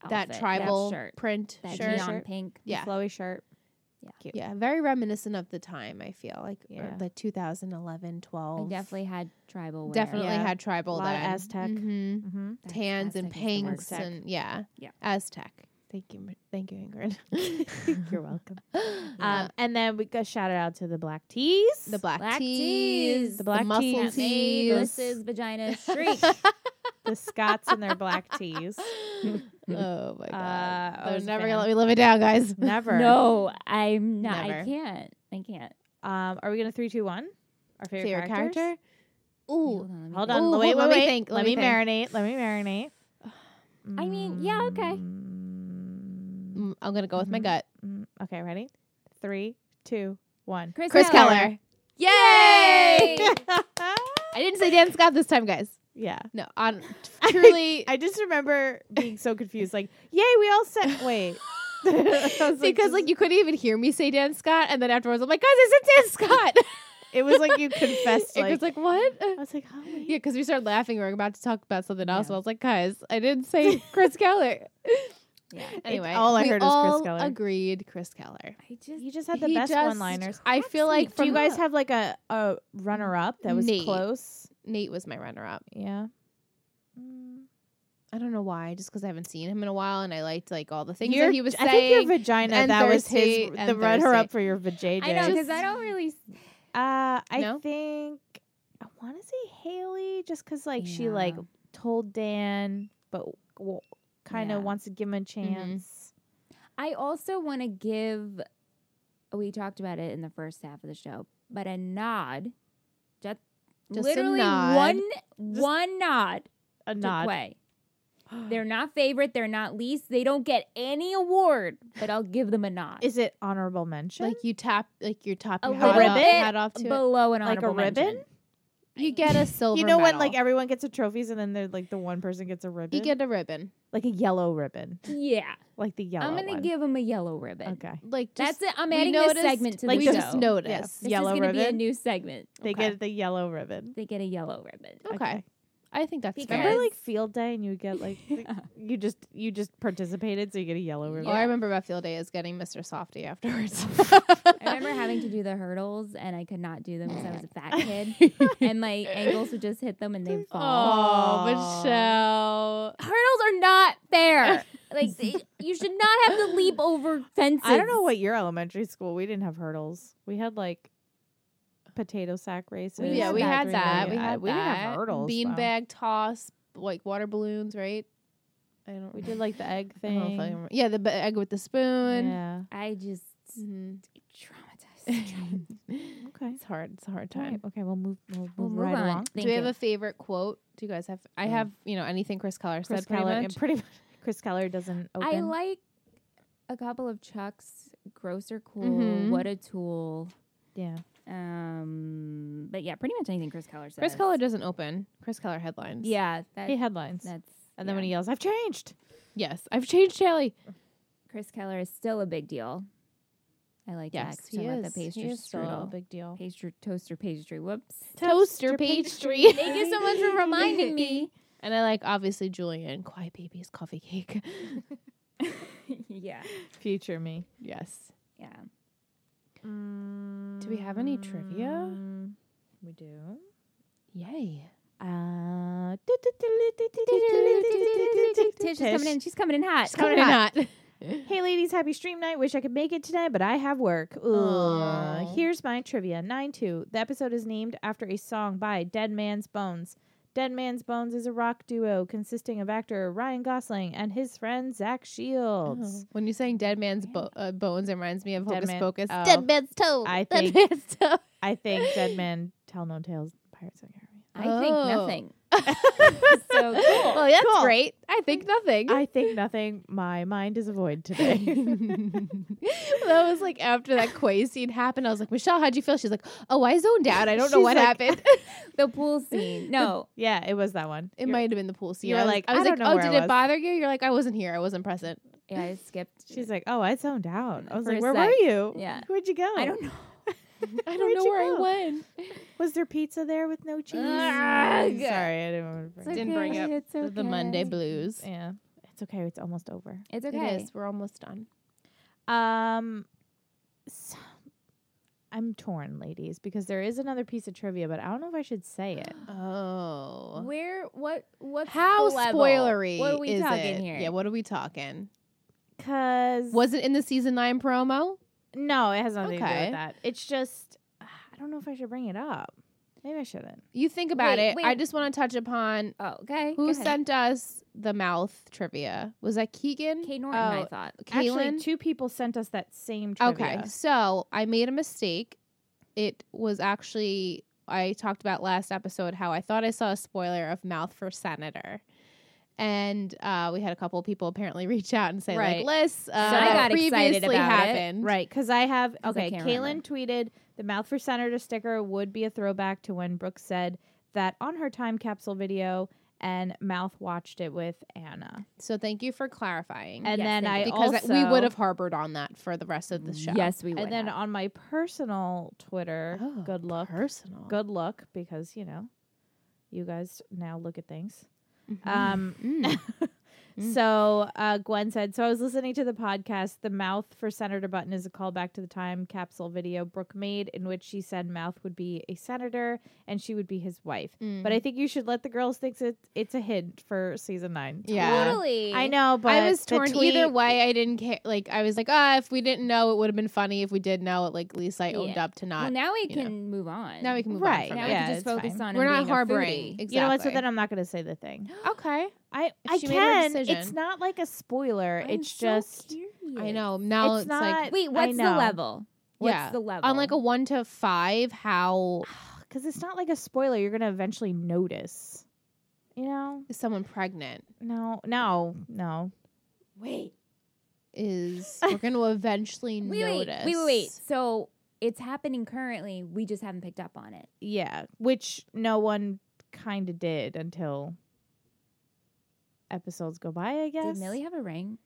Speaker 3: outfit,
Speaker 1: that tribal
Speaker 3: shirt,
Speaker 1: print
Speaker 3: that
Speaker 1: shirt.
Speaker 3: neon
Speaker 2: Shirt.
Speaker 3: pink.
Speaker 1: Yeah.
Speaker 2: flowy shirt.
Speaker 1: Yeah, very reminiscent of the time. I feel like
Speaker 2: Yeah.
Speaker 1: or the 2011, 12.
Speaker 3: I definitely had tribal wear.
Speaker 1: definitely
Speaker 2: Yeah.
Speaker 1: had tribal.
Speaker 2: A lot
Speaker 1: then.
Speaker 2: of Aztec.
Speaker 1: Mhm.
Speaker 2: Mm-hmm.
Speaker 3: That's-
Speaker 1: tans and
Speaker 3: Aztec is the word.
Speaker 1: pinks
Speaker 2: Aztec.
Speaker 1: and yeah,
Speaker 3: Yeah.
Speaker 1: Aztec. Thank you, Ma- thank you, Ingrid. Uh,
Speaker 2: You're welcome.
Speaker 1: Yeah.
Speaker 2: Um, and then we got shout out to the black tees.
Speaker 1: the black,
Speaker 3: Black
Speaker 1: tees,
Speaker 3: tees.
Speaker 1: the
Speaker 2: The
Speaker 1: black
Speaker 2: black
Speaker 1: muscle
Speaker 3: That
Speaker 2: tees.
Speaker 3: made
Speaker 1: tees.
Speaker 3: Melissa's vagina shriek.
Speaker 2: the Scots and their black tees.
Speaker 1: oh my god,
Speaker 2: I
Speaker 1: they're
Speaker 2: was a
Speaker 1: never
Speaker 2: fan.
Speaker 1: gonna let me live it down, guys.
Speaker 2: Never.
Speaker 3: no, I'm not.
Speaker 1: Never.
Speaker 3: I can't. I can't.
Speaker 2: Um, are we gonna three, two, one? Our favorite,
Speaker 1: Favorite
Speaker 2: characters?
Speaker 1: character. Ooh,
Speaker 3: on. let me
Speaker 2: Hold
Speaker 3: think.
Speaker 2: on.
Speaker 1: Ooh,
Speaker 2: wait,
Speaker 1: hold-
Speaker 2: wait,
Speaker 1: let me
Speaker 2: wait.
Speaker 1: think,
Speaker 2: Let,
Speaker 1: let me
Speaker 2: me
Speaker 1: think.
Speaker 2: marinate. Let me marinate.
Speaker 3: I mean, yeah, okay.
Speaker 2: Mm,
Speaker 1: Mm, I'm gonna go with my
Speaker 2: Mhm.
Speaker 1: gut.
Speaker 2: mm, okay, ready? Three, two, one.
Speaker 3: Chris,
Speaker 1: Chris Keller.
Speaker 3: Yay!
Speaker 1: I didn't say Dan Scott this time, guys.
Speaker 2: yeah.
Speaker 1: No, on truly
Speaker 2: I just remember being so confused. Like, yay, we all said. Wait. I was
Speaker 1: because
Speaker 2: like, this
Speaker 1: like
Speaker 2: is-
Speaker 1: you couldn't even hear me say Dan Scott, and then afterwards I'm like, guys, I said Dan Scott.
Speaker 2: it was like you confessed.
Speaker 1: It
Speaker 2: Like,
Speaker 1: was like what?
Speaker 2: I was like, oh, wait.
Speaker 1: Yeah, because we started laughing. We were about to talk about something else.
Speaker 2: Yeah.
Speaker 1: And I was like, guys, I didn't say Chris Keller.
Speaker 3: Yeah.
Speaker 1: Anyway,
Speaker 2: all I
Speaker 1: we
Speaker 2: heard is Chris
Speaker 1: all
Speaker 2: Keller.
Speaker 1: agreed Chris Keller.
Speaker 3: I just
Speaker 2: You just had the
Speaker 1: He
Speaker 2: best
Speaker 1: just-
Speaker 2: one-liners.
Speaker 1: I feel
Speaker 3: cracks me
Speaker 1: like
Speaker 2: Do you
Speaker 1: from-
Speaker 2: guys have like a, a runner-up that was
Speaker 1: Nate.
Speaker 2: close?
Speaker 1: Nate was my runner up.
Speaker 2: Yeah. Mm.
Speaker 1: I don't know why, just because I haven't seen him in a while, and I liked like all the things
Speaker 2: Your-
Speaker 1: that he was
Speaker 2: I
Speaker 1: saying.
Speaker 2: think your vagina.
Speaker 1: and
Speaker 2: That was
Speaker 1: thirsty,
Speaker 2: his.
Speaker 1: and
Speaker 2: The runner-up
Speaker 1: thirsty.
Speaker 2: for your vagina.
Speaker 3: I know
Speaker 1: Just-
Speaker 3: because I don't really.
Speaker 2: Uh, I
Speaker 1: No?
Speaker 2: think I want to say Haley, just because like she
Speaker 3: Yeah.
Speaker 2: like told Dan, but w- kind of
Speaker 3: Yeah.
Speaker 2: wants to give him a
Speaker 1: Mm-hmm.
Speaker 2: chance.
Speaker 3: I also want to give. We talked about it in the first half of the show, but a nod, just,
Speaker 1: Just a
Speaker 3: literally
Speaker 1: nod.
Speaker 3: one
Speaker 2: Just
Speaker 3: one nod,
Speaker 2: A
Speaker 3: to
Speaker 2: nod.
Speaker 3: Quay. They're not favorite. They're not least. They don't get any award, but I'll give them a nod.
Speaker 2: Is it honorable mention?
Speaker 1: like you tap, like you top
Speaker 3: A
Speaker 1: your
Speaker 3: little
Speaker 1: hat off,
Speaker 3: bit
Speaker 1: hat off to it.
Speaker 3: below an
Speaker 2: Like a
Speaker 3: honorable
Speaker 2: ribbon?
Speaker 3: mention.
Speaker 1: You get a silver.
Speaker 2: you know when
Speaker 1: medal.
Speaker 2: like everyone gets a trophies and then they're like the one person gets a ribbon,
Speaker 1: you get a ribbon,
Speaker 2: like a yellow ribbon,
Speaker 3: Yeah,
Speaker 2: like the yellow.
Speaker 3: I'm gonna
Speaker 2: one.
Speaker 3: give them a yellow ribbon.
Speaker 2: Okay,
Speaker 1: like just,
Speaker 3: That's it. I'm
Speaker 1: we
Speaker 3: adding this
Speaker 1: noticed-
Speaker 3: segment to
Speaker 2: like
Speaker 1: we
Speaker 3: the show.
Speaker 2: the-
Speaker 1: just noticed.
Speaker 2: Yeah.
Speaker 3: This
Speaker 2: Yellow
Speaker 3: is gonna be a
Speaker 2: ribbon?
Speaker 3: new segment.
Speaker 2: they
Speaker 1: Okay.
Speaker 2: get the yellow ribbon.
Speaker 3: They get a yellow ribbon.
Speaker 1: Okay. I think that's
Speaker 3: Because-
Speaker 1: fair.
Speaker 2: Remember
Speaker 3: Yes.
Speaker 2: like field day and you would get like the- you just you just participated so you get a yellow ribbon.
Speaker 1: All I
Speaker 3: Yeah.
Speaker 1: remember about field day is getting Mr. Softy afterwards.
Speaker 3: I remember having to do the hurdles and I could not do them because I was a fat kid. and my ankles would just hit them and they'd fall.
Speaker 1: Oh, Michelle.
Speaker 3: Hurdles are not fair. Like they- you should not have to leap over fences.
Speaker 2: I don't know what your elementary school. We didn't have hurdles. We had like potato sack races.
Speaker 3: We
Speaker 1: yeah,
Speaker 3: had
Speaker 1: we
Speaker 3: that
Speaker 1: had
Speaker 2: during
Speaker 1: that.
Speaker 2: the-
Speaker 1: We
Speaker 2: I-
Speaker 1: had
Speaker 2: we didn't have hurdles. though.
Speaker 1: Beanbag toss, like water balloons, right? I don't.
Speaker 2: We did like the egg
Speaker 1: I
Speaker 2: thing.
Speaker 1: don't know if I remember. Yeah, the ba- egg with the spoon.
Speaker 2: Yeah.
Speaker 3: I just
Speaker 1: Mhm.
Speaker 3: traumatized.
Speaker 2: Okay.
Speaker 1: It's hard. It's a hard
Speaker 2: All
Speaker 1: time.
Speaker 2: right. Okay. We'll move. We'll, move
Speaker 3: We'll move
Speaker 2: right
Speaker 3: on.
Speaker 2: along.
Speaker 1: Do
Speaker 3: Thank
Speaker 1: we have
Speaker 3: you.
Speaker 1: a favorite quote? Do you guys have? I
Speaker 2: Mm.
Speaker 1: have. You know anything Chris Keller
Speaker 2: Chris
Speaker 1: said? Pretty
Speaker 2: Keller.
Speaker 1: much.
Speaker 2: Pretty much. Chris Keller doesn't open.
Speaker 3: I like a couple of Chuck's gross or cool.
Speaker 1: Mhm.
Speaker 3: What a tool.
Speaker 2: Yeah.
Speaker 3: Um, but yeah, pretty much anything Chris Keller says.
Speaker 1: Chris Keller doesn't open. Chris Keller headlines.
Speaker 3: Yeah, that,
Speaker 2: He headlines, and
Speaker 3: that's
Speaker 2: then
Speaker 3: yeah.
Speaker 2: when he yells, "I've changed."
Speaker 1: Yes, I've changed Haley.
Speaker 3: Chris Keller is still a big deal. I like
Speaker 1: Yes,
Speaker 3: that. 'cause
Speaker 1: he
Speaker 3: I love
Speaker 1: is.
Speaker 3: the pastry
Speaker 1: he is still a
Speaker 3: strudel.
Speaker 1: big deal.
Speaker 3: pastry toaster pastry. Whoops.
Speaker 1: Toaster pastry.
Speaker 3: Thank you so much for reminding me.
Speaker 1: And I like obviously Julian, Quiet Baby's coffee cake.
Speaker 3: yeah.
Speaker 2: Future me.
Speaker 1: yes.
Speaker 3: Yeah.
Speaker 2: Do Mm,
Speaker 1: we have any trivia?
Speaker 3: Mm,
Speaker 2: We do.
Speaker 1: Yay.
Speaker 2: Uh,
Speaker 3: Tish is coming in. She's coming in hot.
Speaker 1: It's coming in hot.
Speaker 2: Hey, ladies, happy stream night. Wish I could make it tonight, but I have work. Ugh.
Speaker 1: Aw.
Speaker 2: Here's my trivia 9 2. The episode is named after a song by Dead Man's Bones. Dead Man's Bones is a rock duo consisting of actor Ryan Gosling and his friend Zach Shields.
Speaker 1: Oh, When you're saying dead man's bo- uh, bones, it reminds me of
Speaker 2: Dead
Speaker 1: Hocus
Speaker 2: man-
Speaker 1: Pocus.
Speaker 2: oh.
Speaker 1: Dead man's toe.
Speaker 2: I
Speaker 1: dead
Speaker 2: think-
Speaker 1: man's toe.
Speaker 2: I think Dead Man Tell No Tales Pirates of the Caribbean.
Speaker 3: I think
Speaker 1: Oh.
Speaker 3: nothing. so cool.
Speaker 1: Well, that's
Speaker 2: Cool.
Speaker 1: great. I think nothing.
Speaker 2: I think nothing. My mind is a void today.
Speaker 1: Well, that was like after that quay scene happened. I was like, Michelle, how'd you feel? She's like, Oh, I zoned out. I don't know
Speaker 2: She's
Speaker 1: what
Speaker 2: like-
Speaker 1: happened.
Speaker 3: The pool scene. No,
Speaker 2: yeah, it was that one.
Speaker 1: It
Speaker 2: You're-
Speaker 1: might have been the pool scene.
Speaker 2: you were
Speaker 1: I was,
Speaker 2: like,
Speaker 1: I was
Speaker 2: "I
Speaker 1: like,
Speaker 2: don't know
Speaker 1: Oh,
Speaker 2: where I
Speaker 1: did
Speaker 2: was."
Speaker 1: it bother you? You're like, I wasn't here. I wasn't present.
Speaker 3: yeah, I skipped.
Speaker 2: She's like, oh, I zoned out. I was
Speaker 3: For
Speaker 2: like,
Speaker 3: a
Speaker 2: where
Speaker 3: sec.
Speaker 2: were you?
Speaker 3: Yeah.
Speaker 2: Where'd you go?
Speaker 3: I don't know.
Speaker 1: I
Speaker 2: Where'd
Speaker 1: don't know
Speaker 2: you
Speaker 1: where
Speaker 2: go?
Speaker 1: I went.
Speaker 2: Was there pizza there with no cheese? Mm,
Speaker 3: Ugh.
Speaker 2: Sorry, I didn't want to bring it.
Speaker 1: Didn't bring
Speaker 3: okay,
Speaker 1: up
Speaker 3: it's
Speaker 1: The Monday
Speaker 3: okay.
Speaker 1: blues.
Speaker 2: Yeah, it's okay. It's almost over.
Speaker 3: It's
Speaker 1: It
Speaker 3: okay.
Speaker 1: is. We're almost done.
Speaker 2: Um, so- I'm torn, ladies, because there is another piece of trivia, but I don't know if I should say it.
Speaker 1: Oh.
Speaker 3: Where? What? What's
Speaker 1: How
Speaker 3: the level?
Speaker 1: spoilery
Speaker 3: What are we
Speaker 1: is
Speaker 3: talking
Speaker 1: it?
Speaker 3: here?
Speaker 1: Yeah, what are we talking?
Speaker 2: Cause
Speaker 1: Was it in the season nine promo?
Speaker 2: no, it has nothing to do
Speaker 1: Okay.
Speaker 2: with that. It's just I don't know if I should bring it up. Maybe I shouldn't.
Speaker 1: You think about
Speaker 3: Wait,
Speaker 1: it. I
Speaker 3: wait.
Speaker 1: just want to touch upon
Speaker 3: oh, okay.
Speaker 1: who
Speaker 3: Go ahead.
Speaker 1: sent us the mouth trivia. Was that Keegan?
Speaker 3: Kate Norton? I
Speaker 2: Oh,
Speaker 3: thought.
Speaker 2: Actually,
Speaker 1: Caitlin?
Speaker 2: two people sent us that same trivia.
Speaker 1: Okay, so I made a mistake. It was actually I talked about last episode how I thought I saw a spoiler of Mouth for Senator, and uh, we had a couple people apparently reach out and say
Speaker 2: Right.
Speaker 1: like, "Liz, uh,
Speaker 3: I got excited
Speaker 1: previously
Speaker 3: about it.
Speaker 1: happened."
Speaker 2: Right, because I have
Speaker 3: 'Cause I
Speaker 2: okay.
Speaker 3: can't
Speaker 2: Caitlin
Speaker 3: remember.
Speaker 2: tweeted the mouth for senator sticker would be a throwback to when Brooke said that on her time capsule video, and mouth watched it with Anna.
Speaker 1: So thank you for clarifying,
Speaker 2: And
Speaker 3: Yes,
Speaker 2: then
Speaker 3: thank
Speaker 2: I
Speaker 3: you.
Speaker 1: because
Speaker 2: also
Speaker 1: we would have harbored on that for the rest of the show.
Speaker 3: Yes, we would.
Speaker 2: And then
Speaker 3: have.
Speaker 2: on my personal Twitter,
Speaker 1: Oh,
Speaker 2: good luck,
Speaker 1: personal.
Speaker 2: good luck, because you know, you guys now look at things.
Speaker 1: Mhm.
Speaker 3: Mm-hmm.
Speaker 2: Um,
Speaker 1: Mm. Mm.
Speaker 2: So uh, Gwen said, So I was listening to the podcast. The mouth for Senator Button is a callback to the time capsule video Brooke made, in which she said Mouth would be a senator and she would be his wife.
Speaker 1: Mm.
Speaker 2: But I think you should let the girls think it, it's a hint for season nine.
Speaker 1: Yeah.
Speaker 3: Totally.
Speaker 2: I know, but
Speaker 1: I was
Speaker 2: the
Speaker 1: torn
Speaker 2: tweet-
Speaker 1: either way. I didn't care. Like I was like, ah, if we didn't know, it would have been funny. If we did know, it like at least I owned
Speaker 3: Yeah.
Speaker 1: up to not.
Speaker 3: Well, now we
Speaker 1: you know.
Speaker 3: can move on.
Speaker 1: now we can move
Speaker 2: Right,
Speaker 1: on. From
Speaker 3: Now
Speaker 1: it.
Speaker 3: we
Speaker 2: Yeah,
Speaker 3: can
Speaker 2: it's
Speaker 3: just focus
Speaker 2: fine.
Speaker 3: on.
Speaker 1: We're
Speaker 3: him
Speaker 1: not
Speaker 3: being a
Speaker 1: harboring.
Speaker 3: foodie.
Speaker 1: Exactly.
Speaker 2: You know what? So then I'm not going to say the thing.
Speaker 1: okay.
Speaker 2: I, I
Speaker 1: she made her
Speaker 2: can. It's
Speaker 1: decision.
Speaker 2: not like a spoiler.
Speaker 3: I'm
Speaker 2: it's
Speaker 3: so
Speaker 2: just.
Speaker 3: curious.
Speaker 1: I know. Now it's,
Speaker 2: it's not.
Speaker 1: like
Speaker 3: Wait,
Speaker 2: I
Speaker 3: what's the
Speaker 2: know.
Speaker 3: level?
Speaker 1: Yeah.
Speaker 3: What's the level?
Speaker 1: on like a one to five. How
Speaker 2: Because it's not like a spoiler. You're going to eventually notice. You know?
Speaker 1: is someone pregnant
Speaker 2: No, no, no.
Speaker 3: wait.
Speaker 1: is. We're going to eventually
Speaker 3: Wait, wait,
Speaker 1: notice.
Speaker 3: wait, wait, wait. So it's happening currently. We just haven't picked up on it.
Speaker 2: Yeah, which no one kind of did until episodes go by, I guess.
Speaker 3: Did Millie have a ring?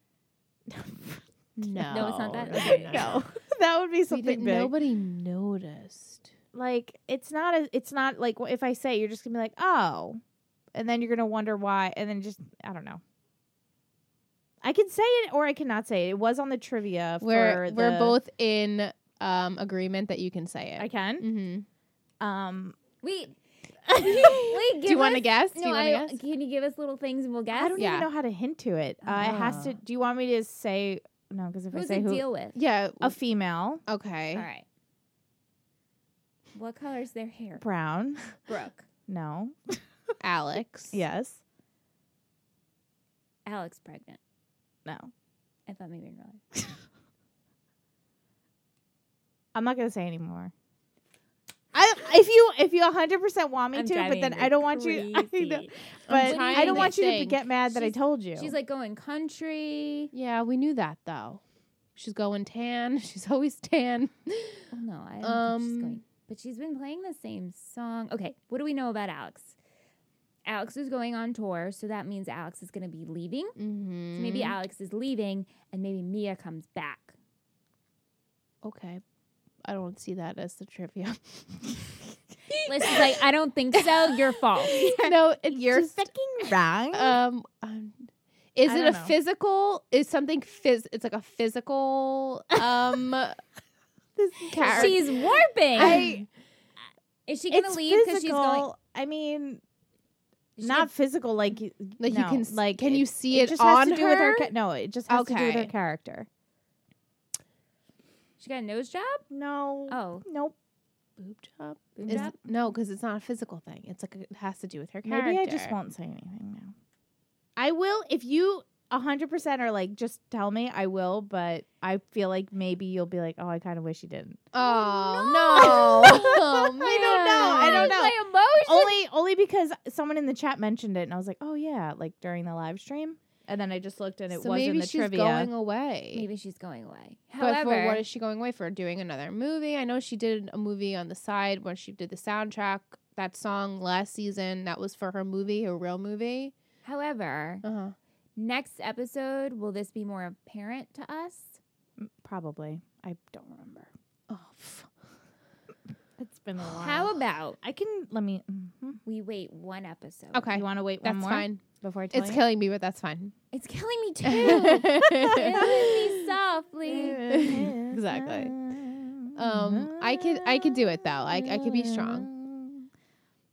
Speaker 1: No,
Speaker 3: No, it's not that.
Speaker 1: No,
Speaker 3: Okay.
Speaker 1: no, no.
Speaker 2: no, that would be
Speaker 1: We
Speaker 2: something
Speaker 1: didn't-
Speaker 2: big.
Speaker 1: Nobody noticed.
Speaker 2: like, it's not a, it's not like wh- if I say, it, you're just going to be like, "Oh." And then you're going to wonder why and then just I don't know. I can say it or I cannot say it. It was on the trivia
Speaker 1: We're
Speaker 2: for
Speaker 1: we're
Speaker 2: the-
Speaker 1: both in um agreement that you can say it.
Speaker 2: I can.
Speaker 1: mm-hmm.
Speaker 2: Um
Speaker 3: Wait.
Speaker 1: Do
Speaker 3: Wait.
Speaker 1: you want
Speaker 3: want
Speaker 1: to guess? Do
Speaker 3: No,
Speaker 1: you want to
Speaker 3: I,
Speaker 1: guess?
Speaker 3: can you give us little things and we'll guess?
Speaker 2: I don't
Speaker 1: Yeah.
Speaker 2: even know how to hint to it. Uh, it has
Speaker 1: Ah.
Speaker 2: to. Do you want me to say no? Because if I
Speaker 3: Who's
Speaker 2: say
Speaker 3: it
Speaker 2: who,
Speaker 3: deal with?
Speaker 1: Yeah.
Speaker 2: a female,
Speaker 1: okay.
Speaker 3: All right. What color's their hair?
Speaker 2: brown,
Speaker 3: Brooke.
Speaker 2: no,
Speaker 1: Alex.
Speaker 2: yes,
Speaker 3: Alex pregnant.
Speaker 2: no.
Speaker 3: I thought maybe in real life.
Speaker 2: I'm not gonna say anymore. I if you if you 100 percent want me
Speaker 3: I'm
Speaker 2: to, but
Speaker 3: driving
Speaker 2: then
Speaker 3: you
Speaker 2: I don't want you. I
Speaker 3: crazy.
Speaker 2: know,
Speaker 1: I'm
Speaker 2: but
Speaker 1: trying
Speaker 2: I don't
Speaker 1: to
Speaker 2: want you to
Speaker 1: think.
Speaker 2: get mad that I
Speaker 3: She's-
Speaker 2: told you.
Speaker 3: She's like going country.
Speaker 1: Yeah, we knew that though. She's going tan. She's always tan.
Speaker 3: Oh, no, I don't think
Speaker 1: Um,
Speaker 3: she's going. But she's been playing the same song. Okay, what do we know about Alex? Alex is going on tour, so that means Alex is going to be leaving. So
Speaker 1: Mm-hmm.
Speaker 3: maybe Alex is leaving, and maybe Mia comes back.
Speaker 1: okay. I don't see that as the trivia.
Speaker 3: Liz is like, I don't think so. You're false.
Speaker 1: no, it's just,
Speaker 2: fucking wrong.
Speaker 1: um, um, is
Speaker 2: I
Speaker 1: it a
Speaker 2: don't know.
Speaker 1: physical? Is something phys? It's like a physical. Um,
Speaker 2: this
Speaker 1: Car-
Speaker 3: She's warping.
Speaker 1: I
Speaker 3: is she going to
Speaker 2: it's
Speaker 3: leave because
Speaker 2: physical.
Speaker 3: she's going?
Speaker 2: I mean,
Speaker 3: She
Speaker 2: not
Speaker 3: gets-
Speaker 2: physical, like
Speaker 1: Like you
Speaker 2: no,
Speaker 1: can s-
Speaker 2: like
Speaker 1: can
Speaker 2: it-
Speaker 1: you see it,
Speaker 2: just
Speaker 1: on
Speaker 2: has to do with her.
Speaker 1: her?
Speaker 2: Ca- no, it just has to do with her
Speaker 1: Okay.
Speaker 2: character.
Speaker 3: she got a nose job.
Speaker 2: No.
Speaker 3: Oh,
Speaker 2: Nope.
Speaker 1: boob job?
Speaker 3: boob
Speaker 1: Is,
Speaker 3: job?
Speaker 1: no, because it's not a physical thing. It's like a, it has to do with her character.
Speaker 2: Maybe I just won't say anything now. I will if you hundred percent are like just tell me. I will, but I feel like maybe you'll be like, oh, I kind of wish you didn't.
Speaker 1: Oh
Speaker 2: no.
Speaker 1: no! oh, man.
Speaker 2: I don't know. I don't know. Oh.
Speaker 3: My emotions.
Speaker 2: only only because someone in the chat mentioned it, and I was like, oh yeah, like during the live stream. And then I just looked, and it
Speaker 1: so
Speaker 2: was
Speaker 1: maybe
Speaker 2: in the
Speaker 1: she's
Speaker 2: trivia.
Speaker 1: going away.
Speaker 3: Maybe she's going away.
Speaker 1: But for what
Speaker 3: However,
Speaker 1: is she going away for? Doing another movie? I know she did a movie on the side where she did the soundtrack. That song last season that was for her movie, her real movie.
Speaker 3: however,
Speaker 1: Uh
Speaker 2: Uh-huh.
Speaker 1: huh.
Speaker 3: next episode will this be more apparent to us?
Speaker 2: M- Probably. I don't remember.
Speaker 1: Oh, f-
Speaker 2: It's been a while.
Speaker 3: How about
Speaker 2: I can let me. mhm.
Speaker 3: we wait one episode?
Speaker 1: okay,
Speaker 2: You want to wait
Speaker 1: that's
Speaker 2: one more
Speaker 1: fine.
Speaker 2: before I tell
Speaker 1: It's
Speaker 2: you?
Speaker 1: killing me, but that's fine.
Speaker 3: It's killing me too. Killing me softly.
Speaker 2: Mm-hmm.
Speaker 1: Exactly. Um, I could- I could do it, though. I- I could be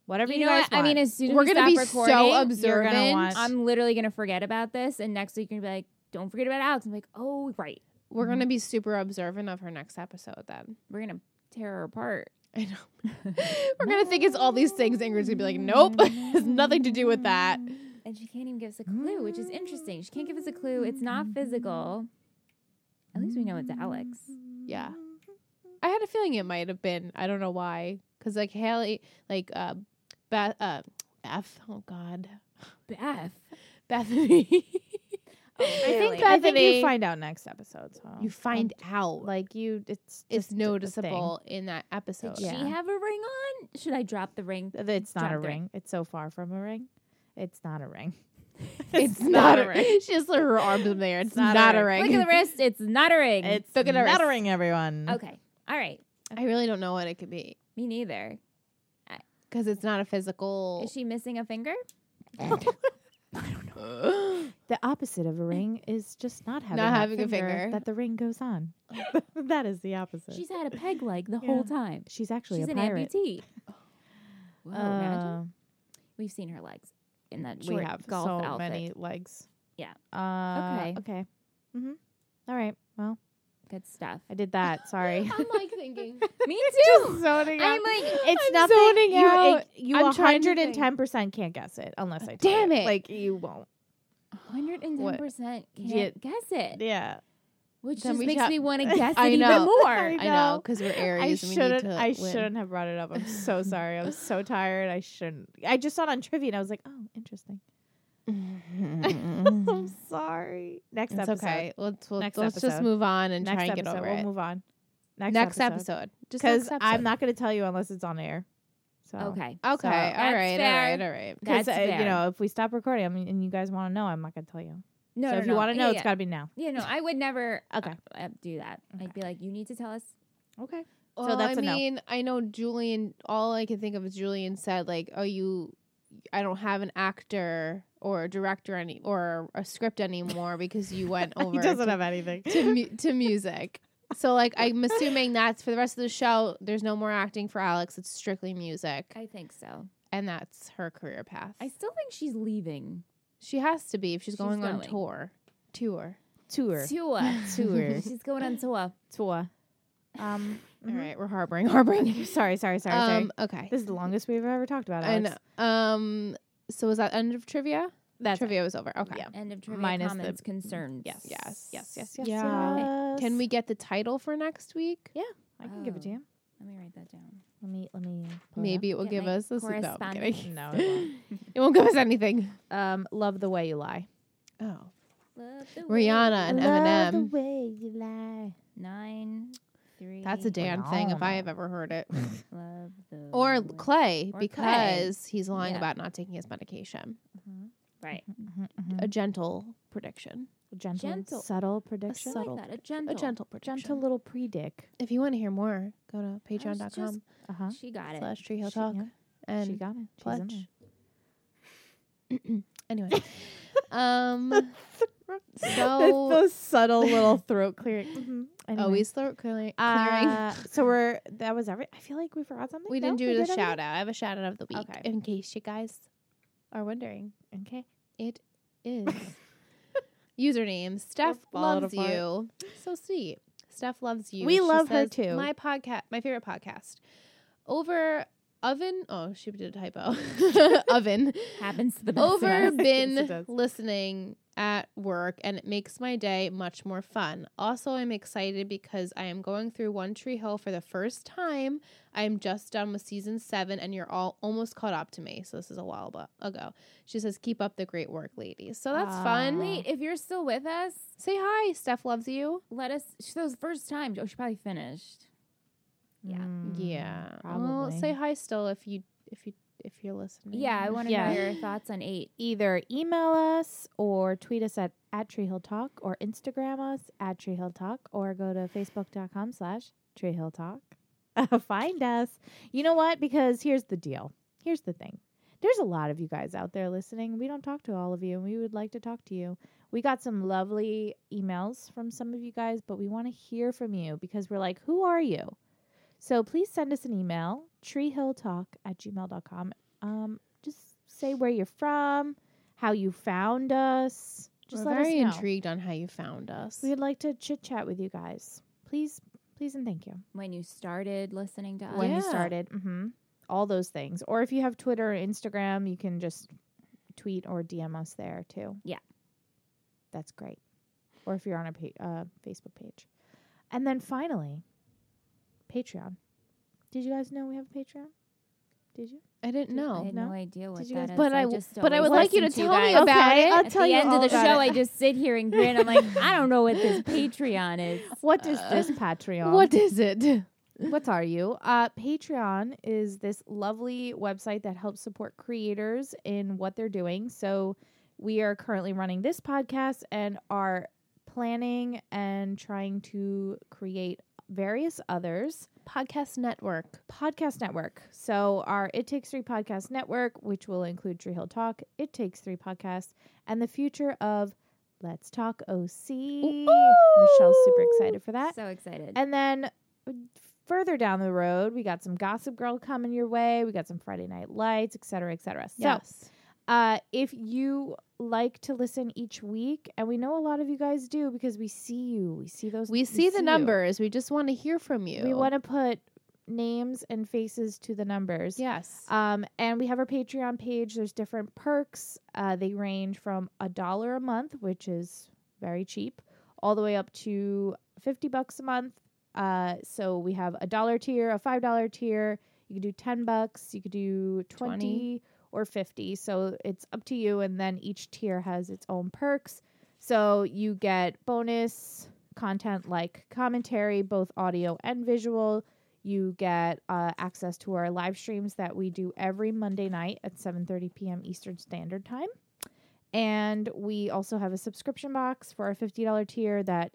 Speaker 2: Whatever you,
Speaker 3: You know
Speaker 2: guys
Speaker 3: what? I mean,
Speaker 2: want.
Speaker 3: as soon as
Speaker 1: We're
Speaker 3: we
Speaker 1: gonna be
Speaker 3: stop
Speaker 1: so
Speaker 3: recording,
Speaker 2: you're gonna
Speaker 1: observant.
Speaker 2: want-
Speaker 3: I'm literally gonna forget about this, and next week you're gonna be like, "Don't forget about Alex." I'm like, "Oh, right,
Speaker 1: We're gonna be super observant of her next episode. Then
Speaker 3: we're gonna tear her apart."
Speaker 1: I know we're gonna think it's all these things. Ingrid's gonna be like, "Nope, has nothing to do with that."
Speaker 3: And she can't even give us a clue, which is interesting. She can't give us a clue. It's not physical. At least we know it's Alex.
Speaker 1: Yeah. I had a feeling it might have been. I don't know why, because like Haley, like uh, Beth, uh, Beth. Oh God,
Speaker 3: Beth.
Speaker 1: Bethany. Oh,
Speaker 2: I
Speaker 3: Really?
Speaker 2: think I think you
Speaker 1: Bethany-
Speaker 2: find out next episode. So
Speaker 1: you find out Oh, like
Speaker 2: like you. It's
Speaker 1: it's
Speaker 2: just a
Speaker 1: noticeable in that episode.
Speaker 3: Did
Speaker 2: Yeah.
Speaker 3: she have a ring on? Should I drop the ring?
Speaker 2: thing. It's not a
Speaker 3: Dropped it.
Speaker 2: ring. It's so far from a ring. It's not a ring.
Speaker 1: It's not a ring. She just threw her arms in there. It's, not, a ring.
Speaker 3: Look at the wrist. It's not a ring.
Speaker 2: It's
Speaker 1: Look at her
Speaker 2: not a
Speaker 1: wrist.
Speaker 2: ring, everyone.
Speaker 3: okay. All right.
Speaker 1: I really don't know what it could be
Speaker 3: Me neither.
Speaker 1: because it's not a physical.
Speaker 3: Is she missing a finger?
Speaker 2: The opposite of a ring is just not having
Speaker 1: Not
Speaker 2: that
Speaker 1: having a finger.
Speaker 2: that the ring goes on. that is the opposite.
Speaker 3: She's had a peg leg the
Speaker 2: Yeah.
Speaker 3: whole time.
Speaker 2: She's actually
Speaker 3: She's
Speaker 2: a
Speaker 3: an
Speaker 2: pirate.
Speaker 3: amputee.
Speaker 1: Oh,
Speaker 3: Whoa, imagine.
Speaker 2: Uh,
Speaker 3: We've seen her legs in that
Speaker 2: we
Speaker 3: short
Speaker 2: have
Speaker 3: golf
Speaker 2: so
Speaker 3: outfit.
Speaker 2: many legs.
Speaker 3: Yeah.
Speaker 2: Uh,
Speaker 3: Okay.
Speaker 2: Okay. Mm-hmm. All right. Well,
Speaker 3: Good stuff.
Speaker 2: I did that. Sorry.
Speaker 1: I'm like thinking.
Speaker 3: Me too.
Speaker 2: zoning
Speaker 3: I'm like,
Speaker 2: It's
Speaker 1: I'm
Speaker 2: nothing.
Speaker 1: zoning
Speaker 2: you,
Speaker 1: out.
Speaker 2: you
Speaker 1: I'm trying to
Speaker 2: hundred
Speaker 1: think.
Speaker 2: and ten percent can't guess it unless I. tell
Speaker 1: Damn
Speaker 2: you.
Speaker 1: it.
Speaker 2: Like you won't.
Speaker 3: 110 percent can't
Speaker 2: Yeah.
Speaker 3: guess
Speaker 1: Eh,
Speaker 3: it,
Speaker 2: Yeah.
Speaker 3: which
Speaker 1: Then
Speaker 3: just
Speaker 1: we
Speaker 3: makes
Speaker 1: got-
Speaker 3: me want to guess
Speaker 1: I
Speaker 3: it even
Speaker 1: know.
Speaker 3: more.
Speaker 1: I know because we're Aries.
Speaker 2: I
Speaker 1: and we need
Speaker 2: shouldn't.
Speaker 1: to
Speaker 2: I
Speaker 1: win.
Speaker 2: shouldn't have brought it up. I'm so sorry. I'm so tired. I shouldn't. I just saw it on trivia and I was like, oh, interesting. I'm sorry. Next
Speaker 1: It's
Speaker 2: episode.
Speaker 1: okay. Let's we'll,
Speaker 2: Next
Speaker 1: let's just
Speaker 2: episode.
Speaker 1: move on and
Speaker 2: Next
Speaker 1: try and
Speaker 2: episode.
Speaker 1: get over
Speaker 2: we'll
Speaker 1: it.
Speaker 2: move on. Next,
Speaker 1: Next, episode. Just
Speaker 2: Because
Speaker 1: next
Speaker 2: I'm
Speaker 1: episode.
Speaker 2: not going to tell you unless it's on air. So
Speaker 3: Okay.
Speaker 1: okay. all right.
Speaker 3: fair.
Speaker 1: All right. All right.
Speaker 2: Because
Speaker 3: That's
Speaker 2: uh, you
Speaker 3: fair.
Speaker 2: know, if we stop recording I mean, and you guys want to know, I'm not going to tell you.
Speaker 3: No,
Speaker 2: so
Speaker 3: no,
Speaker 2: if
Speaker 3: no.
Speaker 2: you want to know,
Speaker 3: yeah,
Speaker 2: it's
Speaker 3: yeah.
Speaker 2: got to be now.
Speaker 3: Yeah, no, I would never
Speaker 2: Okay.
Speaker 3: uh, do that. I'd be like, you need to tell us.
Speaker 2: Okay.
Speaker 1: Well,
Speaker 2: that's
Speaker 1: I
Speaker 2: a no.
Speaker 1: mean, I know Julian. All I can think of is Julian said, like, "Oh, you, I don't have an actor or a director any or a script anymore because you went over
Speaker 2: he doesn't
Speaker 1: to,
Speaker 2: have anything.
Speaker 1: to, mu- to music." So, like, I'm assuming that's for the rest of the show. There's no more acting for Alex. It's strictly music,
Speaker 3: I think so.
Speaker 1: and that's her career path.
Speaker 3: I still think she's leaving.
Speaker 1: she has to be if she's,
Speaker 3: She's
Speaker 1: going, on
Speaker 3: going.
Speaker 1: tour. Tour.
Speaker 2: Tour.
Speaker 3: Tua.
Speaker 2: Tour.
Speaker 3: she's going on Tua.
Speaker 2: Tour. Um.
Speaker 1: All
Speaker 2: mhm.
Speaker 1: right, we're harboring, harboring.
Speaker 2: Sorry, sorry, sorry, sorry.
Speaker 1: Mm-hmm. um, okay.
Speaker 2: This is the longest we've ever talked about. Alex.
Speaker 1: And um, so was that end of trivia?
Speaker 2: That's
Speaker 1: trivia was over. Okay.
Speaker 2: Yeah.
Speaker 3: End of trivia
Speaker 2: Minus the-
Speaker 3: comments, concerns.
Speaker 2: Yes.
Speaker 1: Yes.
Speaker 2: Yes. Yes. Yes.
Speaker 1: Yeah.
Speaker 2: yes.
Speaker 1: Can we get the title for next week?
Speaker 2: I can give it to
Speaker 3: Oh.
Speaker 2: you.
Speaker 3: Let me write that down.
Speaker 2: Let me. Let me. pull it up.
Speaker 1: Maybe it will
Speaker 3: Get
Speaker 1: give
Speaker 3: my
Speaker 1: us this. No, I'm
Speaker 3: correspondence.
Speaker 1: kidding.
Speaker 2: No. It won't.
Speaker 1: It won't give us anything.
Speaker 2: Um, love the way you lie.
Speaker 1: Oh,
Speaker 3: Love the way
Speaker 1: Rihanna
Speaker 3: you
Speaker 1: and
Speaker 3: look.
Speaker 2: Love
Speaker 1: Eminem.
Speaker 2: the way you lie.
Speaker 3: Nine, three.
Speaker 1: That's a damn thing if I have ever heard it.
Speaker 3: Love the
Speaker 1: or
Speaker 3: way-
Speaker 1: Clay
Speaker 3: Or
Speaker 1: because he's lying
Speaker 3: Yeah.
Speaker 1: about not taking his medication.
Speaker 3: Right.
Speaker 1: A gentle prediction.
Speaker 2: Mm-hmm, Gentle,
Speaker 3: Gentle.
Speaker 2: subtle
Speaker 1: A
Speaker 2: prediction.
Speaker 1: subtle,
Speaker 3: Like that, a gentle.
Speaker 1: a gentle prediction.
Speaker 2: gentle little predict.
Speaker 1: If you want to hear more, go to patreon.com
Speaker 2: Uh huh.
Speaker 3: She got it.
Speaker 1: slash treehill
Speaker 2: She-
Speaker 1: talk
Speaker 2: yeah. She
Speaker 1: and
Speaker 2: got it. She's in
Speaker 1: clutch. anyway, um,
Speaker 2: there.
Speaker 1: So-
Speaker 2: That's the subtle little throat clearing. Mhm.
Speaker 1: Oh.
Speaker 2: Anyway.
Speaker 1: always throat clearing. clearing.
Speaker 2: Uh, so we're that was every. I feel like we forgot something.
Speaker 1: We
Speaker 2: No,
Speaker 1: didn't do the
Speaker 2: did everything?
Speaker 1: shout out. I have a shout out of the week
Speaker 2: Okay.
Speaker 1: in case you guys are wondering,
Speaker 2: Okay.
Speaker 1: it is username Steph
Speaker 2: falling
Speaker 1: loves
Speaker 2: apart.
Speaker 1: you. So sweet. Steph loves you.
Speaker 2: We love her
Speaker 1: says,
Speaker 2: too.
Speaker 1: My podcast, my favorite podcast. Over oven. Oh, she did a typo. oven.
Speaker 3: Happens to the best of
Speaker 1: Over
Speaker 3: us.
Speaker 2: Yes, it
Speaker 1: been
Speaker 2: does.
Speaker 1: listening at work and it makes my day much more fun. Also, I'm excited because I am going through One Tree Hill for the first time. I am just done with season seven and you're all almost caught up to me. So, this is a while bu- ago. She says, Keep up the great work, ladies. So, that's
Speaker 2: Aw.
Speaker 1: fun.
Speaker 3: Wait, if you're still with us,
Speaker 1: Say hi. Steph loves you.
Speaker 3: let us. She, those first times. Oh, she probably finished. Yeah.
Speaker 2: Mm,
Speaker 1: yeah. Well,
Speaker 2: Probably.
Speaker 1: say hi still if you if you if you're listening.
Speaker 3: Yeah, I want to
Speaker 2: Yeah.
Speaker 3: know your thoughts on eight.
Speaker 2: Either email us or tweet us at, at Tree Hill Talk or Instagram us at Tree Hill Talk or go to facebook.com slash Tree Hill Talk. Find us. You know what? Because here's the deal. Here's the thing. There's a lot of you guys out there listening. We don't talk to all of you, and we would like to talk to you. We got some lovely emails from some of you guys, but we want to hear from you because we're like, who are you? So please send us an email, treehilltalk at gmail.com. Um, just say where you're from, how you found us. Just
Speaker 1: Just We're
Speaker 2: let
Speaker 1: very
Speaker 2: us know.
Speaker 1: intrigued on how you found us.
Speaker 2: We'd like to chit chat with you guys. Please, please, and thank you.
Speaker 3: When you started listening to us,
Speaker 2: When
Speaker 1: Yeah.
Speaker 2: you started, hmm all those things. Or if you have Twitter or Instagram, you can just tweet or DM us there too.
Speaker 3: Yeah.
Speaker 2: that's great. Or if you're on a pa- uh, Facebook page, and then finally, Patreon. Did you guys know we have a Patreon? Did you?
Speaker 1: I didn't
Speaker 3: I
Speaker 1: know.
Speaker 3: had
Speaker 2: No?
Speaker 3: no, idea what
Speaker 2: Did you
Speaker 3: that
Speaker 2: guys-
Speaker 3: is.
Speaker 1: But I w-
Speaker 3: just
Speaker 1: but I
Speaker 3: always
Speaker 1: would like you to
Speaker 3: listen
Speaker 1: tell me
Speaker 3: guys.
Speaker 1: about
Speaker 2: Okay,
Speaker 1: it.
Speaker 2: I'll
Speaker 3: At
Speaker 2: tell
Speaker 3: the
Speaker 2: you
Speaker 3: end
Speaker 2: all
Speaker 3: of the
Speaker 2: about
Speaker 3: show,
Speaker 2: it.
Speaker 3: I just sit here and grin. I'm like, I don't know what this Patreon is.
Speaker 2: What is
Speaker 1: Uh,
Speaker 2: this Patreon?
Speaker 1: What is it?
Speaker 2: What are you? Uh, Patreon is this lovely website that helps support creators in what they're doing. So we are currently running this podcast and are planning and trying to create various others
Speaker 1: Podcast Network.
Speaker 2: podcast network. So our It Takes Three podcast network, which will include Tree Hill Talk, It Takes Three podcast, and the future of Let's Talk OC. Michelle's super excited for that.
Speaker 3: So excited.
Speaker 2: And then further down the road, we got some Gossip Girl coming your way. We got some Friday Night Lights, et cetera, et cetera.
Speaker 1: Yes.
Speaker 2: So uh, if you like to listen each week, and we know a lot of you guys do because we see you, we see those.
Speaker 1: we see the
Speaker 2: you.
Speaker 1: numbers. We just want to hear from you.
Speaker 2: We want to put names and faces to the numbers.
Speaker 1: Yes. Uh,
Speaker 2: Um, and we have our Patreon page. There's different perks. Uh, they range from a dollar a month, which is very cheap, all the way up to fifty bucks a month. Uh, so we have a dollar tier, a five dollar tier. You could do ten bucks. You could do 20,
Speaker 1: 20.
Speaker 2: or fifty. So it's up to you. And then each tier has its own perks. So you get bonus content like commentary, both audio and visual. You get uh, access to our live streams that we do every Monday night at 7:30 p.m. Eastern Standard Time. And we also have a subscription box for our $50 tier that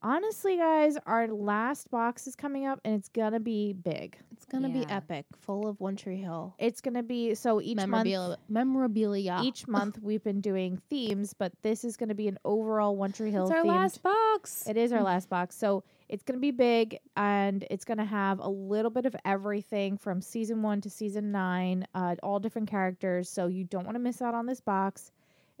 Speaker 2: honestly guys, our last box is coming up and it's going to be big.
Speaker 1: it's gonna be
Speaker 3: yeah.
Speaker 1: epic, full of One Tree Hill
Speaker 2: It's going to be so each month
Speaker 1: memorabilia. memorabilia.
Speaker 2: each month we've been doing themes, but this is going to be an overall One Tree Hill
Speaker 1: it's our
Speaker 2: themed
Speaker 1: last box.
Speaker 2: It is our last box. So it's going to be big and it's going to have a little bit of everything from season one to season nine, uh, all different characters. So you don't want to miss out on this box.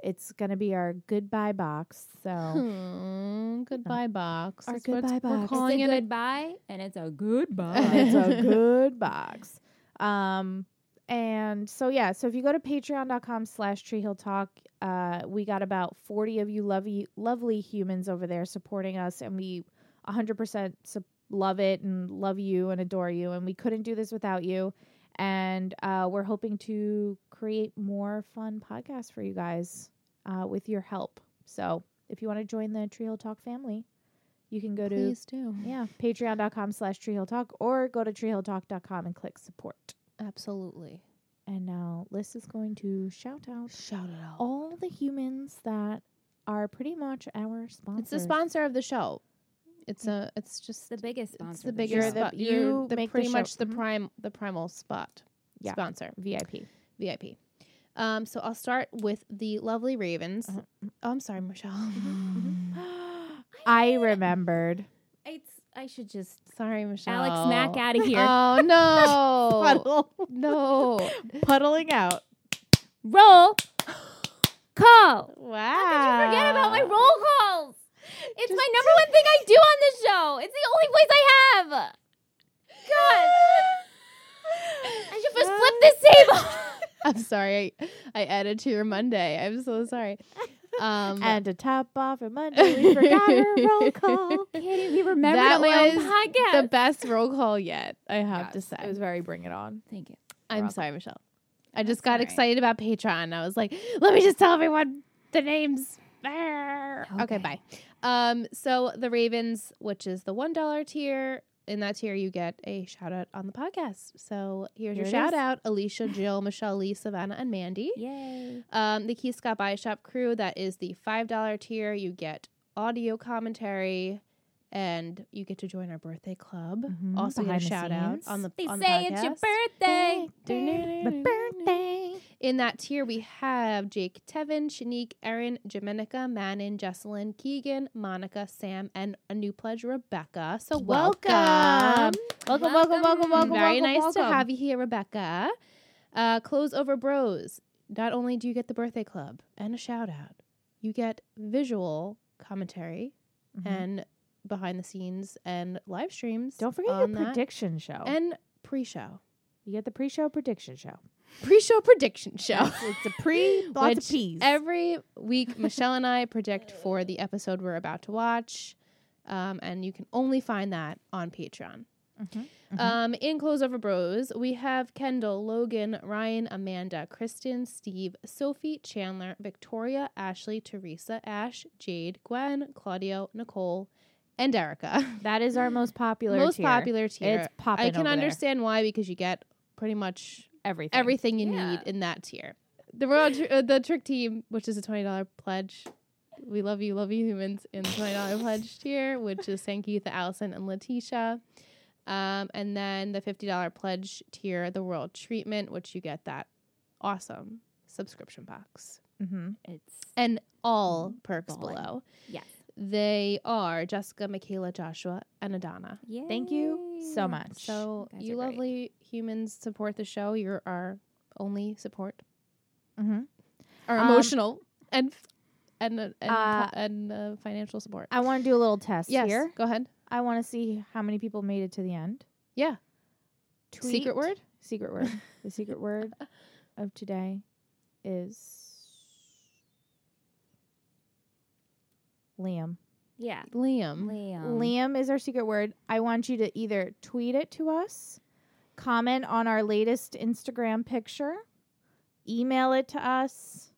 Speaker 2: It's going to be our goodbye box. So
Speaker 1: Hmm, goodbye box.
Speaker 2: Our
Speaker 1: That's what it's-
Speaker 2: goodbye
Speaker 1: We're
Speaker 2: box.
Speaker 3: it's
Speaker 1: calling
Speaker 3: a
Speaker 1: it a
Speaker 3: goodbye, and it's a goodbye.
Speaker 2: it's a good box. Um, and so, yeah, so if you go to patreon.com slash treehilltalk, uh, we got about 40 of you lovely, lovely humans over there supporting us, and we 100% sup- love it and love you and adore you. And we couldn't do this without you. And uh, we're hoping to create more fun podcasts for you guys uh, with your help. So if you want to join the Tree Hill Talk family, you can go to
Speaker 1: Please do.
Speaker 2: yeah, patreon.com slash treehilltalk or go to treehilltalk.com and click support.
Speaker 1: Absolutely.
Speaker 2: And now Liz is going to shout out
Speaker 1: Shout it out.
Speaker 2: all the humans that are pretty much our sponsors.
Speaker 1: it's the sponsor of the show. It's a. It's just
Speaker 3: the biggest sponsor.
Speaker 1: It's the
Speaker 3: of
Speaker 1: bigger.
Speaker 2: You're
Speaker 3: show.
Speaker 2: the-
Speaker 1: spot. You're
Speaker 2: you
Speaker 1: the
Speaker 2: make the
Speaker 1: pretty
Speaker 2: show.
Speaker 1: much the
Speaker 2: Mhm.
Speaker 1: prime the primal spot
Speaker 2: Yeah.
Speaker 1: sponsor.
Speaker 2: VIP.
Speaker 1: VIP. Um, so I'll start with the lovely Ravens.
Speaker 2: Uh-huh.
Speaker 1: Oh, I'm sorry, Michelle. Mm-hmm.
Speaker 2: I remembered.
Speaker 3: It's. I should just
Speaker 1: sorry, Michelle.
Speaker 3: Alex Mack out of here.
Speaker 1: Oh no,
Speaker 2: Puddle.
Speaker 1: no.
Speaker 2: Puddling out.
Speaker 3: roll call.
Speaker 1: Wow.
Speaker 3: How could you forget about my
Speaker 1: Ah.
Speaker 3: roll calls? It's my number one thing I do on this show. It's the only voice I have. God. I should just flip this table.
Speaker 1: I'm sorry. I, I added to your Monday. I'm so sorry. Um,
Speaker 2: And to top off her Monday, we forgot her roll call.
Speaker 3: Katie, we remembered
Speaker 1: That
Speaker 3: on my own
Speaker 1: was
Speaker 3: podcast.
Speaker 1: the best roll call yet, I have to say.
Speaker 2: It was very bring it on.
Speaker 3: Thank you.
Speaker 1: I'm
Speaker 2: rough.
Speaker 1: sorry, Michelle. I just
Speaker 3: That's
Speaker 1: got
Speaker 3: all right.
Speaker 1: excited about Patreon. I was like, let me just tell everyone the names. Arr. Okay,
Speaker 3: Okay.
Speaker 1: bye. Um, so the Ravens, which is the one dollar tier, in that tier you get a shout out on the podcast. So here's
Speaker 2: Here
Speaker 1: your
Speaker 2: it
Speaker 1: shout
Speaker 2: is.
Speaker 1: out: Alicia, Jill, Michelle, Lee, Savannah, and Mandy.
Speaker 3: Yay.
Speaker 1: Um, the Key Scott Buy Shop crew, that is the $5 tier. You get audio commentary and you get to join our birthday club.
Speaker 3: Mm-hmm.
Speaker 2: Mhm,
Speaker 1: also, get a
Speaker 2: behind the
Speaker 1: shout out
Speaker 2: scenes.
Speaker 1: on the
Speaker 3: They
Speaker 1: on the
Speaker 3: say it's your
Speaker 1: podcast.
Speaker 3: birthday.
Speaker 2: My birthday.
Speaker 1: In that tier, we have Jake, Tevin, Shanique, Erin, Jamenica, Manon, Jesselyn, Keegan, Monica, Sam, and a new pledge, Rebecca. So welcome.
Speaker 2: Welcome. Welcome, welcome, welcome,
Speaker 3: Welcome.
Speaker 2: welcome.
Speaker 1: Very
Speaker 2: welcome,
Speaker 1: nice to
Speaker 2: welcome.
Speaker 1: have you here, Rebecca. Uh, Close Over Bros. Not only do you get the birthday club and a shout out, you get visual commentary
Speaker 2: Mhm.
Speaker 1: and behind the scenes and live streams.
Speaker 2: Don't forget your
Speaker 1: on that.
Speaker 2: prediction show.
Speaker 1: and pre-show,
Speaker 2: you get the pre-show prediction show.
Speaker 1: pre-show prediction show.
Speaker 2: It's, it's a pre, lots
Speaker 1: Oh. Which
Speaker 2: of peas.
Speaker 1: Every week, Michelle and I predict for the episode we're about to watch, um, and you can only find that on Patreon.
Speaker 2: Mhm, mhm.
Speaker 1: Um, in Close Over Bros, we have Kendall, Logan, Ryan, Amanda, Kristen, Steve, Sophie, Chandler, Victoria, Ashley, Teresa, Ash, Jade, Gwen, Claudio, Nicole, and Erica.
Speaker 2: that is our most popular.
Speaker 1: Most
Speaker 2: tier.
Speaker 1: popular tier.
Speaker 2: It's popping.
Speaker 1: I can
Speaker 2: over there.
Speaker 1: understand why because you get pretty much
Speaker 2: everything.
Speaker 1: everything you
Speaker 3: Yeah.
Speaker 1: need in that tier. The Royal Tr- uh, the Trick Team, which is a twenty dollar pledge. We love you, love you humans in the twenty dollar pledge tier, which is Sankeetha, Allison, and Letitia. Um, and then the fifty dollar pledge tier, the Royal Treatment, which you get that awesome subscription box
Speaker 2: Mm-hmm.
Speaker 3: It's
Speaker 1: and
Speaker 3: Mm-hmm.
Speaker 1: all perks
Speaker 3: Ballin'.
Speaker 1: below.
Speaker 3: yes.
Speaker 1: They are Jessica, Michaela, Joshua, and Adana.
Speaker 3: Yay.
Speaker 2: Thank you so much.
Speaker 1: So
Speaker 3: Guys
Speaker 1: you
Speaker 3: are great.
Speaker 1: lovely humans support the show. You're our only support.
Speaker 2: Mm-hmm.
Speaker 1: or
Speaker 2: Um,
Speaker 1: emotional and f- and uh, and,
Speaker 2: uh,
Speaker 1: po- and uh, financial support.
Speaker 2: I want to do a little test
Speaker 1: yes,
Speaker 2: here.
Speaker 1: go ahead.
Speaker 2: I want to see how many people made it to the end.
Speaker 1: Yeah. Secret
Speaker 2: Tweet-
Speaker 1: word.
Speaker 2: Secret word. the secret word of today is Liam.
Speaker 3: Yeah.
Speaker 1: Um, Liam.
Speaker 3: Liam.
Speaker 2: Liam is our secret word. I want you to either tweet it to us, comment on our latest Instagram picture, email it to us,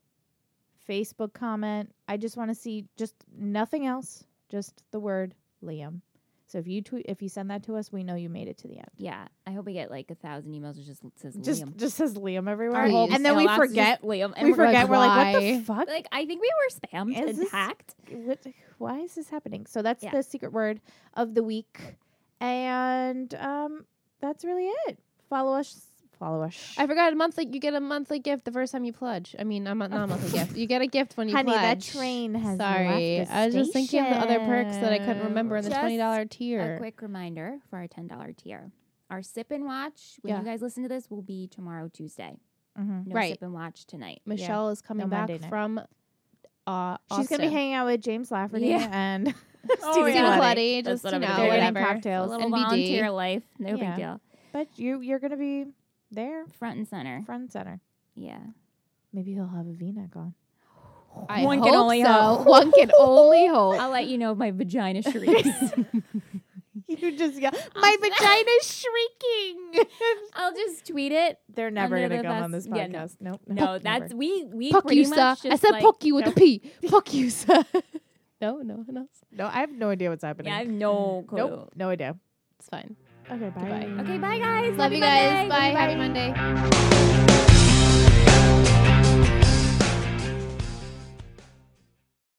Speaker 2: Facebook comment. I just want to see just nothing else, just the word Liam. So if you tweet, if you send that to us, we know you made it to the end.
Speaker 3: Yeah. I hope we get like a thousand emails that just says
Speaker 2: Just
Speaker 3: Liam.
Speaker 2: just says Liam everywhere,
Speaker 1: Our whole
Speaker 2: and then we
Speaker 3: mailbox is
Speaker 2: forget.
Speaker 3: just Liam. And
Speaker 2: We
Speaker 3: we're like,
Speaker 2: forget. We're like, what the
Speaker 1: why?
Speaker 2: fuck?
Speaker 3: Like I think we were spammed
Speaker 2: Is
Speaker 3: and
Speaker 2: this-
Speaker 3: hacked.
Speaker 2: what, why is this happening? So that's
Speaker 3: Yeah.
Speaker 2: the secret word of the week, and um, that's really it. Follow us. Follow us.
Speaker 1: I forgot a monthly. You get a monthly gift the first time you pledge. I mean, I'm not, not a monthly gift. You get a gift when you
Speaker 2: Honey, that
Speaker 1: pledge.
Speaker 2: train has
Speaker 1: Sorry,
Speaker 2: left the
Speaker 1: I was just thinking of the other perks that I couldn't remember in the
Speaker 3: Just
Speaker 1: twenty dollar tier.
Speaker 3: A quick reminder for our ten dollar tier. Our sip and watch when
Speaker 1: Yeah.
Speaker 3: you guys listen to this will be tomorrow Tuesday.
Speaker 2: Mhm.
Speaker 3: No
Speaker 1: Right.
Speaker 3: sip and watch tonight.
Speaker 1: Michelle is coming
Speaker 2: No,
Speaker 1: back
Speaker 2: Monday night.
Speaker 1: from. Uh,
Speaker 2: She's gonna be
Speaker 1: Austin.
Speaker 2: hanging out with James Lafferty
Speaker 3: Yeah.
Speaker 2: and
Speaker 3: Oh,
Speaker 1: Stephen
Speaker 3: yeah.
Speaker 1: Clutty,
Speaker 3: That's
Speaker 1: just
Speaker 3: what
Speaker 1: you
Speaker 3: I'm
Speaker 1: know,
Speaker 2: They're
Speaker 3: gonna do.
Speaker 2: getting
Speaker 1: whatever.
Speaker 3: A
Speaker 2: cocktails.
Speaker 3: little
Speaker 1: NBD.
Speaker 3: volunteer life.
Speaker 2: Yeah.
Speaker 3: No big deal.
Speaker 2: But you you're gonna be there,
Speaker 3: Front and center.
Speaker 2: front and center.
Speaker 3: Yeah.
Speaker 2: Maybe he'll have a V-neck on.
Speaker 1: I
Speaker 3: One can
Speaker 1: hope
Speaker 3: only
Speaker 1: so.
Speaker 3: hope.
Speaker 1: One can only hope.
Speaker 3: I'll let you know if my vagina shrieks.
Speaker 2: You just yell, my vagina's shrieking.
Speaker 3: I'll just tweet it.
Speaker 2: They're never
Speaker 3: Under
Speaker 2: gonna
Speaker 3: the
Speaker 2: come on this
Speaker 3: vest- yeah, no.
Speaker 2: podcast. Nope.
Speaker 3: No,
Speaker 2: nope,
Speaker 3: that's
Speaker 2: never.
Speaker 3: we we
Speaker 1: Puck
Speaker 3: pretty
Speaker 1: you, sir.
Speaker 3: much
Speaker 1: I
Speaker 3: just
Speaker 1: said
Speaker 3: like,
Speaker 1: puck you with a P. Puck you, sir. no, no one else.
Speaker 2: no. I have no idea what's happening.
Speaker 3: Yeah, I have no clue.
Speaker 2: nope. No idea.
Speaker 1: It's fine.
Speaker 2: Okay, bye.
Speaker 1: Goodbye.
Speaker 3: Okay, bye guys.
Speaker 1: Love
Speaker 3: Happy
Speaker 1: you guys.
Speaker 3: Monday.
Speaker 1: Bye. Happy Monday.